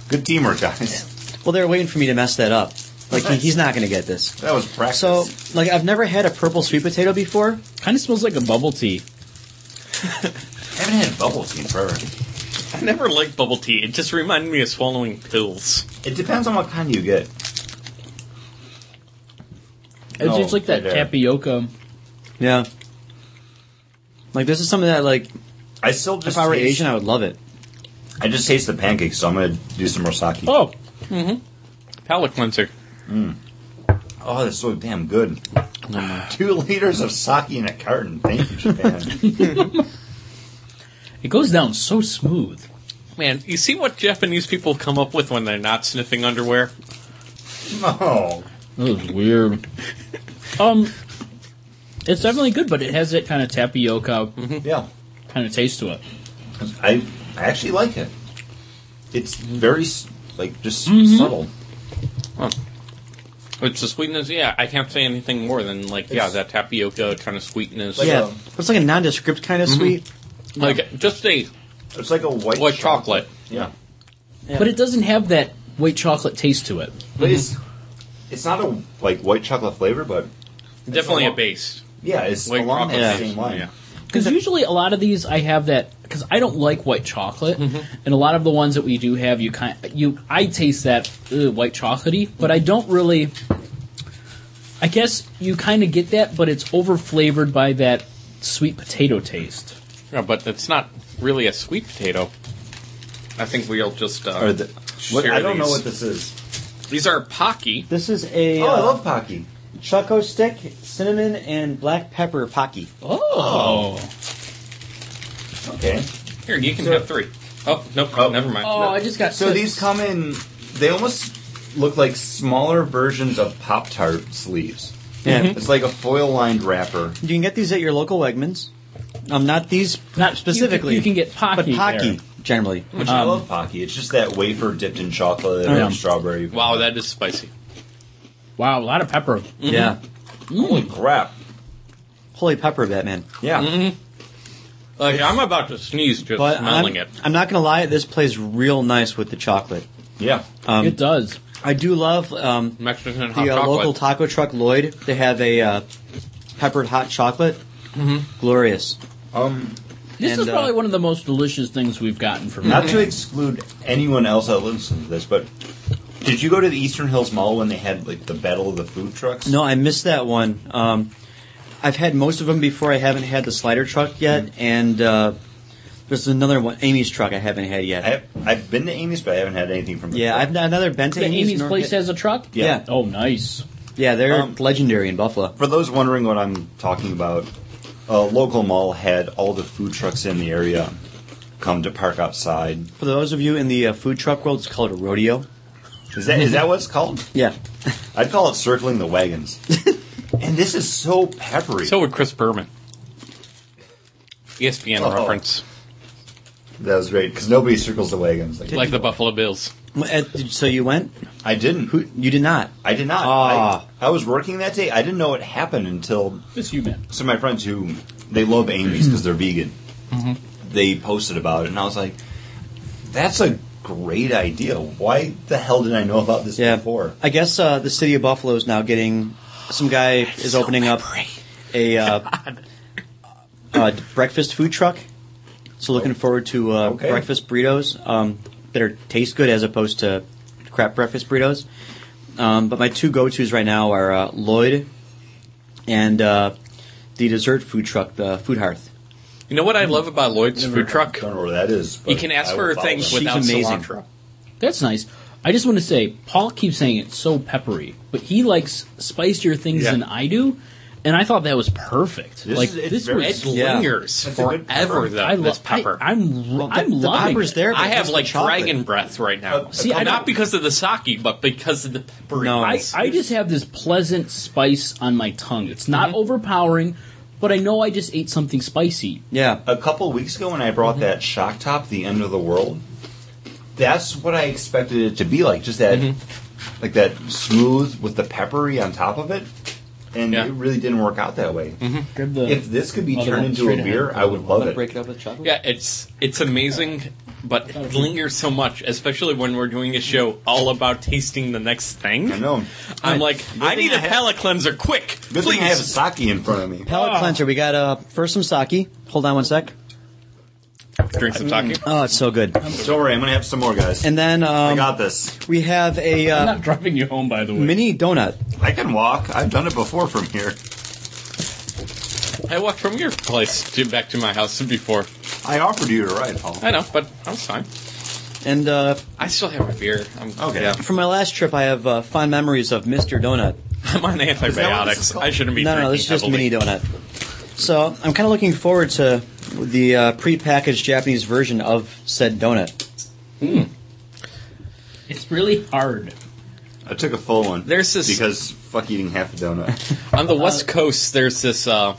Speaker 1: Good teamwork, guys.
Speaker 4: Well, they're waiting for me to mess that up. Like he, he's not going to get this.
Speaker 1: That was practice.
Speaker 4: So, like, I've never had a purple sweet potato before.
Speaker 2: Kind of smells like a bubble tea.
Speaker 1: I haven't had bubble tea in forever.
Speaker 3: I never liked bubble tea. It just reminded me of swallowing pills.
Speaker 1: It depends on what kind you get.
Speaker 2: It
Speaker 1: No,
Speaker 2: tastes like that
Speaker 1: there.
Speaker 2: tapioca.
Speaker 4: Yeah. Like this is something that, like,
Speaker 1: I still just
Speaker 4: if I were
Speaker 1: taste,
Speaker 4: Asian, I would love it.
Speaker 1: I just taste the pancakes, so I'm gonna do some more sake.
Speaker 2: Oh,
Speaker 3: Palate cleanser.
Speaker 1: Oh, that's so damn good. Two liters of sake in a carton. Thank you, Japan.
Speaker 2: it goes down so smooth.
Speaker 3: Man, you see what Japanese people come up with when they're not sniffing underwear?
Speaker 1: oh,
Speaker 2: That was weird. um, it's definitely good, but it has that kind of tapioca
Speaker 1: yeah.
Speaker 2: kind of taste to it.
Speaker 1: I I actually like it. It's very s- like just
Speaker 4: Mm-hmm.
Speaker 1: subtle.
Speaker 3: It's the sweetness. Yeah, I can't say anything more than like yeah, that tapioca kind of sweetness.
Speaker 1: Like
Speaker 4: yeah,
Speaker 1: a-
Speaker 4: it's like a nondescript kind of sweet.
Speaker 3: like just a
Speaker 1: It's like a white
Speaker 3: like chocolate.
Speaker 1: Yeah,
Speaker 2: But it doesn't have that white chocolate taste to it.
Speaker 1: but it's it's not a like white chocolate flavor, but
Speaker 3: Definitely
Speaker 1: a
Speaker 3: a
Speaker 1: lot-
Speaker 3: base.
Speaker 1: yeah, it's
Speaker 3: White
Speaker 1: along
Speaker 3: chocolate
Speaker 1: the
Speaker 4: taste,
Speaker 1: same line.
Speaker 3: yeah.
Speaker 2: Because usually a lot of these I have that because I don't like white chocolate, and a lot of the ones that we do have, you kind you I taste that ugh, white chocolatey, but I don't really. I guess you kind of get that, but it's over flavored by that sweet potato taste.
Speaker 3: Yeah, but it's not really a sweet potato. I think we'll just uh,
Speaker 1: Or the, what,
Speaker 3: share
Speaker 1: I don't know
Speaker 3: these.
Speaker 1: what this is.
Speaker 3: These are Pocky.
Speaker 4: This is a
Speaker 1: Oh, I
Speaker 4: uh,
Speaker 1: love Pocky.
Speaker 4: choco stick, cinnamon, and black pepper pocky.
Speaker 2: Oh,
Speaker 1: Okay.
Speaker 3: Here, you can
Speaker 1: So-
Speaker 3: have three. Oh nope,
Speaker 1: Oh.
Speaker 3: never mind.
Speaker 2: oh, I just got
Speaker 1: So these come in. They almost look like smaller versions of Pop Tart sleeves.
Speaker 4: Yeah.
Speaker 3: Mm-hmm.
Speaker 1: It's like a foil lined wrapper.
Speaker 4: You can get these at your local Wegmans. Um, not these
Speaker 2: Not
Speaker 4: specifically.
Speaker 2: You can, you can get
Speaker 4: but
Speaker 2: Pocky.
Speaker 4: Pocky
Speaker 2: there.
Speaker 4: generally.
Speaker 1: Which
Speaker 3: Um,
Speaker 1: I love Pocky. It's just that wafer dipped in chocolate
Speaker 2: Yeah.
Speaker 1: or strawberry.
Speaker 3: Wow, that is spicy.
Speaker 2: Wow, a lot of pepper. Mm,
Speaker 4: Yeah.
Speaker 1: Holy crap.
Speaker 4: Holy pepper, Batman.
Speaker 1: Yeah.
Speaker 3: Mm-hmm. Like I'm about to sneeze just
Speaker 4: But
Speaker 3: smelling
Speaker 4: I'm,
Speaker 3: it.
Speaker 4: I'm not gonna lie, this plays real nice with the chocolate.
Speaker 1: Yeah.
Speaker 4: Um,
Speaker 2: it does.
Speaker 4: I do love um,
Speaker 3: Mexican hot
Speaker 4: the uh,
Speaker 3: chocolate.
Speaker 4: local taco truck Lloyd. They have a uh, peppered hot chocolate. Glorious.
Speaker 1: Um,
Speaker 2: This
Speaker 4: And,
Speaker 2: is probably
Speaker 4: uh,
Speaker 2: one of the most delicious things we've gotten from
Speaker 1: not to exclude anyone else that listens to this, but did you go to the Eastern Hills Mall when they had like the battle of the food trucks?
Speaker 4: No, I missed that one. Um, I've had most of them before. I haven't had the slider truck yet, and uh, there's another one, Amy's truck. I haven't had yet.
Speaker 1: I have, I've been to Amy's, but I haven't had anything from. the
Speaker 4: yeah,
Speaker 1: truck.
Speaker 4: I've, I've never been to
Speaker 2: The
Speaker 4: Amy's.
Speaker 2: Amy's
Speaker 4: nor
Speaker 2: place
Speaker 4: had-
Speaker 2: has a truck.
Speaker 1: Yeah.
Speaker 4: yeah,
Speaker 2: Oh, nice.
Speaker 4: yeah, they're
Speaker 1: Um,
Speaker 4: legendary in Buffalo.
Speaker 1: For those wondering what I'm talking about, a local mall had all the food trucks in the area come to park outside.
Speaker 4: For those of you in the uh, food truck world, it's called a rodeo.
Speaker 1: Is that is that what it's called?
Speaker 4: Yeah,
Speaker 1: I'd call it circling the wagons. and this is so peppery.
Speaker 3: So would Chris Berman. E ESPN
Speaker 1: Oh.
Speaker 3: reference,
Speaker 1: that was great because nobody circles the wagons. Like,
Speaker 3: like the Buffalo Bills.
Speaker 4: Uh, so you went?
Speaker 1: I didn't.
Speaker 4: Who you did not?
Speaker 1: I did not.
Speaker 4: Ah.
Speaker 1: I, I was working that day. I didn't know it happened until
Speaker 2: It's you, man.
Speaker 1: some of my friends who they love Amy's because they're vegan.
Speaker 3: Mm-hmm.
Speaker 1: They posted about it, and I was like, "That's a great idea. Why the hell did I know about this
Speaker 4: Yeah,
Speaker 1: before?"
Speaker 4: I guess uh, the city of Buffalo is now getting some guy is opening up a uh, uh, breakfast food truck. So looking forward to uh,
Speaker 1: Okay.
Speaker 4: breakfast burritos um, that are taste good as opposed to crap breakfast burritos. Um, but my two go tos right now are uh, Lloyd and uh, the dessert food truck, the Food Hearth.
Speaker 3: You know what I love about Lloyd's
Speaker 2: Never
Speaker 3: food
Speaker 1: I
Speaker 3: truck?
Speaker 1: don't know where that is. but
Speaker 3: You can ask
Speaker 1: I
Speaker 3: for
Speaker 1: will follow
Speaker 3: things
Speaker 1: them.
Speaker 3: without
Speaker 4: amazing.
Speaker 3: cilantro.
Speaker 2: That's nice. I just want to say, Paul keeps saying it's so peppery, but he likes spicier things
Speaker 3: Yeah.
Speaker 2: than I do, and I thought that was perfect.
Speaker 1: This
Speaker 2: like
Speaker 1: is- it's
Speaker 2: this
Speaker 1: very-
Speaker 2: was.
Speaker 3: It
Speaker 4: Yeah.
Speaker 3: lingers
Speaker 1: That's a good
Speaker 3: forever,
Speaker 1: pepper.
Speaker 3: though.
Speaker 2: I love
Speaker 3: this pepper.
Speaker 2: I, am
Speaker 4: Well, the-
Speaker 2: I'm
Speaker 4: the
Speaker 2: loving
Speaker 4: pepper's
Speaker 2: it.
Speaker 4: there. but
Speaker 3: I have
Speaker 4: just the
Speaker 3: like
Speaker 4: chocolate.
Speaker 3: dragon breath right now.
Speaker 1: Uh, See,
Speaker 3: not
Speaker 2: I don't-
Speaker 3: because of the sake, but because of the pepper.
Speaker 4: No.
Speaker 2: I, I just have this pleasant spice on my tongue. It's not overpowering, but I know I just ate something spicy.
Speaker 4: Yeah,
Speaker 1: A couple weeks ago, when I brought
Speaker 3: Mm-hmm.
Speaker 1: that shock top, the end of the world, that's what I expected it to be like. Just that,
Speaker 3: Mm-hmm.
Speaker 1: like that smooth with the peppery on top of it, and
Speaker 3: Yeah. Mm-hmm.
Speaker 1: it really didn't work out that way.
Speaker 2: Grab the
Speaker 1: If this could be
Speaker 2: Other
Speaker 1: turned
Speaker 2: one,
Speaker 1: into
Speaker 2: straight
Speaker 1: a
Speaker 2: ahead.
Speaker 1: beer, I would love it.
Speaker 4: it up with chocolate.
Speaker 3: yeah, it's it's amazing, but it lingers so much, especially when we're doing a show all about tasting the next thing.
Speaker 1: I know.
Speaker 3: I'm like,
Speaker 1: Good
Speaker 3: I
Speaker 1: thing
Speaker 3: need a
Speaker 1: I have-
Speaker 3: palate cleanser, quick,
Speaker 1: Good
Speaker 3: please.
Speaker 1: thing I have sake in front of me.
Speaker 4: Palate cleanser. We got uh, first some sake. Hold on one sec.
Speaker 3: Drink some sake.
Speaker 4: Oh, it's so good.
Speaker 1: Don't worry, I'm gonna have some more, guys.
Speaker 4: And then
Speaker 1: I
Speaker 4: um,
Speaker 1: got this.
Speaker 4: we have a uh,
Speaker 2: not driving you home, by the way.
Speaker 4: mini donut.
Speaker 1: I can walk. I've done it before from here.
Speaker 3: I walked from your place to back to my house before.
Speaker 1: I offered you to ride, Paul.
Speaker 3: I know, but I'm fine.
Speaker 4: And uh,
Speaker 3: I still have a beer. I'm,
Speaker 1: Okay.
Speaker 3: yeah.
Speaker 4: from my last trip, I have uh, fond memories of Mr. Donut.
Speaker 3: I'm on antibiotics.
Speaker 1: called?
Speaker 3: I shouldn't be
Speaker 4: No,
Speaker 3: drinking
Speaker 4: no, this is just
Speaker 3: heavily.
Speaker 4: mini donut. So I'm kind of looking forward to the uh, prepackaged Japanese version of said donut.
Speaker 2: It's really hard.
Speaker 1: I took a full one.
Speaker 3: There's this-
Speaker 1: because fuck eating half a donut.
Speaker 3: On the
Speaker 2: Uh,
Speaker 3: West Coast, there's this uh,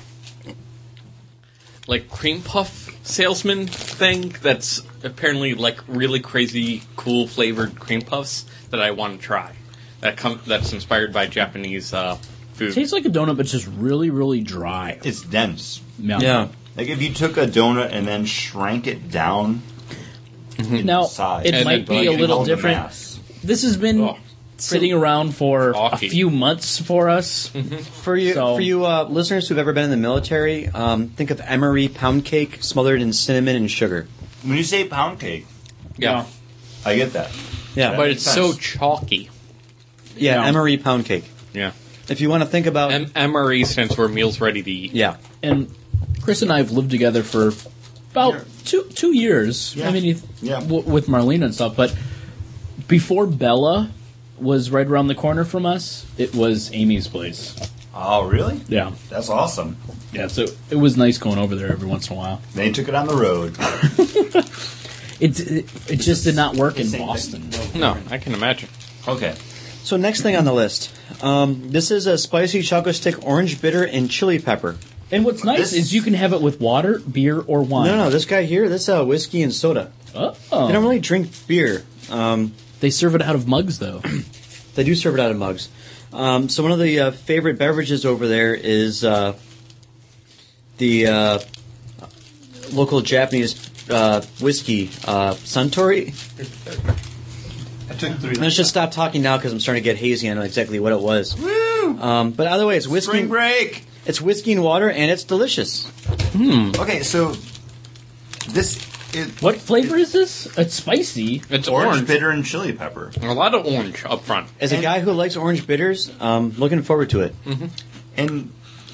Speaker 3: like cream puff salesman thing that's apparently like really crazy, cool flavored cream puffs that I want to try. That come that's inspired by Japanese uh, food.
Speaker 2: tastes like a donut, but it's just really, really dry.
Speaker 1: it's dense.
Speaker 2: Now,
Speaker 1: Like if you took a donut and then shrank it down
Speaker 2: now
Speaker 1: size,
Speaker 2: it
Speaker 3: And
Speaker 2: might
Speaker 3: then
Speaker 2: be a
Speaker 3: like
Speaker 2: little
Speaker 1: all the
Speaker 2: different.
Speaker 1: mass.
Speaker 2: This has been
Speaker 3: Oh,
Speaker 2: sitting around for
Speaker 3: Awky.
Speaker 2: a few months for us.
Speaker 1: Mm-hmm.
Speaker 4: For you,
Speaker 2: So-
Speaker 4: for you uh, listeners who've ever been in the military, um, think of emery pound cake smothered in cinnamon and sugar.
Speaker 1: When you say pound cake,
Speaker 3: yeah.
Speaker 1: I get that.
Speaker 4: Yeah,
Speaker 3: but it's so
Speaker 1: Nice.
Speaker 3: chalky.
Speaker 4: yeah,
Speaker 2: Yeah.
Speaker 4: emery pound cake.
Speaker 3: Yeah.
Speaker 4: If you want to think about,
Speaker 3: M- MRE stands for meals ready to eat.
Speaker 4: yeah,
Speaker 2: And Chris and I have lived together for about
Speaker 1: Year.
Speaker 2: two two years.
Speaker 1: Yeah.
Speaker 2: I mean, you-
Speaker 1: Yeah.
Speaker 2: w- with Marlena and stuff. But before Bella was right around the corner from us, it was Amy's place.
Speaker 1: Oh, really?
Speaker 2: Yeah,
Speaker 1: That's awesome.
Speaker 2: yeah. So it was nice going over there every once in a while.
Speaker 1: They took it on the road.
Speaker 2: It it, it just did not work in
Speaker 1: Same thing.
Speaker 2: Boston.
Speaker 3: No, I can imagine.
Speaker 1: Okay.
Speaker 4: So next thing on the list, um, this is a spicy chocolate stick, orange bitter, and chili pepper.
Speaker 2: And what's nice
Speaker 1: This-
Speaker 2: is you can have it with water, beer, or wine.
Speaker 4: No, no, this guy here, this uh, whiskey and soda.
Speaker 2: Oh.
Speaker 4: They don't really drink beer. Um,
Speaker 2: They serve it out of mugs, though.
Speaker 4: they do serve it out of mugs. Um, so one of the uh, favorite beverages over there is uh, the uh, local Japanese uh, whiskey, uh, Suntory.
Speaker 1: I took three.
Speaker 4: Let's just stop talking now because I'm starting to get hazy. I know exactly what it was.
Speaker 1: Woo!
Speaker 4: Um, but either way, it's
Speaker 1: Spring
Speaker 4: whiskey.
Speaker 1: break.
Speaker 4: It's whiskey and water, and it's delicious.
Speaker 1: Okay, so this it,
Speaker 2: What flavor is this? It's spicy.
Speaker 3: It's
Speaker 1: orange,
Speaker 3: orange.
Speaker 1: bitter, and chili pepper.
Speaker 3: A lot of orange up front.
Speaker 4: As a
Speaker 1: And- Mm-hmm.
Speaker 4: guy who likes orange bitters, um, looking forward to it.
Speaker 1: And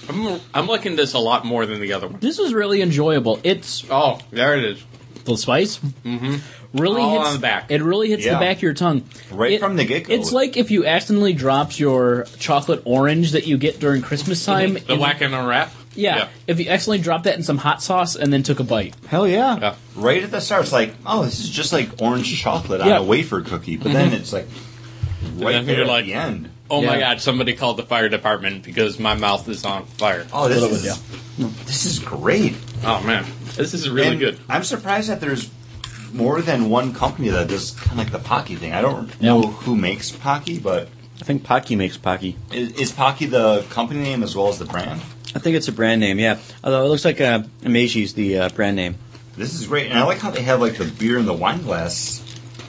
Speaker 3: I'm, I'm liking this a lot more than the other one.
Speaker 2: This was really enjoyable. It's
Speaker 3: Oh, there it is.
Speaker 2: the spice. Mm-hmm. Really
Speaker 3: All
Speaker 2: hits
Speaker 3: on the back.
Speaker 2: It really hits
Speaker 1: Yeah.
Speaker 2: the back of your tongue
Speaker 1: Right
Speaker 2: It-
Speaker 1: from the get-go.
Speaker 2: It's like if you accidentally dropped your chocolate orange that you get during Christmas time.
Speaker 3: The
Speaker 2: in-
Speaker 3: whack and a wrap.
Speaker 2: yeah, If you accidentally dropped that in some hot sauce and then took a bite.
Speaker 4: Hell yeah.
Speaker 3: Yeah.
Speaker 1: right at the start, it's like, oh, this is just like orange chocolate on
Speaker 2: Yeah.
Speaker 1: a wafer cookie. But then it's like right
Speaker 3: Mm-hmm. then
Speaker 1: there
Speaker 3: you're
Speaker 1: at
Speaker 3: like-
Speaker 1: the end.
Speaker 3: Oh my
Speaker 2: Yeah.
Speaker 3: god, somebody called the fire department because my mouth is on fire.
Speaker 1: Oh, this
Speaker 2: Little
Speaker 1: is
Speaker 2: bit,
Speaker 1: this is great.
Speaker 3: Oh man, this is really
Speaker 1: And
Speaker 3: good.
Speaker 1: I'm surprised that there's more than one company that does kind of like the Pocky thing. I don't know who makes Pocky, but
Speaker 4: I think Pocky makes Pocky.
Speaker 1: is, is Pocky the company name as well as the brand?
Speaker 4: I think it's a brand name, yeah. Although it looks like uh, Meishi's the uh, brand name.
Speaker 1: This is great, and I like how they have like the beer and the wine glass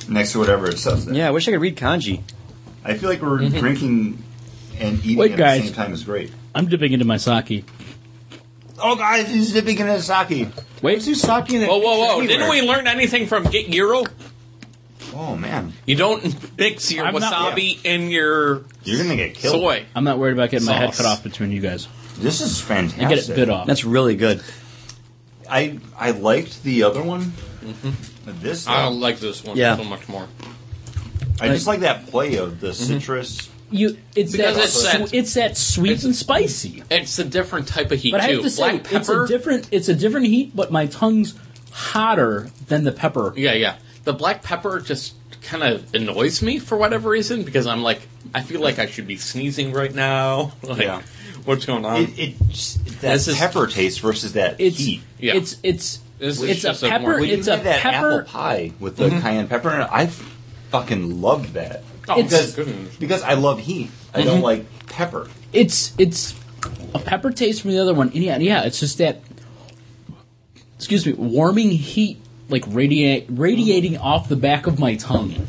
Speaker 1: next to whatever it says. There.
Speaker 4: Yeah, I wish I could read kanji.
Speaker 1: I feel like we're drinking and eating
Speaker 2: Wait,
Speaker 1: at
Speaker 2: guys.
Speaker 1: the same time is great.
Speaker 2: I'm dipping into my sake.
Speaker 1: Oh, guys, he's dipping in his sake.
Speaker 4: Wait, who's sake in that
Speaker 3: Whoa, whoa, whoa!
Speaker 4: picture
Speaker 3: Didn't we
Speaker 4: anywhere?
Speaker 3: learn anything from Get Euro?
Speaker 1: Oh man,
Speaker 3: You don't mix your
Speaker 2: I'm not-
Speaker 3: wasabi and your
Speaker 1: you're gonna get killed.
Speaker 3: soy.
Speaker 2: I'm not worried about getting my head
Speaker 3: Sauce.
Speaker 2: cut off between you guys.
Speaker 1: This is fantastic.
Speaker 2: I get it bit off.
Speaker 4: That's really good.
Speaker 1: I I liked the other one. This
Speaker 3: I
Speaker 1: though,
Speaker 3: don't like this one
Speaker 4: Yeah.
Speaker 3: so much more.
Speaker 1: I just like that play of the citrus.
Speaker 2: you. It's
Speaker 3: Because
Speaker 2: that.
Speaker 3: it's
Speaker 2: swe-
Speaker 3: that-
Speaker 2: it's that sweet
Speaker 3: it's-
Speaker 2: and spicy.
Speaker 3: It's a different type of heat
Speaker 2: But I
Speaker 3: too.
Speaker 2: have to say,
Speaker 3: Black
Speaker 2: it's a
Speaker 3: pepper.
Speaker 2: different. It's a different heat, but my tongue's hotter than the pepper.
Speaker 3: yeah, yeah. The black pepper just kind of annoys me for whatever reason because I'm like, I feel like I should be sneezing right now. Like,
Speaker 1: Yeah.
Speaker 3: what's going on?
Speaker 1: It, it just, that
Speaker 3: This is-
Speaker 1: pepper taste versus that
Speaker 2: It's
Speaker 1: heat.
Speaker 3: Yeah.
Speaker 2: it's it's
Speaker 3: This is
Speaker 2: it's
Speaker 3: just
Speaker 2: a
Speaker 3: a
Speaker 2: pepper.
Speaker 3: more-
Speaker 1: When
Speaker 2: It's
Speaker 1: you
Speaker 2: a
Speaker 1: had that
Speaker 2: pepper.
Speaker 1: apple pie with the cayenne pepper in it, I fucking loved that.
Speaker 3: Oh, my
Speaker 1: because,
Speaker 3: goodness.
Speaker 1: because I love heat. I don't like pepper.
Speaker 2: It's it's a pepper taste from the other one. And yeah, yeah. It's just that. Excuse me, warming heat like radiate radiating
Speaker 3: Mm-hmm.
Speaker 2: off the back of my tongue.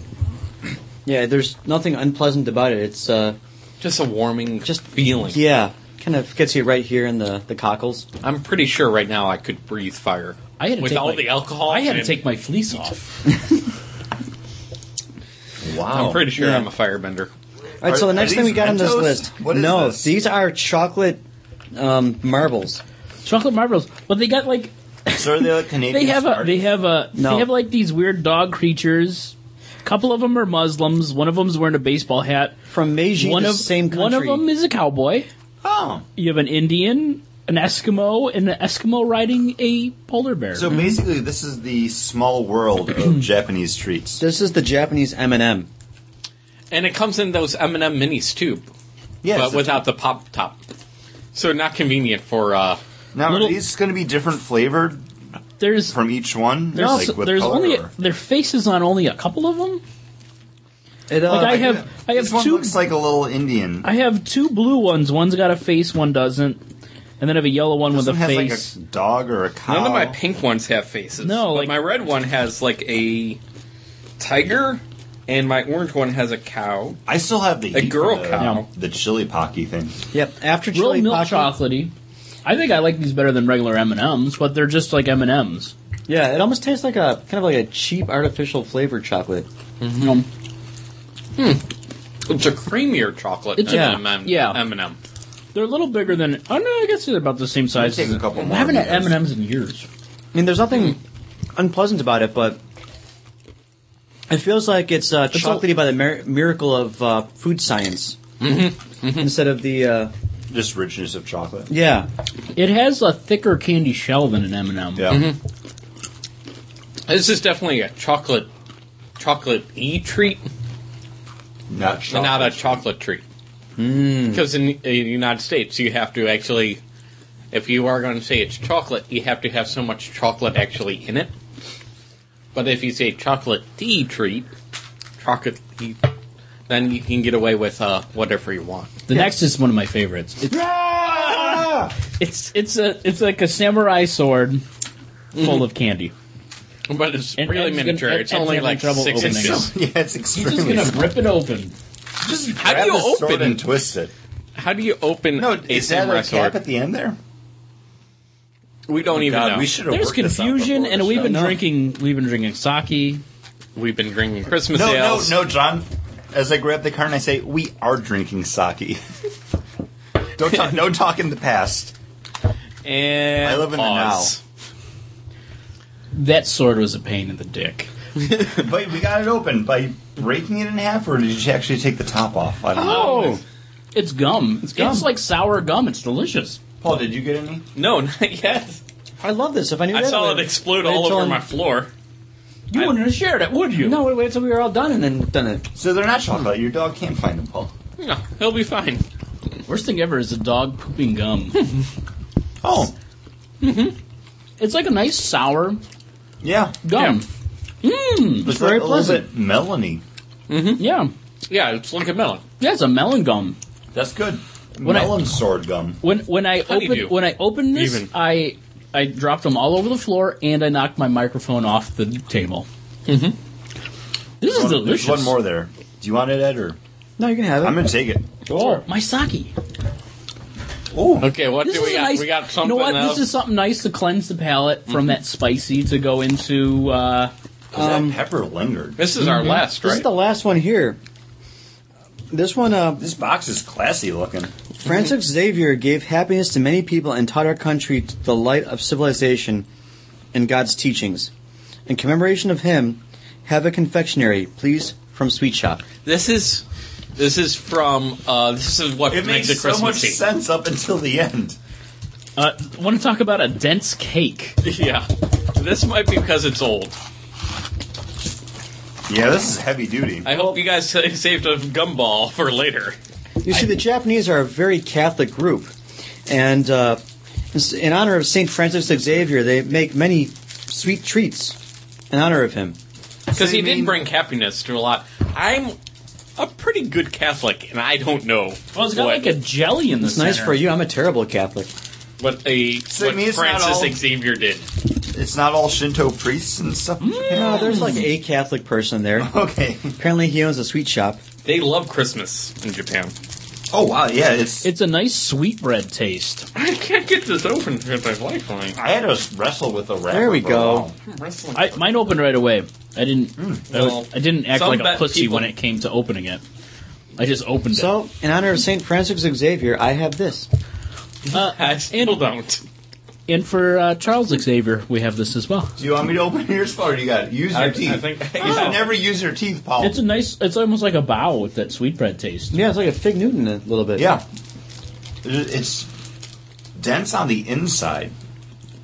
Speaker 4: Yeah, there's nothing unpleasant about it. It's, uh,
Speaker 3: just a warming,
Speaker 4: Just-
Speaker 3: just feeling.
Speaker 4: yeah, kind of gets you right here in the, the cockles.
Speaker 3: I'm pretty sure right now I could breathe fire.
Speaker 2: I had to
Speaker 3: with
Speaker 2: take
Speaker 3: all
Speaker 2: my-
Speaker 3: the alcohol.
Speaker 2: I had to
Speaker 3: and-
Speaker 2: take my fleece off.
Speaker 1: Wow.
Speaker 3: I'm pretty sure
Speaker 4: Yeah.
Speaker 3: I'm a firebender.
Speaker 4: All right,
Speaker 1: Are-
Speaker 4: so the
Speaker 1: are
Speaker 4: next thing we
Speaker 1: these
Speaker 4: got on this
Speaker 1: Mentos?
Speaker 4: list.
Speaker 1: What is
Speaker 4: no,
Speaker 1: this?
Speaker 4: these are chocolate um, marbles.
Speaker 2: Chocolate marbles, but they got like
Speaker 1: So are they like Canadian?
Speaker 2: they have a
Speaker 1: Smarties?
Speaker 2: they have a
Speaker 4: No.
Speaker 2: they have like these weird dog creatures. A couple of them are Muslims. One of them's wearing a baseball hat.
Speaker 4: From Meiji,
Speaker 2: one
Speaker 4: the
Speaker 2: of
Speaker 4: same country.
Speaker 2: one of them is a cowboy.
Speaker 1: Oh.
Speaker 2: You have an Indian, an Eskimo, and an Eskimo riding a polar bear.
Speaker 1: So basically, this is the small world of Japanese treats.
Speaker 4: This is the Japanese M&M.
Speaker 3: And it comes in those M&M minis too,
Speaker 1: Yes.
Speaker 3: but without the pop top. So not convenient for uh
Speaker 1: now
Speaker 2: little-
Speaker 1: are these going to be different flavored
Speaker 2: there's
Speaker 1: from each one?
Speaker 2: there's,
Speaker 1: like with
Speaker 2: there's
Speaker 1: color
Speaker 2: only
Speaker 1: or-
Speaker 2: their faces on only a couple of them.
Speaker 4: It, uh,
Speaker 2: Like, I have- I have
Speaker 1: this one
Speaker 2: two-
Speaker 1: looks like a little Indian.
Speaker 2: I have two blue ones. One's got a face, one doesn't, and then I have a yellow one
Speaker 1: this one
Speaker 2: with a
Speaker 1: has
Speaker 2: face.
Speaker 1: like a dog or a cow.
Speaker 3: None of my pink ones have faces.
Speaker 2: No,
Speaker 3: but
Speaker 2: like-
Speaker 3: my red one has like a tiger, and my orange one has a cow.
Speaker 1: I still have the
Speaker 3: A
Speaker 1: heat
Speaker 3: girl
Speaker 1: for the,
Speaker 3: cow.
Speaker 1: the chili pocky thing.
Speaker 4: Yep, after
Speaker 2: Real
Speaker 4: chili
Speaker 2: milk
Speaker 4: pocky-
Speaker 2: chocolatey. I think I like these better than regular M and M's, but they're just like M and M's.
Speaker 4: Yeah, it almost tastes like a kind of like a cheap artificial flavored chocolate.
Speaker 3: It's a creamier chocolate.
Speaker 2: It's
Speaker 3: than
Speaker 4: a-
Speaker 3: an M&M.
Speaker 2: yeah.
Speaker 3: M&M.
Speaker 2: They're a little bigger than. Oh no, I guess they're about the same size.
Speaker 1: take
Speaker 2: as-
Speaker 1: a couple
Speaker 2: I
Speaker 1: more
Speaker 2: haven't
Speaker 1: of
Speaker 2: had M
Speaker 1: these.
Speaker 2: and M's in years.
Speaker 4: I mean, there's nothing unpleasant about it, but it feels like it's uh, chocolatey by the mir- miracle of uh, food science
Speaker 3: Mm-hmm.
Speaker 4: instead of the uh,
Speaker 1: Just richness of chocolate.
Speaker 4: yeah.
Speaker 2: It has a thicker candy shell than an M&M. M and M.
Speaker 1: Yeah.
Speaker 3: Mm-hmm. This is definitely a chocolate, chocolate e treat,
Speaker 1: Not
Speaker 3: and
Speaker 1: chocolate.
Speaker 2: Hmm.
Speaker 3: not a chocolate treat. Because in, in the United States, you have to actually If you are going to say it's chocolate, you have to have so much chocolate actually in it. But if you say chocolate tea treat, chocolate tea, then you can get away with uh, whatever you want.
Speaker 2: The next is one of my favorites. It's
Speaker 1: Ah!
Speaker 2: it's it's a it's like a samurai sword full of candy.
Speaker 3: But it's
Speaker 2: And
Speaker 3: really
Speaker 2: Ed's gonna-
Speaker 3: miniature.
Speaker 2: Ed-
Speaker 3: it's
Speaker 2: Ed's
Speaker 3: only
Speaker 2: having
Speaker 3: like
Speaker 2: trouble
Speaker 3: six
Speaker 2: opening
Speaker 3: inches.
Speaker 1: yeah, it's
Speaker 5: He's just
Speaker 1: extremely.
Speaker 5: gonna
Speaker 1: small.
Speaker 5: rip it open.
Speaker 1: Just
Speaker 3: How do
Speaker 1: grab
Speaker 3: you
Speaker 1: the sword
Speaker 3: open-
Speaker 1: and twist it?
Speaker 3: How do you open
Speaker 1: No,
Speaker 3: a
Speaker 1: is that
Speaker 3: samurai
Speaker 1: a cap
Speaker 3: sword?
Speaker 1: at the end there?
Speaker 3: Oh, we don't even know.
Speaker 1: we should have.
Speaker 2: There's confusion, and we've been drinking we've been drinking sake.
Speaker 3: We've been drinking Christmas
Speaker 1: No, no,
Speaker 3: ales.
Speaker 1: no, John. As I grab the card and I say, "We are drinking sake." Don't talk. No talk in the past.
Speaker 3: And
Speaker 1: I live in the
Speaker 3: pause.
Speaker 2: That sword was a pain in the dick.
Speaker 1: But we got it open by breaking it in half, or did you actually take the top off? I don't
Speaker 2: Oh.
Speaker 1: know.
Speaker 2: It's gum. It's
Speaker 3: gum.
Speaker 2: It's like sour gum. It's delicious.
Speaker 1: Paul, did you get any?
Speaker 3: No, not yet.
Speaker 4: I love this. If I knew
Speaker 3: I
Speaker 4: that,
Speaker 3: saw it
Speaker 4: would've
Speaker 3: explode
Speaker 4: waited
Speaker 3: all
Speaker 4: till
Speaker 3: over
Speaker 4: I'm-
Speaker 3: my floor.
Speaker 2: You wouldn't have shared it, would you?
Speaker 4: No, wait, wait until we were all done and then done it.
Speaker 1: So they're not chocolate. Your dog can't find them, Paul.
Speaker 3: No, he'll be fine.
Speaker 2: Worst thing ever is a dog pooping gum.
Speaker 1: Oh,
Speaker 2: it's like a nice sour
Speaker 1: yeah.
Speaker 2: gum. Mmm.
Speaker 1: It's
Speaker 2: very
Speaker 1: like a little
Speaker 2: pleasant.
Speaker 1: bit melony.
Speaker 2: Yeah.
Speaker 3: Yeah, it's like a melon.
Speaker 2: Yeah, it's a melon gum.
Speaker 1: That's good.
Speaker 2: When I-
Speaker 1: Melon sword gum.
Speaker 2: When when I
Speaker 3: Honeydew.
Speaker 2: open when I opened this,
Speaker 3: Even.
Speaker 2: I I dropped them all over the floor and I knocked my microphone off the table. Mm-hmm. This is
Speaker 1: One- there's
Speaker 2: delicious.
Speaker 1: One more there. Do you want it, Ed, or
Speaker 4: No, you can have it.
Speaker 1: I'm gonna take it.
Speaker 2: Oh, my sake.
Speaker 1: Oh,
Speaker 3: Okay, what
Speaker 2: This
Speaker 3: do we
Speaker 2: is a
Speaker 3: got?
Speaker 2: nice.
Speaker 3: we got
Speaker 2: you
Speaker 3: something
Speaker 2: know what?
Speaker 3: else.
Speaker 2: This is something Mm-hmm. nice to cleanse the palate from that spicy to go into. Uh,
Speaker 1: that pepper lingered.
Speaker 3: This is our last,
Speaker 4: This
Speaker 3: right?
Speaker 4: is the last one here. This one, uh,
Speaker 1: This box is classy looking.
Speaker 4: Francis Xavier gave happiness to many people and taught our country the light of civilization and God's teachings. In commemoration of him, have a confectionery, please, from Sweet Shop.
Speaker 3: this is this is from uh, this is what
Speaker 1: It
Speaker 3: makes
Speaker 1: makes
Speaker 3: it
Speaker 1: so much
Speaker 3: Christmassy.
Speaker 1: sense up until the end.
Speaker 2: uh, want to talk about a dense cake?
Speaker 3: yeah, this might be because it's old.
Speaker 1: Yeah, this is heavy duty.
Speaker 3: I hope you guys sa- saved a gumball for later.
Speaker 4: You see, the Japanese are a very Catholic group, and uh, in honor of Saint Francis Xavier, they make many sweet treats in honor of him.
Speaker 3: Because he
Speaker 1: you
Speaker 3: did
Speaker 1: mean-
Speaker 3: bring happiness to a lot. I'm a pretty good Catholic, and I don't know
Speaker 2: Well, it's got
Speaker 3: what,
Speaker 2: like a jelly in the
Speaker 4: It's nice
Speaker 2: center.
Speaker 4: for you. I'm a terrible Catholic.
Speaker 3: what a
Speaker 1: So, I
Speaker 3: what
Speaker 1: mean, it's not
Speaker 3: Francis
Speaker 1: all-
Speaker 3: Xavier did.
Speaker 1: It's not all Shinto priests and stuff.
Speaker 4: No, there's like a Catholic person there.
Speaker 1: Okay.
Speaker 4: Apparently, he owns a sweet shop.
Speaker 3: They love Christmas in Japan.
Speaker 1: Oh wow, yeah, it's.
Speaker 2: It's a nice sweetbread taste.
Speaker 3: I can't get this open with my lifeline.
Speaker 1: I had to wrestle with a wrapper.
Speaker 4: There we
Speaker 1: for a
Speaker 4: go.
Speaker 1: while.
Speaker 3: I'm wrestling.
Speaker 2: I, mine opened right away. I didn't. I, was-
Speaker 3: well,
Speaker 2: I didn't act
Speaker 3: some
Speaker 2: like a
Speaker 3: bad
Speaker 2: pussy
Speaker 3: people-
Speaker 2: when it came to opening it. I just opened
Speaker 4: So, in honor of Saint Francis Xavier, I have this.
Speaker 2: it. Uh,
Speaker 3: I still don't.
Speaker 2: and for uh, Charles Xavier, we have this as well.
Speaker 1: Do you want me to open yours, Paul? Or do you got it? Use your
Speaker 3: I, I
Speaker 1: teeth.
Speaker 3: think
Speaker 1: you should never use your teeth, Paul.
Speaker 2: It's a nice. It's almost like a bow with that sweetbread taste.
Speaker 4: Yeah, it's like a fig Newton a little bit.
Speaker 1: yeah. It- It's dense on the inside,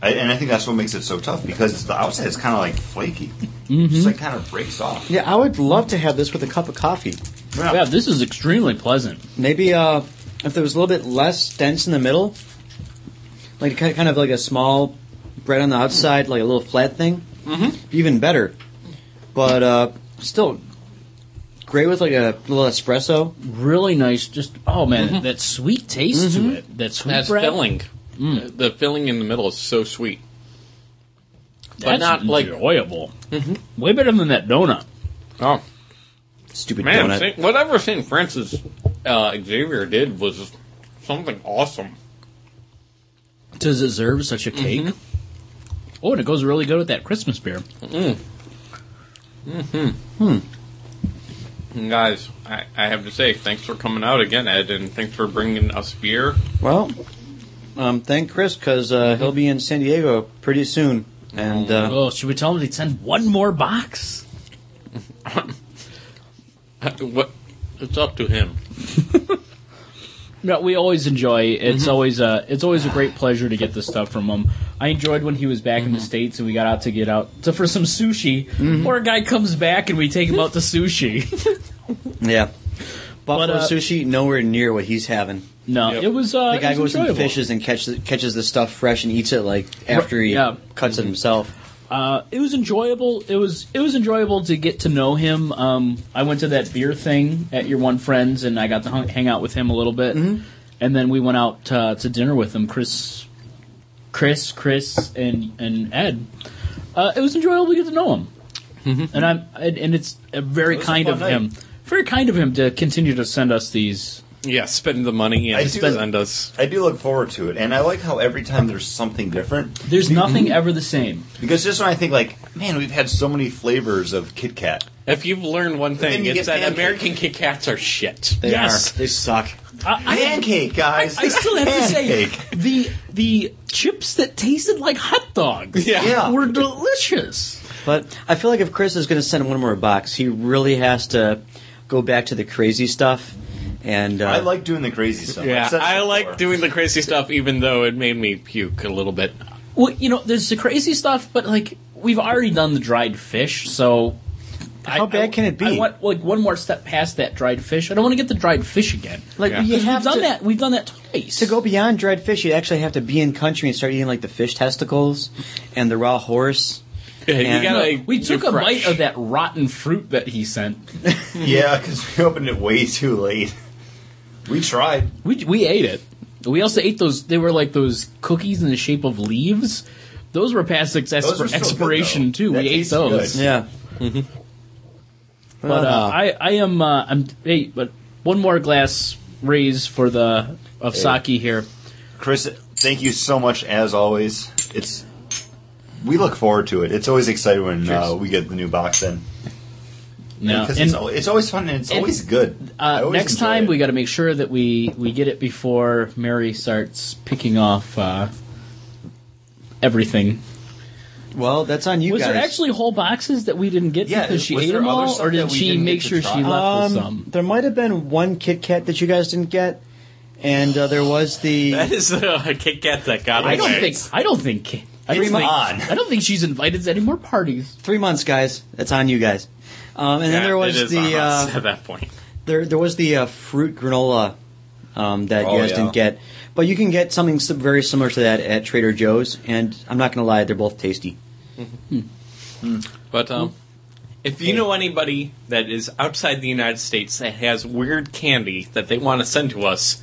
Speaker 1: I, and I think that's what makes it so tough because the outside is kind of like flaky. It's Just like kind of breaks off.
Speaker 4: yeah. I would love to have this with a cup of coffee.
Speaker 2: Yeah, this is extremely pleasant.
Speaker 4: Maybe uh, if there was a little bit less dense in the middle, like kind kind of like a small bread on the outside, like a little flat thing, mm-hmm. even better. But uh, still great with like a little espresso.
Speaker 2: Really nice. Just oh man, that sweet taste to it. That
Speaker 3: Mm-hmm.
Speaker 2: sweet
Speaker 3: That's Mm.
Speaker 2: bread.
Speaker 3: filling. Uh, The filling in the middle is so sweet.
Speaker 2: That's
Speaker 3: not, like- Mm-hmm.
Speaker 2: enjoyable. Way better than that donut.
Speaker 3: Oh
Speaker 4: Stupid
Speaker 3: man,
Speaker 4: donut.
Speaker 3: Saint, whatever Saint Francis uh, Xavier did was something awesome.
Speaker 2: To deserve such a cake.
Speaker 3: Mm-hmm.
Speaker 2: Oh, and it goes really good with that Christmas beer.
Speaker 3: And guys, I, I have to say thanks for coming out again, Ed, and thanks for bringing us beer.
Speaker 4: Well, um, thank Chris because uh, he'll be in San Diego pretty soon, and uh,
Speaker 2: Oh, should we tell them to send one more box?
Speaker 3: Uh, What? It's up to him.
Speaker 2: No, we always enjoy. It's
Speaker 4: Mm-hmm.
Speaker 2: always a it's always a great pleasure to get this stuff from him. I enjoyed when he was back
Speaker 4: Mm-hmm.
Speaker 2: in the states and we got out to get out to for some sushi. Or a guy comes back and we take him out to sushi.
Speaker 4: yeah. Buffalo
Speaker 2: uh,
Speaker 4: sushi, nowhere near what he's having.
Speaker 2: No,
Speaker 3: Yep.
Speaker 2: it was. Uh,
Speaker 4: The guy
Speaker 2: it was
Speaker 4: goes and
Speaker 2: enjoyable.
Speaker 4: fishes and catches catches the stuff fresh and eats it like after he
Speaker 2: yeah.
Speaker 4: cuts it himself.
Speaker 2: Uh, it was enjoyable. It was it was enjoyable to get to know him. Um, I went to that beer thing at your one friend's, and I got to hung, hang out with him a little bit,
Speaker 1: Mm-hmm.
Speaker 2: and then we went out uh, to dinner with him, Chris, Chris, Chris, and and Ed. Uh, it was enjoyable to get to know him, and I'm and, and it's uh, very
Speaker 1: Mm-hmm. was a
Speaker 2: kind
Speaker 1: fun
Speaker 2: of him, very kind of him to continue to send us these.
Speaker 3: Yeah, spend the money
Speaker 1: I
Speaker 3: and
Speaker 1: do-
Speaker 3: spend us.
Speaker 1: I do look forward to it, and I like how every time there's something different.
Speaker 2: There's nothing ever the same.
Speaker 1: Because just when I think like, man, we've had so many flavors of Kit Kat.
Speaker 3: If you've learned one
Speaker 1: then
Speaker 3: thing,
Speaker 1: you
Speaker 3: it's
Speaker 1: get
Speaker 3: that
Speaker 1: pancakes.
Speaker 3: American Kit Kats are shit.
Speaker 4: They
Speaker 2: Yes.
Speaker 4: are. They suck.
Speaker 2: I, I-
Speaker 1: Pancake, guys.
Speaker 2: I still have to say
Speaker 1: Pancake.
Speaker 2: the the chips that tasted like hot dogs
Speaker 3: Yeah.
Speaker 1: Yeah.
Speaker 2: were delicious.
Speaker 4: But I feel like if Chris is going to send one more box, he really has to go back to the crazy stuff. And uh,
Speaker 1: I like doing the crazy stuff.
Speaker 3: Yeah,
Speaker 1: I've said this
Speaker 3: I like
Speaker 1: before.
Speaker 3: doing the crazy stuff, even though it made me puke a little bit.
Speaker 2: Well, you know, there's the crazy stuff, but like we've already done the dried fish, so
Speaker 4: How bad can it be?
Speaker 2: I want like one more step past that dried fish. I don't want to get the dried fish again.
Speaker 4: like
Speaker 3: Yeah.
Speaker 4: you
Speaker 2: We've
Speaker 4: have
Speaker 2: done
Speaker 4: to,
Speaker 2: that. We've done that twice.
Speaker 4: to go beyond dried fish. You actually have to be in country and start eating like the fish testicles and the raw horse.
Speaker 3: Yeah, you
Speaker 4: And-
Speaker 3: gotta.
Speaker 2: we took a
Speaker 3: refresh.
Speaker 2: bite of that rotten fruit that he sent.
Speaker 1: Yeah, because we opened it way too late. We tried.
Speaker 2: We we ate it. We also ate those. They were like those cookies in the shape of leaves. Those were past its
Speaker 1: Those
Speaker 2: expir-
Speaker 1: were still good,
Speaker 2: expiration
Speaker 1: though.
Speaker 2: too.
Speaker 1: That
Speaker 2: we ate
Speaker 1: tastes good.
Speaker 2: those.
Speaker 4: Yeah.
Speaker 2: Mm-hmm. But uh,
Speaker 4: Uh-huh.
Speaker 2: I I am uh, I'm hey, but one more glass raise for the of sake here.
Speaker 1: Chris, thank you so much as always. It's we look forward to it. It's always exciting when uh, we get the new box in.
Speaker 2: Now,
Speaker 1: Because
Speaker 2: and
Speaker 1: it's, al- it's always fun and it's
Speaker 2: and,
Speaker 1: always good. I
Speaker 2: uh,
Speaker 1: always
Speaker 2: next
Speaker 1: enjoy
Speaker 2: time
Speaker 1: it.
Speaker 2: we got to make sure that we we get it before Mary starts picking off uh, everything.
Speaker 4: Well, that's on you
Speaker 2: was
Speaker 4: guys.
Speaker 2: there actually whole boxes that we didn't get
Speaker 1: Yeah,
Speaker 2: because she
Speaker 1: was
Speaker 2: ate
Speaker 1: there
Speaker 2: them
Speaker 1: other
Speaker 2: all,
Speaker 1: stuff
Speaker 2: or
Speaker 1: that
Speaker 2: did
Speaker 1: we
Speaker 2: she
Speaker 1: didn't
Speaker 2: make
Speaker 1: get to
Speaker 2: sure
Speaker 1: try?
Speaker 2: she left with
Speaker 4: Um,
Speaker 2: some?
Speaker 4: there might have been one Kit Kat that you guys didn't get, and uh, there was
Speaker 3: That
Speaker 4: the
Speaker 3: is uh, a Kit Kat that got
Speaker 2: I
Speaker 3: away.
Speaker 2: don't think. I don't think. I don't
Speaker 1: It's
Speaker 2: think,
Speaker 1: on.
Speaker 2: I don't think she's invited to any more parties.
Speaker 4: three months, guys. That's on you guys. Um, and
Speaker 3: Yeah,
Speaker 4: then there
Speaker 3: it
Speaker 4: was
Speaker 3: is on
Speaker 4: the
Speaker 3: us
Speaker 4: uh,
Speaker 3: at that point.
Speaker 4: there there was the uh, fruit granola um, that
Speaker 1: Oh,
Speaker 4: you guys
Speaker 1: yeah.
Speaker 4: didn't get, but you can get something sim- very similar to that at Trader Joe's. And I'm not going to lie, they're both tasty.
Speaker 3: But um, if you know anybody that is outside the United States that has weird candy that they want to send to us,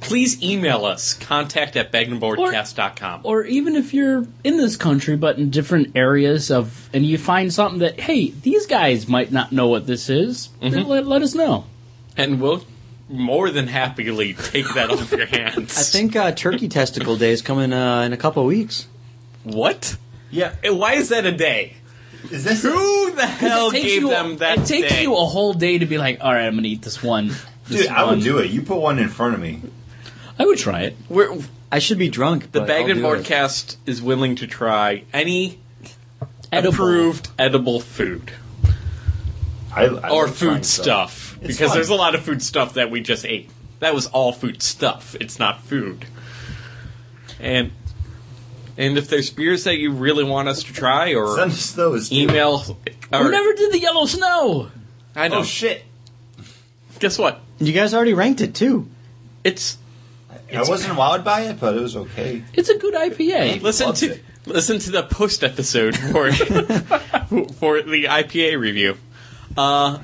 Speaker 3: please email us contact at bagandboardcast.com.
Speaker 2: Or even if you're in this country but in different areas of, and you find something that hey, these guys might not know what this is. then
Speaker 3: Mm-hmm.
Speaker 2: Let, let us know.
Speaker 3: and we'll more than happily take that off your hands.
Speaker 4: I think uh, Turkey Testicle Day is coming uh, in a couple of weeks.
Speaker 3: What?
Speaker 1: Yeah.
Speaker 3: Eh, Why is that a day?
Speaker 1: Is this
Speaker 3: Who the hell
Speaker 2: It takes
Speaker 3: gave
Speaker 2: you-
Speaker 3: them that
Speaker 2: It takes
Speaker 3: day?
Speaker 2: you a whole day to be like, all right, I'm gonna eat this one.
Speaker 1: Dude, I would do it. You put one in front of me.
Speaker 2: I would try it.
Speaker 3: We're,
Speaker 4: I should be drunk. but
Speaker 3: the
Speaker 4: I'll
Speaker 3: Bagged and
Speaker 4: do
Speaker 3: Board
Speaker 4: it.
Speaker 3: cast is willing to try any
Speaker 2: Edible.
Speaker 3: approved edible food.
Speaker 1: I, I
Speaker 3: or
Speaker 1: like trying
Speaker 3: food stuff
Speaker 1: It's
Speaker 3: because
Speaker 1: fun.
Speaker 3: there's a lot of food stuff that we just ate. That was all food stuff. It's not food. And and if there's beers that you really want us to try or
Speaker 1: Send us those. dude.
Speaker 3: email or
Speaker 2: We never did the yellow snow.
Speaker 3: I know.
Speaker 1: Oh shit!
Speaker 3: Guess what?
Speaker 4: You guys already ranked it too.
Speaker 3: It's
Speaker 1: I wasn't wowed by it, but it was okay.
Speaker 2: It's a good IPA.
Speaker 3: listen
Speaker 1: loves
Speaker 3: to
Speaker 1: it.
Speaker 3: listen to the post episode for for the IPA review. Uh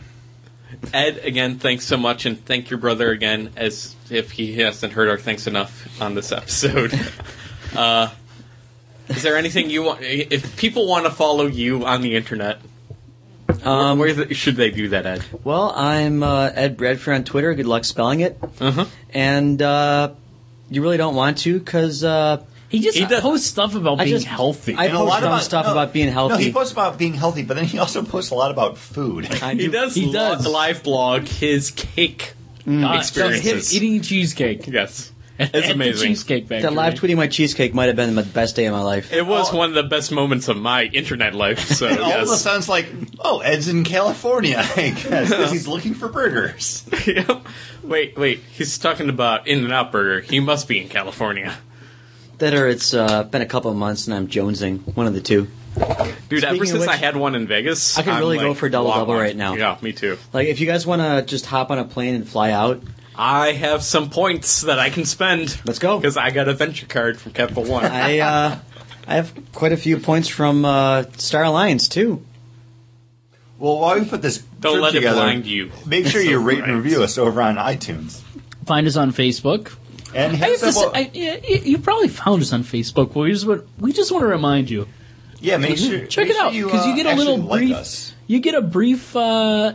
Speaker 3: Ed, again, thanks so much, and thank your brother again, as if he hasn't heard our thanks enough on this episode. Uh, is there anything you want? If people want to follow you on the internet, um, where th- should they do that, Ed?
Speaker 4: Well, I'm uh, Ed Bradford on Twitter. Good luck spelling it.
Speaker 3: Uh-huh.
Speaker 4: And uh, you really don't want to because uh,
Speaker 2: He just
Speaker 3: He does-
Speaker 2: posts stuff about being
Speaker 4: just-
Speaker 2: healthy.
Speaker 4: I
Speaker 1: And a
Speaker 4: post
Speaker 1: lot
Speaker 4: on
Speaker 1: about
Speaker 4: stuff
Speaker 1: no,
Speaker 4: about being healthy.
Speaker 1: No, he posts about being healthy, but then he also posts a lot about food.
Speaker 4: I
Speaker 3: He
Speaker 4: do-
Speaker 3: does.
Speaker 2: he
Speaker 3: He
Speaker 2: does.
Speaker 3: live blog his cake
Speaker 2: Uh,
Speaker 3: experiences.
Speaker 2: just him eating cheesecake.
Speaker 3: yes,
Speaker 2: At
Speaker 3: it's
Speaker 2: the
Speaker 3: amazing.
Speaker 2: cheesecake Factory.
Speaker 4: That live tweeting my cheesecake might have been the best day of my life.
Speaker 3: It was
Speaker 1: All-
Speaker 3: one of the best moments of my internet life. So
Speaker 1: All of a
Speaker 3: yes.
Speaker 1: sudden, it's like, oh, Ed's in California, I guess, because he's looking for burgers.
Speaker 3: Yep. Wait, wait. He's talking about In and Out Burger. He must be in California.
Speaker 4: That or it's uh, been a couple of months and I'm jonesing. One of the two.
Speaker 6: Dude, ever
Speaker 4: Speaking of
Speaker 6: since I
Speaker 4: which-
Speaker 6: had one in Vegas,
Speaker 4: I could
Speaker 6: I'm,
Speaker 4: really go
Speaker 6: like,
Speaker 4: for double
Speaker 6: want
Speaker 4: double
Speaker 6: one.
Speaker 4: right now.
Speaker 6: Yeah, me too.
Speaker 4: Like, if you guys want to just hop on a plane and fly out,
Speaker 6: I have some points that I can spend
Speaker 4: let's go.
Speaker 6: because I got a venture card from Capital One.
Speaker 4: I uh, I have quite a few points from uh, Star Alliance too.
Speaker 1: Well, while we put this
Speaker 6: Don't
Speaker 1: trip
Speaker 6: let
Speaker 1: together,
Speaker 6: it blind you.
Speaker 1: make sure you rate and
Speaker 6: Right.
Speaker 1: review us over on iTunes.
Speaker 2: Find us on Facebook.
Speaker 1: And
Speaker 2: I
Speaker 1: hit
Speaker 2: have
Speaker 1: us
Speaker 2: to
Speaker 1: up.
Speaker 2: say,
Speaker 1: well,
Speaker 2: I, yeah, you, you probably found us on Facebook, but we just want, we just want to remind you.
Speaker 1: yeah, make sure
Speaker 2: Check
Speaker 1: make
Speaker 2: it
Speaker 1: sure
Speaker 2: out because you,
Speaker 1: uh,
Speaker 2: get a little
Speaker 1: actually like
Speaker 2: brief.
Speaker 1: us.
Speaker 2: You get a brief, uh,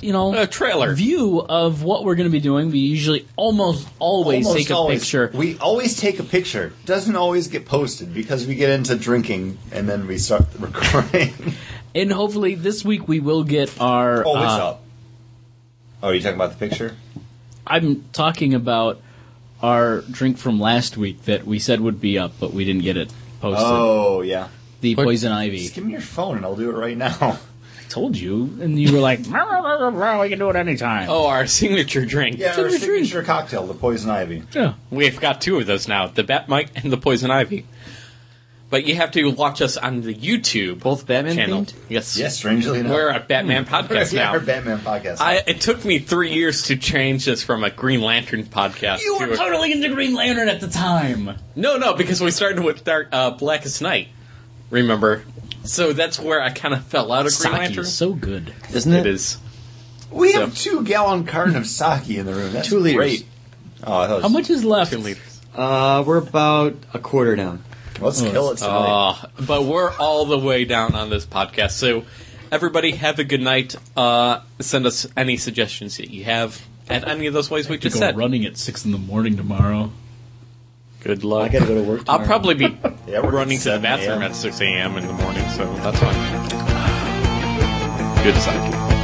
Speaker 2: you know,
Speaker 3: A trailer.
Speaker 2: view of what we're going to be doing. We usually almost always
Speaker 1: Almost
Speaker 2: take a
Speaker 1: always.
Speaker 2: picture.
Speaker 1: We always take a picture. Doesn't always get posted because we get into drinking and then we start the recording.
Speaker 2: And hopefully this week we will get our.
Speaker 1: oh, it's
Speaker 2: uh,
Speaker 1: up. Oh, are you talking about the picture?
Speaker 2: I'm talking about our drink from last week that we said would be up, but we didn't get it posted.
Speaker 1: Oh, yeah.
Speaker 2: the poison ivy.
Speaker 1: Just give me your phone and I'll do it right now.
Speaker 2: I told you, and you were like, "Rah, rah, rah, rah, "We can do it anytime."
Speaker 3: Oh, our signature drink.
Speaker 1: Yeah,
Speaker 2: Give
Speaker 1: our
Speaker 2: me your drink.
Speaker 1: signature cocktail, the poison ivy.
Speaker 2: yeah.
Speaker 3: We've got two of those now the Bat Mike and the Poison Ivy. But you have to watch us on the YouTube
Speaker 4: Both Batman
Speaker 3: channel.
Speaker 4: themed.
Speaker 3: Yes.
Speaker 1: Yes, strangely enough.
Speaker 3: We're a Batman podcast
Speaker 1: yeah,
Speaker 3: now.
Speaker 1: our Batman podcast.
Speaker 3: I, it took me three years to change this from a Green Lantern podcast.
Speaker 2: You
Speaker 3: to
Speaker 2: were
Speaker 3: a-
Speaker 2: totally into Green Lantern at the time.
Speaker 3: No, no, because we started with Dark uh, Blackest Night. Remember? So that's where I kind of fell out of Green
Speaker 2: Saki
Speaker 3: Lantern.
Speaker 2: is so good.
Speaker 4: Isn't
Speaker 3: it
Speaker 4: it?
Speaker 3: is.
Speaker 1: we have two gallon carton of sake in the room. That's
Speaker 4: Two liters.
Speaker 1: great. Oh, I thought it was,
Speaker 2: How much is left?
Speaker 3: Two liters.
Speaker 4: Uh, we're about a quarter down.
Speaker 1: Let's kill it
Speaker 2: Oh,
Speaker 1: tonight.
Speaker 3: Uh, but we're all the way down on this podcast. So everybody, have a good night. Uh, send us any suggestions that you have at any of those ways we
Speaker 2: To
Speaker 3: just
Speaker 2: go
Speaker 3: said.
Speaker 2: running at six in the morning tomorrow.
Speaker 3: Good luck.
Speaker 4: I gotta go to work.
Speaker 3: I'll
Speaker 4: tomorrow.
Speaker 3: probably be
Speaker 1: Yeah, we're
Speaker 3: running to the
Speaker 1: 7 a.m.
Speaker 3: bathroom at 6 a.m. in the morning, so that's fine. Good psyche.